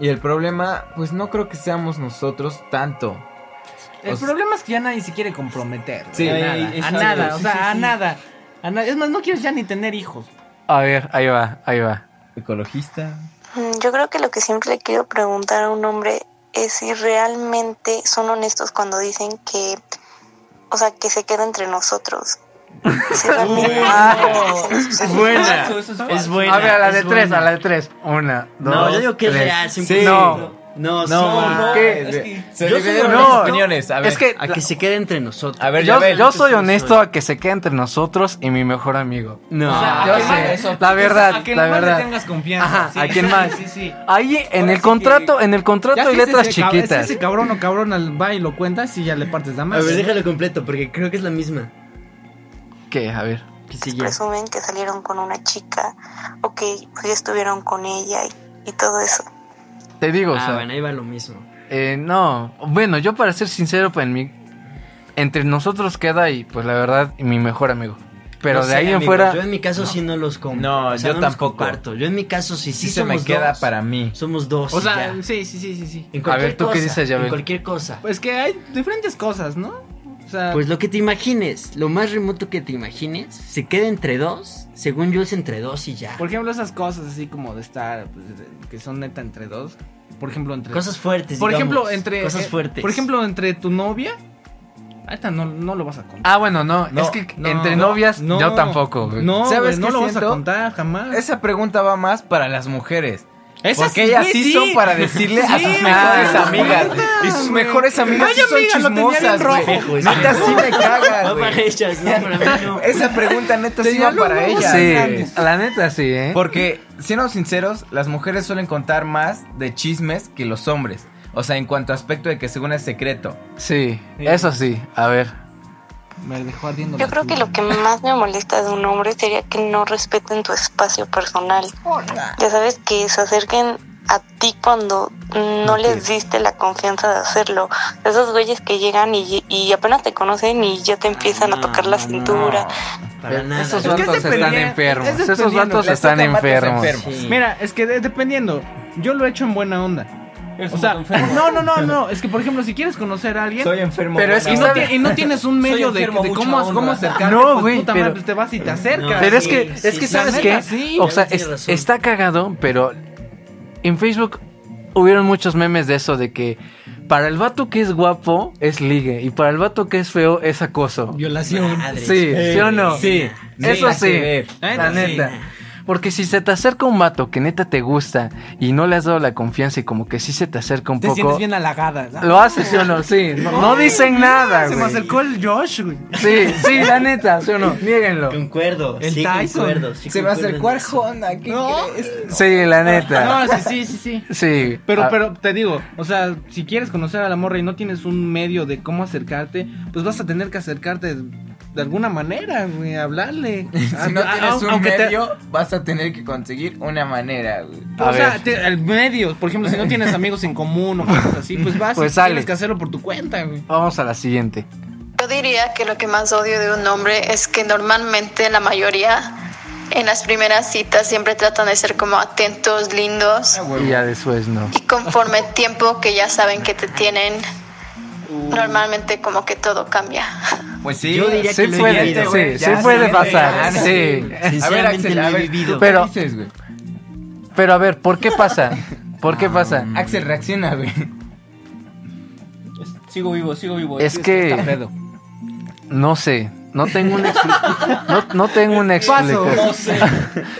Speaker 2: y el problema pues no creo que seamos nosotros tanto.
Speaker 3: El
Speaker 1: Pues-
Speaker 2: O sea-
Speaker 3: problema es que ya nadie se quiere comprometer. güey,
Speaker 2: Sí,
Speaker 3: a
Speaker 2: eh,
Speaker 3: nada, a
Speaker 2: exacto,
Speaker 3: nada, o
Speaker 2: sí,
Speaker 3: sea,
Speaker 2: sí,
Speaker 3: a
Speaker 2: sí.
Speaker 3: nada. a nada. Es más, no quieres ya ni tener hijos.
Speaker 1: A ver, ahí va, ahí va.
Speaker 2: Ecologista.
Speaker 9: Mm, Yo creo que lo que siempre le quiero preguntar a un hombre es si realmente son honestos cuando dicen que, o sea, que se queda entre nosotros.
Speaker 5: buena. Es buena.
Speaker 1: A ver, a la de
Speaker 5: es
Speaker 1: tres,
Speaker 5: buena.
Speaker 1: a la de tres. Una, dos.
Speaker 5: No, yo digo que es
Speaker 1: tres.
Speaker 5: real, cien por
Speaker 1: Sí.
Speaker 5: ciento.
Speaker 1: No.
Speaker 5: No,
Speaker 1: No,
Speaker 5: sí.
Speaker 1: ma,
Speaker 5: ¿Qué?
Speaker 1: es que-
Speaker 5: Yo soy
Speaker 1: se dividieron
Speaker 5: honesto
Speaker 1: las opiniones, a ver.
Speaker 5: es que,
Speaker 1: A
Speaker 5: a
Speaker 1: que
Speaker 5: que se quede entre nosotros.
Speaker 1: yo, yo soy honesto a que se quede entre nosotros y mi mejor amigo.
Speaker 5: No.
Speaker 1: O sea,
Speaker 3: ¿a
Speaker 1: yo
Speaker 3: quién
Speaker 1: sé.
Speaker 3: más? Eso,
Speaker 1: la
Speaker 3: que-
Speaker 1: verdad,
Speaker 3: a quien
Speaker 1: la
Speaker 3: más le
Speaker 1: verdad.
Speaker 3: tengas confianza,
Speaker 1: Ajá,
Speaker 3: sí.
Speaker 1: ¿a quién más?
Speaker 3: Sí, sí.
Speaker 1: Ahí en el contrato, en el contrato
Speaker 3: Ya
Speaker 1: hay
Speaker 3: si es
Speaker 1: letras
Speaker 3: ese cab-
Speaker 1: chiquitas.
Speaker 3: Si ese cabrón o cabrón al- va y lo cuentas y ya le partes la
Speaker 5: A
Speaker 3: más.
Speaker 5: ver, déjalo completo porque creo que es la misma.
Speaker 1: ¿Qué? A ver.
Speaker 5: Que sigue.
Speaker 9: Presumen que salieron con una chica o que pues, ya estuvieron con ella y, y todo eso.
Speaker 1: Te digo, o
Speaker 5: Ah,
Speaker 1: sea,
Speaker 5: bueno, ahí va lo mismo.
Speaker 1: eh, no. Bueno, yo para ser sincero, pues, en mi- entre nosotros queda y pues la verdad, mi mejor amigo. Pero
Speaker 5: No
Speaker 1: de
Speaker 5: sé,
Speaker 1: ahí en
Speaker 5: amigo,
Speaker 1: fuera...
Speaker 5: Yo en mi caso sí no los comparto.
Speaker 2: No, yo tampoco.
Speaker 5: Comparto. Yo en mi caso sí, sí,
Speaker 2: Sí se me
Speaker 5: somos
Speaker 2: queda
Speaker 5: dos.
Speaker 2: para mí.
Speaker 5: Somos dos.
Speaker 3: O
Speaker 5: y
Speaker 3: sea,
Speaker 5: ya.
Speaker 3: sí, sí, sí, sí, sí.
Speaker 5: en cualquier
Speaker 1: ver, ¿tú qué
Speaker 5: cosa,
Speaker 1: dices, Yabel?
Speaker 5: En cualquier cosa.
Speaker 3: Pues que hay diferentes cosas, ¿no? O sea,
Speaker 5: Pues lo que te imagines, lo más remoto que te imagines, se queda entre dos. Según yo es entre dos y ya.
Speaker 3: por ejemplo, esas cosas así como de estar, pues, de- que son neta entre dos. Por ejemplo, entre.
Speaker 5: Cosas fuertes.
Speaker 3: por
Speaker 5: digamos,
Speaker 3: ejemplo, entre.
Speaker 5: Cosas
Speaker 3: eh,
Speaker 5: fuertes.
Speaker 3: Por ejemplo, entre tu novia. Ahorita no, no lo vas a contar.
Speaker 1: Ah, bueno, no,
Speaker 2: No,
Speaker 1: es que
Speaker 3: No,
Speaker 1: entre
Speaker 3: no,
Speaker 1: novias
Speaker 3: no,
Speaker 1: yo tampoco. güey.
Speaker 3: No,
Speaker 2: ¿Sabes
Speaker 3: ¿sabes no
Speaker 2: qué
Speaker 3: lo vas a
Speaker 2: siento?
Speaker 3: contar jamás.
Speaker 2: Esa pregunta va más para las mujeres.
Speaker 3: Esas,
Speaker 2: porque ellas
Speaker 3: güey,
Speaker 2: sí, son para decirle a
Speaker 3: Sí,
Speaker 2: sus
Speaker 3: güey,
Speaker 2: mejores
Speaker 3: no
Speaker 2: amigas.
Speaker 3: cuentas,
Speaker 2: Y sus
Speaker 3: güey.
Speaker 2: mejores amigas sí
Speaker 3: Ay,
Speaker 2: son
Speaker 3: amiga, lo tenía bien
Speaker 2: chismosas, güey.
Speaker 5: rojo.
Speaker 2: Neta sí me caga,
Speaker 5: No para
Speaker 2: güey.
Speaker 5: ellas, no para mí no.
Speaker 2: Esa pregunta neta sí
Speaker 3: Tenía
Speaker 2: va
Speaker 3: los
Speaker 2: para
Speaker 3: huevos
Speaker 2: ellas.
Speaker 3: en
Speaker 2: güey.
Speaker 1: Sí, la neta sí, ¿eh?
Speaker 2: Porque, siendo sinceros, las mujeres suelen contar más de chismes que los hombres. O sea, en cuanto a aspecto de que según es secreto.
Speaker 1: Sí, eso sí, a ver.
Speaker 3: Me dejó ardiendo.
Speaker 9: Yo
Speaker 3: la
Speaker 9: creo que
Speaker 3: tuya.
Speaker 9: lo que más me molesta de un hombre sería que no respeten tu espacio personal. Ya sabes que se acerquen a ti cuando no les diste la confianza de hacerlo. Esos güeyes que llegan y, y apenas te conocen y ya te empiezan a
Speaker 5: No,
Speaker 9: tocar la
Speaker 5: no,
Speaker 9: cintura.
Speaker 5: Para nada.
Speaker 1: Eh, Esos
Speaker 3: Es que
Speaker 1: vatos
Speaker 3: se
Speaker 1: están
Speaker 3: pelea-
Speaker 1: enfermos.
Speaker 3: es
Speaker 1: Esos
Speaker 3: dependiendo,
Speaker 1: vatos
Speaker 2: les
Speaker 1: están
Speaker 2: tocan vatos
Speaker 1: enfermos.
Speaker 2: enfermos.
Speaker 5: Sí.
Speaker 3: Mira, es que de- dependiendo. Yo lo he hecho en buena onda. O sea, no, no, no, no. Es que, por ejemplo, si quieres conocer a alguien.
Speaker 2: Soy enfermo.
Speaker 1: Pero
Speaker 2: de
Speaker 1: es
Speaker 2: la
Speaker 1: que
Speaker 3: y,
Speaker 2: onda.
Speaker 3: no ti- y no tienes un medio de,
Speaker 4: enfermo,
Speaker 3: de
Speaker 4: mucha
Speaker 3: cómo,
Speaker 4: onda.
Speaker 3: cómo acercarte.
Speaker 1: No,
Speaker 3: pues,
Speaker 1: güey,
Speaker 3: puta madre,
Speaker 1: pero-
Speaker 3: pues, te vas y te acercas.
Speaker 5: No,
Speaker 1: Pero es
Speaker 5: Sí,
Speaker 1: que,
Speaker 5: sí,
Speaker 1: es que
Speaker 5: sí,
Speaker 1: ¿sabes
Speaker 3: la
Speaker 1: qué?
Speaker 3: neta, sí.
Speaker 1: o sea,
Speaker 5: Tienes
Speaker 1: es-
Speaker 5: razón.
Speaker 1: está cagado, pero en Facebook hubieron muchos memes de eso, de que para el vato que es guapo es ligue y para el vato que es feo es acoso.
Speaker 3: Violación.
Speaker 5: Madres.
Speaker 1: Sí, ¿sí o no?
Speaker 5: Sí.
Speaker 1: Eso
Speaker 2: nada que
Speaker 1: sí,
Speaker 2: ver.
Speaker 3: La
Speaker 1: la
Speaker 3: neta, sí.
Speaker 1: neta. Porque si se te acerca un vato que neta te gusta y no le has dado la confianza y como que sí se te acerca un
Speaker 3: Te sientes
Speaker 1: poco,
Speaker 3: bien halagada. ¿no?
Speaker 1: lo haces, ¿sí o no? Sí, no, no dicen nada,
Speaker 3: Se me
Speaker 1: güey.
Speaker 3: acercó el Josh, güey.
Speaker 1: Sí, sí, la neta, ¿sí o no? Niéguenlo.
Speaker 5: Concuerdo.
Speaker 3: El
Speaker 5: sí,
Speaker 3: Tyson.
Speaker 5: Concuerdo, sí,
Speaker 2: Se va a
Speaker 5: concuerdo en
Speaker 2: acercó al
Speaker 5: eso.
Speaker 2: Honda. ¿qué
Speaker 3: No.
Speaker 2: crees?
Speaker 1: Sí, la neta.
Speaker 2: Ah,
Speaker 3: No, sí, sí, sí, sí.
Speaker 1: Sí.
Speaker 3: Pero,
Speaker 1: Ah,
Speaker 3: pero te digo, o sea, si quieres conocer a la morra y no tienes un medio de cómo acercarte, pues vas a tener que acercarte de alguna manera, güey, hablarle.
Speaker 2: Si no
Speaker 3: Ah,
Speaker 2: tienes
Speaker 3: ah,
Speaker 2: un
Speaker 3: aunque te-
Speaker 2: medio, vas a tener que conseguir una manera, güey.
Speaker 1: A
Speaker 3: o sea,
Speaker 1: ver.
Speaker 3: te- el medio, por ejemplo, si no tienes amigos en común o cosas así, pues vas
Speaker 1: Pues
Speaker 3: y
Speaker 1: sale.
Speaker 3: tienes que hacerlo por tu cuenta, güey.
Speaker 1: Vamos a la siguiente.
Speaker 12: Yo diría que lo que más odio de un hombre es que normalmente la mayoría en las primeras citas siempre tratan de ser como atentos,
Speaker 2: Ah,
Speaker 12: lindos
Speaker 1: Y ya después no.
Speaker 12: y conforme el tiempo que ya saben que te tienen, normalmente como que todo cambia.
Speaker 2: Pues sí.
Speaker 5: Yo diría
Speaker 1: Sí
Speaker 5: que lo he
Speaker 1: puede,
Speaker 5: vivido. ¿eh?
Speaker 1: sí, sí
Speaker 2: ya,
Speaker 1: puede
Speaker 2: siguiente,
Speaker 1: pasar.
Speaker 2: ya,
Speaker 1: Sí.
Speaker 2: A ver,
Speaker 5: Sinceramente
Speaker 2: Axel,
Speaker 5: lo
Speaker 2: a
Speaker 5: he
Speaker 2: ver,
Speaker 5: vivido.
Speaker 2: ¿tú
Speaker 1: Pero-
Speaker 2: ¿qué dices, güey?
Speaker 1: Pero a ver, ¿por qué pasa? ¿Por qué pasa?
Speaker 2: Axel, reacciona, Ah, güey.
Speaker 4: Sigo vivo, sigo vivo.
Speaker 1: Es que
Speaker 3: Pedo.
Speaker 1: no sé, no tengo una expli- no, no tengo una explicación.
Speaker 5: O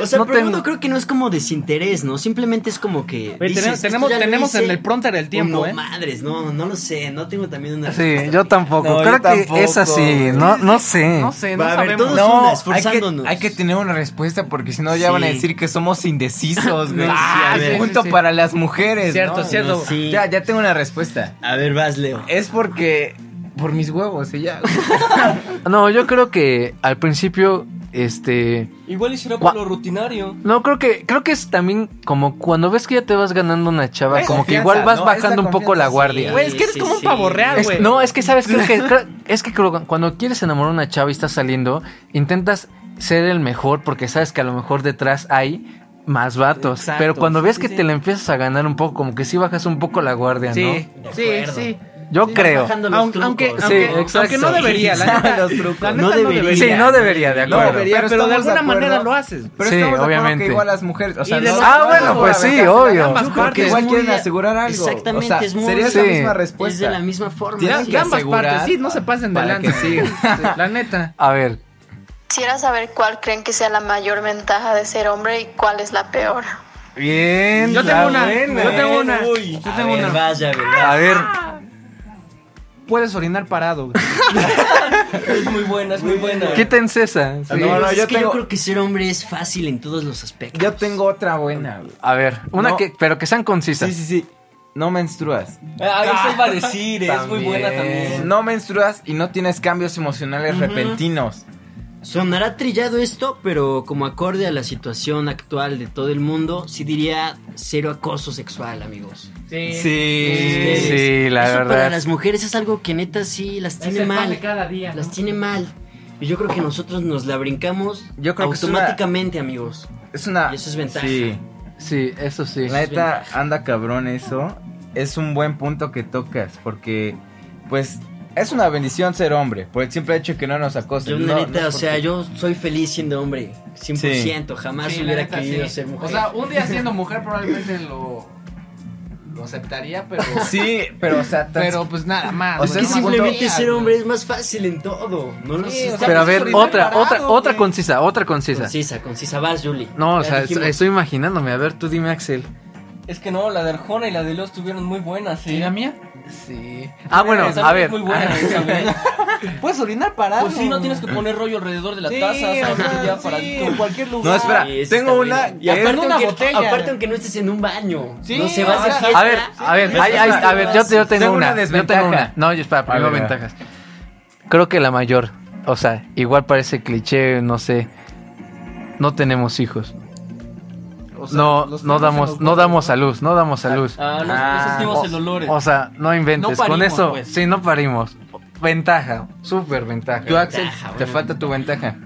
Speaker 5: sea,
Speaker 1: No
Speaker 5: pero
Speaker 1: tengo-
Speaker 5: no creo que no es como desinterés, ¿no? Simplemente es como que.
Speaker 3: Oye, tenemos-
Speaker 5: "Esto
Speaker 3: tenemos-
Speaker 5: ya lo
Speaker 3: tenemos en
Speaker 5: hice",
Speaker 3: el pronter el
Speaker 5: o
Speaker 3: tiempo,
Speaker 5: no,
Speaker 3: ¿eh?
Speaker 5: madres, no, no lo sé. No tengo también una.
Speaker 1: Sí,
Speaker 5: respuesta.
Speaker 1: yo tampoco.
Speaker 2: No, yo
Speaker 1: Creo que
Speaker 2: tampoco.
Speaker 1: es así, no no sé.
Speaker 3: No sé, no
Speaker 5: Va a haber
Speaker 3: sabemos.
Speaker 5: todos
Speaker 3: No,
Speaker 5: una,
Speaker 2: hay que,
Speaker 5: esforzándonos.
Speaker 2: hay que tener una respuesta porque si no ya van a
Speaker 5: Sí.
Speaker 2: decir que somos indecisos, güey.
Speaker 5: No, sí, a
Speaker 2: Ah,
Speaker 5: ver.
Speaker 2: punto
Speaker 3: Sí, sí, sí.
Speaker 2: para las mujeres.
Speaker 3: Cierto,
Speaker 2: ¿no?
Speaker 3: cierto.
Speaker 2: No,
Speaker 5: Sí.
Speaker 2: Ya, ya tengo una respuesta.
Speaker 5: A ver, vas, Leo.
Speaker 2: Es porque por mis huevos y ya.
Speaker 1: No, yo creo que al principio este
Speaker 4: Igual hiciera
Speaker 1: Gua-
Speaker 4: por lo rutinario.
Speaker 1: no creo que creo que es también como cuando ves que ya te vas ganando una chava,
Speaker 2: Es
Speaker 1: como que
Speaker 2: confianza,
Speaker 1: igual vas
Speaker 2: ¿no? Es la
Speaker 1: bajando un poco la
Speaker 2: confianza, sí.
Speaker 1: guardia.
Speaker 3: Güey, es que eres
Speaker 5: Sí,
Speaker 3: como un
Speaker 5: sí.
Speaker 3: pavo real,
Speaker 1: Es-
Speaker 3: güey.
Speaker 1: no, es que sabes creo que creo- es que creo- cuando quieres enamorar a una chava y estás saliendo, intentas ser el mejor porque sabes que a lo mejor detrás hay más vatos.
Speaker 3: Exacto,
Speaker 1: pero cuando
Speaker 3: sí,
Speaker 1: ves
Speaker 3: sí,
Speaker 1: que
Speaker 3: sí.
Speaker 1: te la empiezas a ganar un poco, como que sí bajas un poco la guardia,
Speaker 3: Sí,
Speaker 1: ¿no?
Speaker 3: sí,
Speaker 5: acuerdo.
Speaker 3: sí.
Speaker 1: Yo
Speaker 5: Sí,
Speaker 1: creo.
Speaker 5: vas bajando los
Speaker 3: Aunque,
Speaker 5: trucos.
Speaker 3: aunque,
Speaker 1: Sí,
Speaker 3: aunque,
Speaker 1: exacto.
Speaker 3: aunque no debería, la neta,
Speaker 2: Los trucos.
Speaker 3: la neta
Speaker 5: No
Speaker 3: no
Speaker 5: debería.
Speaker 3: debería.
Speaker 1: Sí, no debería, de
Speaker 2: No
Speaker 1: acuerdo.
Speaker 2: debería,
Speaker 3: pero, de
Speaker 2: estamos
Speaker 3: alguna
Speaker 2: acuerdo.
Speaker 3: manera lo haces.
Speaker 2: Pero
Speaker 1: Sí,
Speaker 2: estamos de acuerdo
Speaker 1: obviamente.
Speaker 2: Que igual las mujeres, o sea,
Speaker 3: Y de
Speaker 2: no-
Speaker 3: los-
Speaker 1: Ah,
Speaker 2: no
Speaker 1: bueno,
Speaker 2: es
Speaker 1: pues
Speaker 2: por
Speaker 1: sí,
Speaker 2: aventarse,
Speaker 1: obvio.
Speaker 3: ambas
Speaker 2: Yo creo que
Speaker 3: partes.
Speaker 2: igual
Speaker 3: Es
Speaker 2: quieren
Speaker 5: muy-
Speaker 2: asegurar algo.
Speaker 5: Exactamente,
Speaker 2: o sea,
Speaker 5: es muy-
Speaker 2: sería
Speaker 1: Sí.
Speaker 2: la misma
Speaker 5: Es de
Speaker 2: respuesta.
Speaker 5: la misma forma.
Speaker 3: De
Speaker 2: Tienes
Speaker 5: sí.
Speaker 2: que
Speaker 3: ambas
Speaker 2: asegurar
Speaker 3: partes, sí, no se pasen de
Speaker 2: para
Speaker 3: lanza.
Speaker 2: que
Speaker 3: Sí, la neta.
Speaker 1: A ver,
Speaker 12: Quisiera saber cuál creen que sea la mayor ventaja de ser hombre y cuál es la peor.
Speaker 1: Bien.
Speaker 3: Yo tengo
Speaker 1: la
Speaker 3: una,
Speaker 1: buena.
Speaker 3: yo tengo una.
Speaker 5: Uy.
Speaker 3: yo
Speaker 5: A
Speaker 3: tengo
Speaker 5: ver,
Speaker 3: una.
Speaker 5: vaya,
Speaker 1: A ver,
Speaker 3: Puedes orinar parado. güey.
Speaker 4: Es muy buena, es muy buena.
Speaker 1: quítense esa.
Speaker 2: Ah,
Speaker 1: sí.
Speaker 5: No,
Speaker 3: yo
Speaker 5: no, yo, pues es que
Speaker 3: tengo-
Speaker 5: yo creo que ser hombre es fácil en todos los aspectos.
Speaker 2: Yo tengo otra buena, güey.
Speaker 1: A ver, una
Speaker 2: No.
Speaker 1: que, pero que sean concisas.
Speaker 2: Sí, sí, sí. No menstruas.
Speaker 4: Ah, eso iba a decir, es muy buena
Speaker 2: También.
Speaker 4: también.
Speaker 2: No menstruas y no tienes cambios emocionales
Speaker 5: Ujú.
Speaker 2: repentinos.
Speaker 5: Sonará trillado esto, pero como acorde a la situación actual de todo el mundo, sí diría cero acoso sexual, amigos.
Speaker 3: Sí.
Speaker 1: Sí,
Speaker 5: Ustedes.
Speaker 1: sí, la
Speaker 5: Eso
Speaker 1: verdad.
Speaker 5: Para las mujeres es algo que neta sí las tiene mal.
Speaker 3: cada día.
Speaker 5: Las tiene mal. Y yo creo que nosotros nos la brincamos
Speaker 2: Yo creo que es una-
Speaker 5: automáticamente, amigos.
Speaker 2: Es una.
Speaker 5: Y eso es ventaja.
Speaker 2: Sí.
Speaker 1: Sí, eso sí.
Speaker 2: La
Speaker 5: es
Speaker 2: neta,
Speaker 5: ventaja.
Speaker 2: anda cabrón eso. Es un buen punto que tocas. Porque, pues, es una bendición ser hombre. Por el simple hecho que no nos acosen.
Speaker 5: Yo
Speaker 2: No, no
Speaker 5: neta,
Speaker 2: es
Speaker 5: o
Speaker 2: porque-
Speaker 5: sea, yo soy feliz siendo hombre, 100%, jamás
Speaker 3: Sí, la
Speaker 5: hubiera
Speaker 3: neta,
Speaker 5: querido
Speaker 3: sí.
Speaker 5: ser mujer.
Speaker 3: O sea, un día siendo mujer probablemente lo, lo aceptaría, pero.
Speaker 2: Sí, pero, o sea, tan-
Speaker 3: Pero pues nada más.
Speaker 2: O
Speaker 5: es
Speaker 2: sea,
Speaker 5: que
Speaker 2: es un punto-
Speaker 5: simplemente ser hombre es más fácil en todo, no lo
Speaker 3: Sí,
Speaker 5: sé.
Speaker 3: o sea,
Speaker 5: está
Speaker 1: Pero a
Speaker 3: pues,
Speaker 1: ver,
Speaker 3: orinar
Speaker 1: otra,
Speaker 3: parado,
Speaker 1: otra, otra
Speaker 3: güey.
Speaker 1: concisa, otra concisa.
Speaker 5: Concisa, concisa, vas, Julie.
Speaker 1: No, o
Speaker 5: Ya
Speaker 1: sea,
Speaker 5: dijimos.
Speaker 1: es- estoy imaginándome. A ver, tú dime, Axel.
Speaker 4: Es que no, la de Arjona y la de Los tuvieron muy buenas, ¿eh?
Speaker 3: ¿Y la mía?
Speaker 1: Sí. Ah, bueno,
Speaker 4: Esa
Speaker 1: a ver.
Speaker 4: Es muy buena esa, güey.
Speaker 3: Puedes orinar parado.
Speaker 4: Pues sí, no tienes que poner rollo alrededor de la
Speaker 3: Sí,
Speaker 4: taza,
Speaker 3: o
Speaker 4: ¿sabes?
Speaker 3: sea,
Speaker 4: ya
Speaker 3: sí,
Speaker 4: para
Speaker 3: en cualquier lugar.
Speaker 2: No, espera,
Speaker 5: Sí, eso
Speaker 2: tengo
Speaker 5: está
Speaker 2: una.
Speaker 5: bien. Y
Speaker 2: que es-
Speaker 5: aparte,
Speaker 3: una
Speaker 5: aunque,
Speaker 3: botella.
Speaker 5: aparte aunque no estés en un baño,
Speaker 3: Sí,
Speaker 5: no se vas
Speaker 3: o sea,
Speaker 5: a fiesta.
Speaker 1: A ver, a ver, ahí- ahí- a ver, yo, yo tengo,
Speaker 2: Tengo una
Speaker 1: una. yo
Speaker 2: desventaja.
Speaker 1: tengo una. No, yo espera, primero
Speaker 2: A ver, a ver.
Speaker 1: ventajas. Creo que la mayor, o sea, igual parece cliché, no sé. No tenemos hijos.
Speaker 2: pues,
Speaker 3: O sea,
Speaker 1: no,
Speaker 3: los
Speaker 1: no
Speaker 3: tenemos en
Speaker 1: damos,
Speaker 3: los
Speaker 1: no
Speaker 3: huevos,
Speaker 1: damos a luz, no damos a luz.
Speaker 4: Ah, no,
Speaker 2: Ah,
Speaker 4: no sentimos el olor. eh.
Speaker 1: O sea, no inventes.
Speaker 4: No parimos,
Speaker 1: Con eso,
Speaker 4: pues.
Speaker 1: sí, no parimos. Ventaja, súper ventaja.
Speaker 2: Tú, Axel,
Speaker 5: Ventaja,
Speaker 2: te
Speaker 5: bueno.
Speaker 2: falta tu ventaja.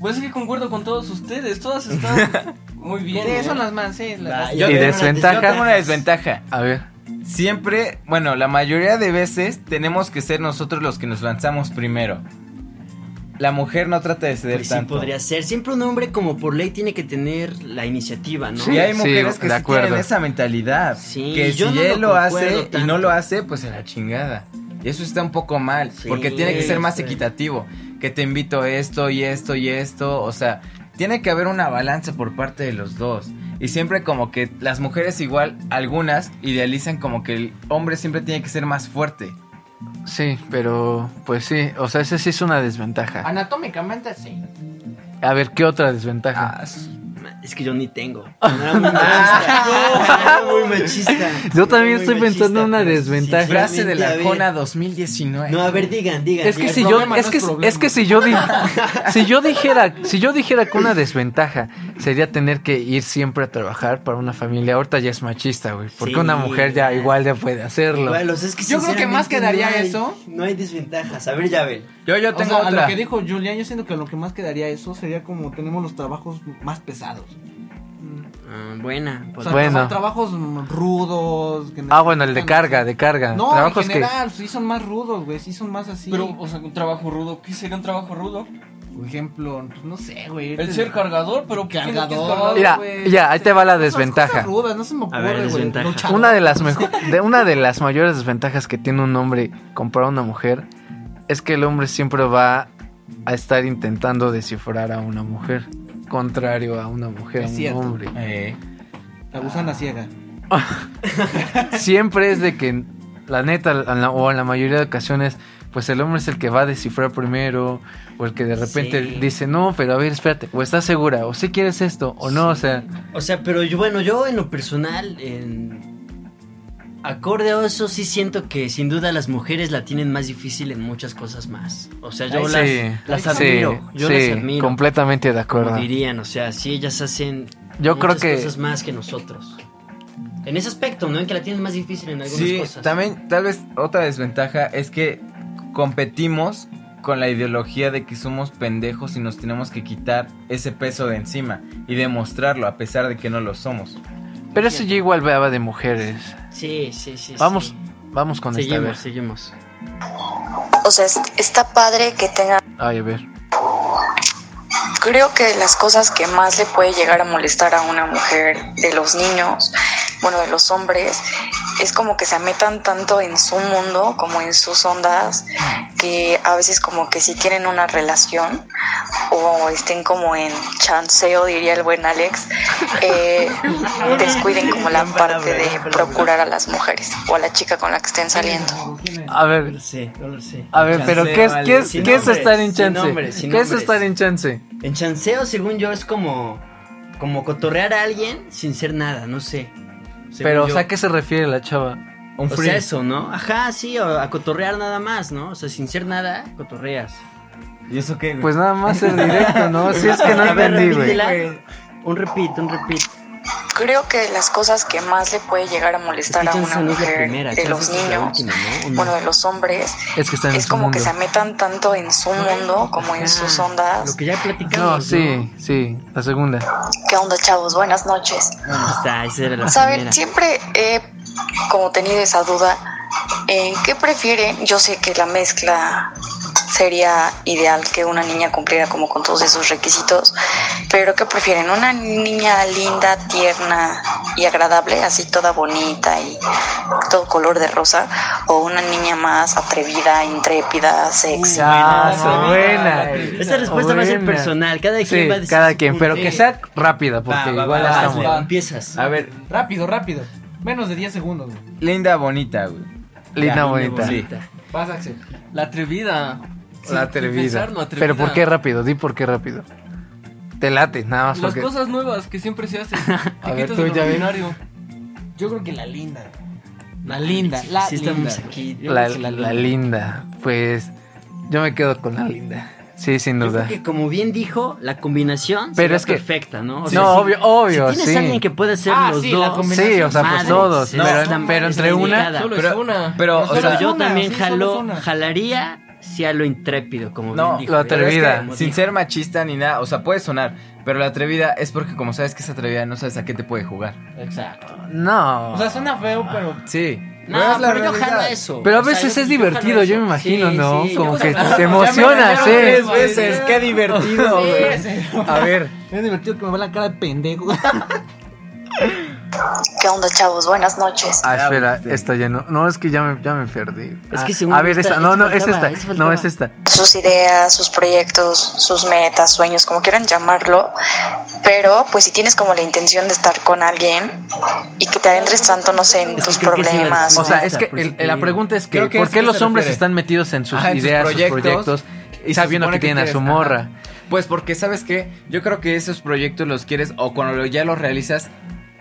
Speaker 4: Pues es que concuerdo con todos ustedes, todas están muy bien. ¿eh?
Speaker 3: Sí, son las más, sí. las-
Speaker 5: Vaya,
Speaker 1: Y
Speaker 5: vaya,
Speaker 1: desventaja.
Speaker 2: Yo tengo una desventaja.
Speaker 1: A ver.
Speaker 2: Siempre, bueno, la mayoría de veces tenemos que ser nosotros los que nos lanzamos primero. La mujer no trata de ceder
Speaker 5: Pues sí
Speaker 2: tanto.
Speaker 5: podría ser. Siempre un hombre como por ley tiene que tener la iniciativa, ¿no?
Speaker 1: Sí.
Speaker 2: Y hay mujeres
Speaker 1: Sí,
Speaker 2: que
Speaker 1: de
Speaker 2: sí tienen
Speaker 1: acuerdo.
Speaker 2: esa mentalidad.
Speaker 5: Sí,
Speaker 2: que si
Speaker 5: yo no
Speaker 2: él
Speaker 5: lo
Speaker 2: lo, hace
Speaker 5: concuerdo
Speaker 2: y no lo
Speaker 5: tanto.
Speaker 2: hace, pues a la chingada. Y eso está un poco mal,
Speaker 5: Sí, este.
Speaker 2: porque tiene que ser más
Speaker 5: sí.
Speaker 2: equitativo. Que te invito esto y esto y esto. O sea, tiene que haber una balanza por parte de los dos. Y siempre como que las mujeres igual, algunas idealizan como que el hombre siempre tiene que ser más fuerte.
Speaker 1: Sí, pero pues sí, o sea, esa sí es una
Speaker 5: Ah.
Speaker 1: desventaja.
Speaker 3: Anatómicamente sí.
Speaker 1: A ver, ¿qué otra desventaja?
Speaker 5: Ah, Es que yo ni tengo. Era muy machista. Era muy machista.
Speaker 1: Yo también
Speaker 5: Era muy
Speaker 1: estoy pensando en una
Speaker 5: pero
Speaker 1: desventaja.
Speaker 2: Frase de la
Speaker 5: sinceramente, a
Speaker 2: Jona
Speaker 5: ver.
Speaker 2: 2019.
Speaker 5: No, a ver, digan, digan.
Speaker 1: Es que
Speaker 5: digan.
Speaker 1: si yo
Speaker 3: problema no
Speaker 1: es
Speaker 3: es
Speaker 1: que
Speaker 3: problema.
Speaker 1: es que si yo di- si yo dijera, si yo dijera que una desventaja sería tener que ir siempre a trabajar para una familia, ahorita ya es machista, güey, porque
Speaker 5: Sí.
Speaker 1: una mujer ya igual ya puede hacerlo.
Speaker 5: Igual, o sea, es que
Speaker 3: Yo creo pues que más
Speaker 5: sinceramente
Speaker 3: quedaría
Speaker 5: no hay-
Speaker 3: eso.
Speaker 5: No hay desventajas. A ver, ya ven.
Speaker 2: Yo, yo
Speaker 3: O
Speaker 2: tengo
Speaker 3: sea, a
Speaker 2: otra.
Speaker 3: lo que dijo Julián, yo siento que lo que más quedaría eso sería como tenemos los trabajos más pesados.
Speaker 5: Ah, buena. pues.
Speaker 3: O sea,
Speaker 1: Bueno.
Speaker 3: son trabajos mm, rudos. que
Speaker 1: Ah, bueno, el de
Speaker 3: necesitan-
Speaker 1: carga, de
Speaker 2: Ah,
Speaker 1: carga.
Speaker 3: No,
Speaker 1: Trabajos
Speaker 3: en
Speaker 1: que
Speaker 3: general, sí son más rudos, güey, sí son más así.
Speaker 4: Pero, o sea, un trabajo rudo, ¿qué sería un trabajo rudo?
Speaker 3: por ejemplo, pues, no sé, güey.
Speaker 4: El ser cargador, pero ¿qué tiene que ser
Speaker 3: Cargador.
Speaker 4: cargador?
Speaker 1: Mira,
Speaker 3: güey.
Speaker 1: ya, ahí te va la
Speaker 3: Esas
Speaker 1: desventaja.
Speaker 3: cosas rudas, no se me ocurre,
Speaker 5: ver,
Speaker 3: güey.
Speaker 5: desventaja.
Speaker 3: Luchador.
Speaker 1: Una de las mejo- de una de las mayores desventajas que tiene un hombre comprar a una mujer es que el hombre siempre va a estar intentando descifrar a una mujer, contrario a una mujer, a
Speaker 3: Es
Speaker 1: un
Speaker 3: cierto.
Speaker 1: hombre.
Speaker 2: Eh,
Speaker 3: La gusana ciega.
Speaker 1: Siempre es de que la neta en la- o en la mayoría de ocasiones pues el hombre es el que va a descifrar primero o el que de repente
Speaker 5: Sí.
Speaker 1: dice, "No, pero a ver, espérate, o estás segura o si quieres esto o no", o sea,
Speaker 5: O sea, pero yo, bueno, yo en lo personal, en... acorde a eso, sí siento que sin duda las mujeres la tienen más difícil en muchas cosas más. O sea, yo
Speaker 1: sí,
Speaker 5: las, las
Speaker 1: sí,
Speaker 5: admiro. yo
Speaker 1: sí,
Speaker 5: las admiro.
Speaker 1: completamente de acuerdo.
Speaker 5: Como dirían, o sea, sí ellas hacen
Speaker 1: Yo creo
Speaker 5: muchas
Speaker 1: que-
Speaker 5: cosas más que nosotros. En ese aspecto, ¿no? En que la tienen más difícil en algunas
Speaker 2: sí,
Speaker 5: cosas.
Speaker 2: también tal vez otra desventaja es que competimos con la ideología de que somos pendejos y nos tenemos que quitar ese peso de encima y demostrarlo a pesar de que no lo somos.
Speaker 1: Pero eso yo igual veaba de mujeres.
Speaker 5: Sí, sí, sí.
Speaker 1: Vamos,
Speaker 5: sí.
Speaker 1: vamos con esta. A ver.
Speaker 5: Seguimos, seguimos.
Speaker 13: O sea, es- está padre que tenga...
Speaker 1: Ay, a ver.
Speaker 13: Creo que de las cosas que más le puede llegar a molestar a una mujer de los niños, bueno, de los hombres, es como que se metan tanto en su mundo como en sus ondas que a veces como que sí quieren una relación o estén como en chanceo, diría el buen Alex, eh, descuiden como la parte de procurar a las mujeres o a la chica con la que estén saliendo.
Speaker 1: A ver,
Speaker 5: No lo sé.
Speaker 1: a ver, pero ¿qué es,
Speaker 5: Chanceo,
Speaker 1: qué es,
Speaker 5: Alex. Sin
Speaker 1: qué es
Speaker 5: nombres,
Speaker 1: estar en
Speaker 5: sin
Speaker 1: chance?
Speaker 5: nombres, sin
Speaker 1: ¿Qué es
Speaker 5: nombres.
Speaker 1: estar en chance?
Speaker 5: En chanceo, según yo, es como, como cotorrear a alguien sin ser nada, no sé. Según
Speaker 1: Pero, o
Speaker 5: yo.
Speaker 1: sea, ¿a qué se refiere la chava? Un
Speaker 5: O sea, eso, ¿no? Ajá, sí, o a cotorrear nada más, ¿no? O sea, sin ser nada, cotorreas.
Speaker 14: ¿Y eso qué?
Speaker 1: Pues nada más es directo, ¿no? Si es que no
Speaker 5: A ver,
Speaker 1: entendí, güey.
Speaker 5: repítela. Un repeat, un repeat.
Speaker 13: Creo que las cosas que más le puede llegar a molestar a una
Speaker 5: Chances no es la
Speaker 13: mujer
Speaker 5: primera,
Speaker 13: de los
Speaker 5: chances es la
Speaker 13: niños,
Speaker 5: última, ¿no? ¿O no?
Speaker 13: bueno, de los hombres,
Speaker 1: Es que está en
Speaker 13: es
Speaker 1: su
Speaker 13: como que
Speaker 1: mundo.
Speaker 13: se metan tanto en su mundo como en sus ondas.
Speaker 5: que ya
Speaker 1: No, sí, sí, la segunda.
Speaker 13: ¿Qué onda, chavos? Buenas noches.
Speaker 5: Está, esa era la
Speaker 13: Saben,
Speaker 1: primera.
Speaker 13: siempre he como tenido esa duda. eh, ¿Qué prefieren? Yo sé que la mezcla sería ideal que una niña cumpliera como con todos esos requisitos, pero ¿qué prefieren? ¿Una niña linda, tierna y agradable, así toda bonita y todo color de rosa? ¿O una niña más atrevida, intrépida, sexy?
Speaker 1: Ah, buena.
Speaker 5: Esta respuesta va a ser
Speaker 1: Buena.
Speaker 5: personal, cada
Speaker 1: Sí,
Speaker 5: quien va a decir.
Speaker 1: cada
Speaker 5: su
Speaker 1: quien, pero
Speaker 5: punto.
Speaker 1: que sea rápida, porque
Speaker 5: va,
Speaker 1: igual
Speaker 5: va,
Speaker 1: la
Speaker 5: va,
Speaker 1: estamos.
Speaker 5: va, Empiezas.
Speaker 2: A ver,
Speaker 3: Rápido, rápido. Menos de 10 segundos, güey.
Speaker 2: Linda bonita, güey.
Speaker 1: Linda,
Speaker 2: Ya,
Speaker 1: bonita.
Speaker 2: Sí.
Speaker 3: Vas, Axel.
Speaker 4: La
Speaker 1: Ah.
Speaker 4: atrevida.
Speaker 1: La
Speaker 4: Sin
Speaker 1: atrevida.
Speaker 4: pensarlo, atrevida.
Speaker 1: Pero ¿por qué rápido? Di por qué rápido. Te late, nada más
Speaker 4: Las
Speaker 1: porque.
Speaker 4: cosas nuevas que siempre se hacen. Te
Speaker 1: A ver,
Speaker 4: quitas
Speaker 1: tú
Speaker 4: del
Speaker 1: ya ves.
Speaker 4: ordinario.
Speaker 3: Yo creo que la linda. La linda, la
Speaker 5: Sí,
Speaker 3: linda.
Speaker 5: estamos aquí.
Speaker 3: Yo
Speaker 1: La,
Speaker 3: creo que
Speaker 1: la linda. Pues yo me quedo con la linda. Sí, sin
Speaker 5: Yo
Speaker 1: duda.
Speaker 5: creo que como bien dijo, la combinación
Speaker 1: Pero
Speaker 5: será
Speaker 1: es que-
Speaker 5: perfecta, ¿no?
Speaker 1: No, obvio, obvio,
Speaker 5: Si tienes
Speaker 1: sí.
Speaker 5: alguien que puede ser
Speaker 1: Ah,
Speaker 5: los
Speaker 1: sí, la
Speaker 5: dos.
Speaker 1: combinación. Sí, o sea, pues todos, pero- pero entre una- Solo es
Speaker 5: pero,
Speaker 1: una. pero,
Speaker 5: pero
Speaker 1: o sea,
Speaker 5: yo
Speaker 1: una,
Speaker 5: también
Speaker 1: sí, solo
Speaker 5: jalo,
Speaker 1: es una.
Speaker 5: jalaría si a lo intrépido, como
Speaker 2: No,
Speaker 5: bien dijo.
Speaker 2: la atrevida.
Speaker 5: Como
Speaker 2: sin
Speaker 5: dijo.
Speaker 2: ser machista ni nada, o sea, puede sonar, pero la atrevida es porque como sabes que es atrevida, no sabes a qué te puede jugar.
Speaker 5: Exacto.
Speaker 1: No.
Speaker 3: O sea, suena feo, pero.
Speaker 2: Sí.
Speaker 3: No,
Speaker 2: pero es la
Speaker 3: pero yo
Speaker 2: realidad.
Speaker 3: jalo eso.
Speaker 1: Pero a
Speaker 3: O sea,
Speaker 1: veces
Speaker 3: yo-
Speaker 1: es
Speaker 3: yo jalo
Speaker 1: divertido, yo me imagino,
Speaker 3: Sí,
Speaker 1: ¿no?
Speaker 3: sí,
Speaker 1: Como
Speaker 3: yo-
Speaker 1: que
Speaker 3: Ya me
Speaker 1: te emocionas,
Speaker 3: engañaron
Speaker 1: ¿eh?
Speaker 3: tres veces, qué divertido, güey.
Speaker 1: A ver.
Speaker 3: Es divertido que me va la cara de pendejo.
Speaker 13: ¿Qué onda, chavos? Buenas noches.
Speaker 1: Ah, espera, esta ya no. No, es que ya me, ya me perdí.
Speaker 13: Es
Speaker 1: Ah,
Speaker 13: que según
Speaker 1: A
Speaker 13: yo
Speaker 1: ver,
Speaker 13: esta-
Speaker 1: esta. No,
Speaker 13: esta
Speaker 1: no, es
Speaker 13: faltaba,
Speaker 1: esta.
Speaker 13: esta
Speaker 1: No,
Speaker 13: faltaba.
Speaker 1: es esta.
Speaker 13: sus ideas, sus proyectos, sus metas, sueños, como quieran llamarlo. Pero pues si tienes como la intención de estar con alguien y que te adentres tanto, no sé, en tus problemas.
Speaker 1: O sea, es que el- la pregunta es que,
Speaker 2: Creo que
Speaker 1: ¿por
Speaker 2: es
Speaker 1: qué
Speaker 2: que
Speaker 1: los
Speaker 2: se
Speaker 1: hombres
Speaker 2: refiere.
Speaker 1: están metidos en sus
Speaker 2: Ajá, en sus
Speaker 1: ideas, sus proyectos, y
Speaker 2: se
Speaker 1: sabiendo
Speaker 2: supone
Speaker 1: que tienen a
Speaker 2: quieres-
Speaker 1: su morra?
Speaker 2: Ajá. Pues porque, ¿sabes qué? Yo creo que esos proyectos los quieres, o cuando lo- ya los realizas,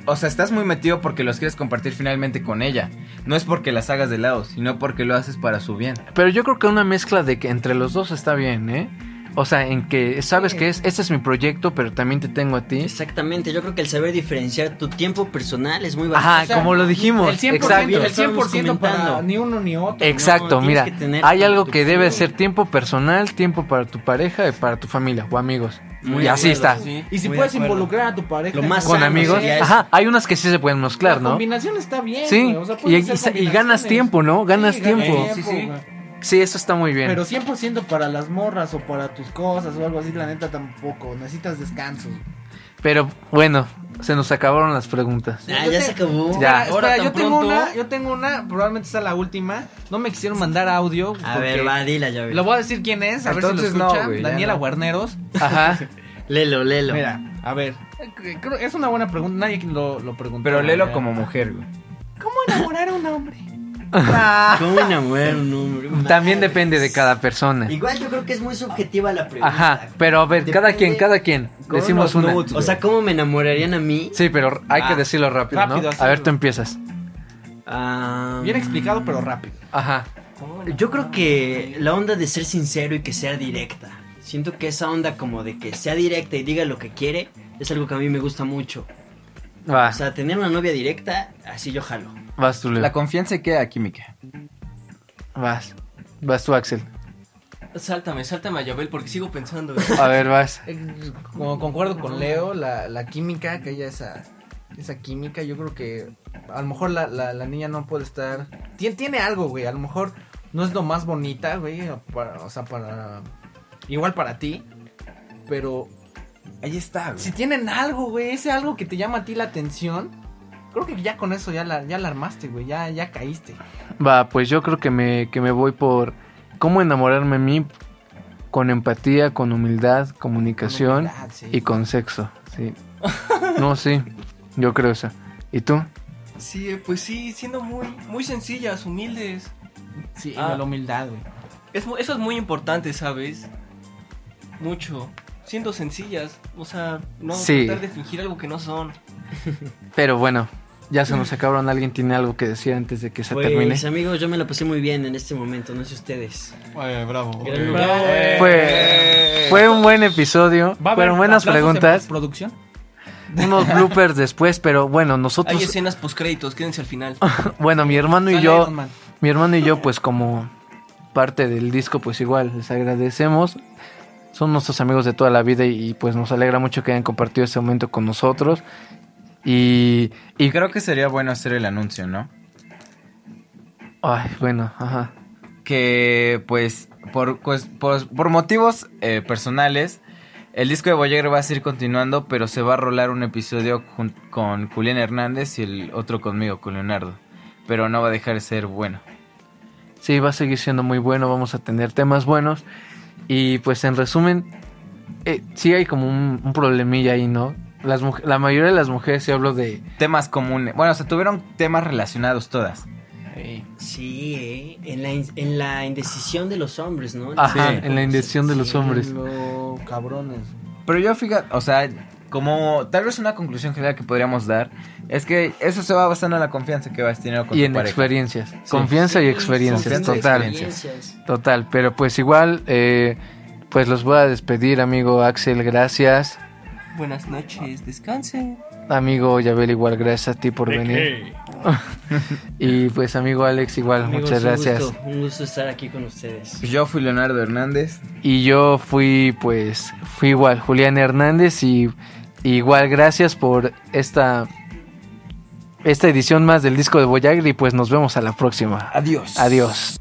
Speaker 2: o sea, estás muy metido porque los quieres compartir finalmente con ella. No es porque las hagas de lado, sino porque lo haces para su bien.
Speaker 1: Pero yo creo que una mezcla de que entre los dos está bien, ¿eh? O sea, en que sabes que es, este es mi proyecto, pero también te tengo a ti.
Speaker 5: Exactamente, yo creo que el saber diferenciar tu tiempo personal es muy valioso.
Speaker 1: Ajá, como lo dijimos.
Speaker 5: El 100%,
Speaker 1: exacto.
Speaker 5: el 100%
Speaker 3: para
Speaker 5: para
Speaker 3: ni uno ni otro.
Speaker 1: Exacto,
Speaker 5: No,
Speaker 1: mira,
Speaker 5: tienes que tener
Speaker 1: hay
Speaker 5: como
Speaker 1: algo
Speaker 5: tu
Speaker 1: que debe
Speaker 5: flow.
Speaker 1: ser tiempo personal, tiempo para tu pareja y para tu familia o amigos.
Speaker 5: Muy
Speaker 1: y
Speaker 5: de
Speaker 1: así
Speaker 5: acuerdo,
Speaker 1: está.
Speaker 5: sí.
Speaker 3: Y si
Speaker 5: Muy de
Speaker 3: puedes
Speaker 5: acuerdo.
Speaker 3: involucrar a tu pareja.
Speaker 5: Lo más
Speaker 1: Con
Speaker 5: sano,
Speaker 1: amigos.
Speaker 5: sí, ya es-
Speaker 1: Ajá, hay unas que sí se pueden mezclar,
Speaker 3: La
Speaker 1: ¿no?
Speaker 3: combinación está bien.
Speaker 1: Sí,
Speaker 3: güey, o sea,
Speaker 1: y,
Speaker 3: puedes
Speaker 1: y-
Speaker 3: hacer
Speaker 1: y ganas
Speaker 3: combinaciones.
Speaker 1: tiempo, ¿no? Ganas
Speaker 3: Sí,
Speaker 1: tiempo.
Speaker 3: Sí, sí, güey.
Speaker 1: Sí, eso está muy bien.
Speaker 3: Pero 100% para las morras o para tus cosas o algo así, la neta tampoco. Necesitas descanso.
Speaker 1: Pero bueno, se nos acabaron las preguntas.
Speaker 5: Ah, ya se acabó.
Speaker 1: Ya.
Speaker 3: Espera, espera, yo tengo una, yo tengo una, probablemente está la última. No me quisieron mandar audio.
Speaker 5: A
Speaker 3: porque-
Speaker 5: ver, va, dila ya.
Speaker 3: Lo voy a decir quién es, a ver
Speaker 5: Entonces
Speaker 3: si lo
Speaker 5: no,
Speaker 3: escucha.
Speaker 5: güey, ya
Speaker 3: Daniela
Speaker 5: no.
Speaker 3: Guarneros.
Speaker 1: Ajá.
Speaker 5: Lelo, lelo.
Speaker 3: Mira, a ver. Creo- Es una buena pregunta, nadie lo, lo preguntó.
Speaker 2: Pero léelo
Speaker 3: Ya.
Speaker 2: como mujer, güey.
Speaker 3: ¿Cómo enamorar a un hombre?
Speaker 5: ¿Cómo enamorar un hombre?
Speaker 1: También depende de cada persona.
Speaker 5: Igual yo creo que es muy subjetiva la pregunta.
Speaker 1: Ajá, pero a ver, cada quien, cada quien.
Speaker 5: Con
Speaker 1: Decimos
Speaker 5: unos
Speaker 1: una.
Speaker 5: nudes, o sea, ¿cómo me enamorarían a mí?
Speaker 1: Sí, pero hay que
Speaker 5: Ah,
Speaker 1: decirlo rápido, ¿no?
Speaker 5: rápido,
Speaker 1: A ver,
Speaker 5: hacerlo.
Speaker 1: tú empiezas.
Speaker 3: Bien explicado, pero rápido.
Speaker 1: Ajá.
Speaker 5: Ah, Yo creo que la onda de ser sincero y que sea directa. Siento que esa onda como de que sea directa y diga lo que quiere es algo que a mí me gusta mucho.
Speaker 1: Va,
Speaker 5: O sea, tener una novia directa, así yo jalo.
Speaker 1: vas tú, Leo.
Speaker 2: La confianza queda aquí, Mica.
Speaker 1: Vas. Vas tú, Axel.
Speaker 4: Sáltame, sáltame a Yabel porque sigo pensando.
Speaker 1: A ver, vas.
Speaker 3: Eh, Como concuerdo con Leo, la, la química, que haya esa, esa química, yo creo que a lo mejor la, la- la niña no puede estar... Tiene, tiene algo, güey, a lo mejor no es lo más bonita, güey, o para- o sea, para... Igual para ti, pero...
Speaker 2: Ahí está, güey.
Speaker 3: Si tienen algo, güey, ese algo que te llama a ti la atención, Creo que ya con eso ya la, ya la armaste, güey. Ya, ya caíste.
Speaker 1: Va, pues yo creo que me, que me voy por cómo enamorarme a mí con empatía, con humildad, comunicación
Speaker 3: humildad, sí.
Speaker 1: y con sexo. Sí. No, sí, yo creo eso. ¿Y tú?
Speaker 4: Sí, eh, pues sí, siendo muy, muy sencillas, humildes.
Speaker 3: Sí,
Speaker 4: Ah.
Speaker 3: la humildad, güey.
Speaker 4: Es mu- eso es muy importante, ¿sabes? Mucho. Siendo sencillas, o sea, no
Speaker 1: Sí.
Speaker 4: tratar de fingir algo que no son.
Speaker 1: Pero bueno, ya se nos acabaron. ¿Alguien tiene algo que decir antes de que se termine?
Speaker 5: Pues amigos, yo me la pasé muy bien en este momento, no sé ustedes.
Speaker 14: bravo.
Speaker 5: Gran lugar.
Speaker 1: Fue, fue un buen episodio.
Speaker 5: eh, ¿Va a haber
Speaker 1: Fueron
Speaker 5: aplausos
Speaker 1: buenas
Speaker 5: en
Speaker 1: preguntas.
Speaker 3: ¿Producción?
Speaker 1: Unos bloopers después, pero bueno, nosotros.
Speaker 4: Hay escenas postcréditos, quédense al final.
Speaker 1: Bueno, mi hermano y
Speaker 4: Sale
Speaker 1: yo,
Speaker 4: Iron Man.
Speaker 1: mi hermano y yo, pues como parte del disco, pues igual les agradecemos. Son nuestros amigos de toda la vida y, y, pues nos alegra mucho que hayan compartido este momento con nosotros. Y, y
Speaker 2: creo que sería bueno hacer el anuncio, ¿no?
Speaker 1: Ay, bueno, ajá.
Speaker 2: Que pues por, pues, por, por motivos eh, personales, el disco de Voyager va a seguir continuando, pero se va a rolar un episodio jun- con Julián Hernández y el otro conmigo, con Leonardo. Pero no va a dejar de ser bueno.
Speaker 1: Sí, va a seguir siendo muy bueno, vamos a tener temas buenos. Y pues en resumen, eh, sí hay como un, un problemilla ahí, ¿no? Las muj- la mayoría de las mujeres, si hablo de...
Speaker 2: Temas comunes. Bueno, se tuvieron temas relacionados todas.
Speaker 5: Sí, eh, en, la, in- en la indecisión de los hombres, ¿no?
Speaker 1: Ajá, en la indecisión de los hombres.
Speaker 3: Los cabrones.
Speaker 2: Pero yo fíjate, o sea, como tal vez una conclusión general que podríamos dar es que eso se va basando en la confianza que vas teniendo con
Speaker 1: Y
Speaker 2: tu
Speaker 1: en
Speaker 2: pareja.
Speaker 1: experiencias.
Speaker 2: Sí.
Speaker 1: Confianza y experiencias,
Speaker 2: Confianza y
Speaker 1: total.
Speaker 2: experiencias.
Speaker 1: Total, pero pues igual, eh, pues los voy a despedir, amigo Axel, gracias.
Speaker 4: Buenas noches, descansen.
Speaker 1: Amigo Yabel, igual gracias a ti por
Speaker 4: ¿De
Speaker 1: venir. y pues amigo Alex, igual,
Speaker 5: Amigos,
Speaker 1: muchas
Speaker 5: un
Speaker 1: gracias.
Speaker 5: gusto, un gusto estar aquí con ustedes.
Speaker 2: Pues Yo fui Leonardo Hernández.
Speaker 1: Y yo fui, pues, fui igual, Julián Hernández y igual gracias por esta, esta edición más del disco de Voyager y pues nos vemos a la próxima.
Speaker 2: Adiós.
Speaker 1: Adiós.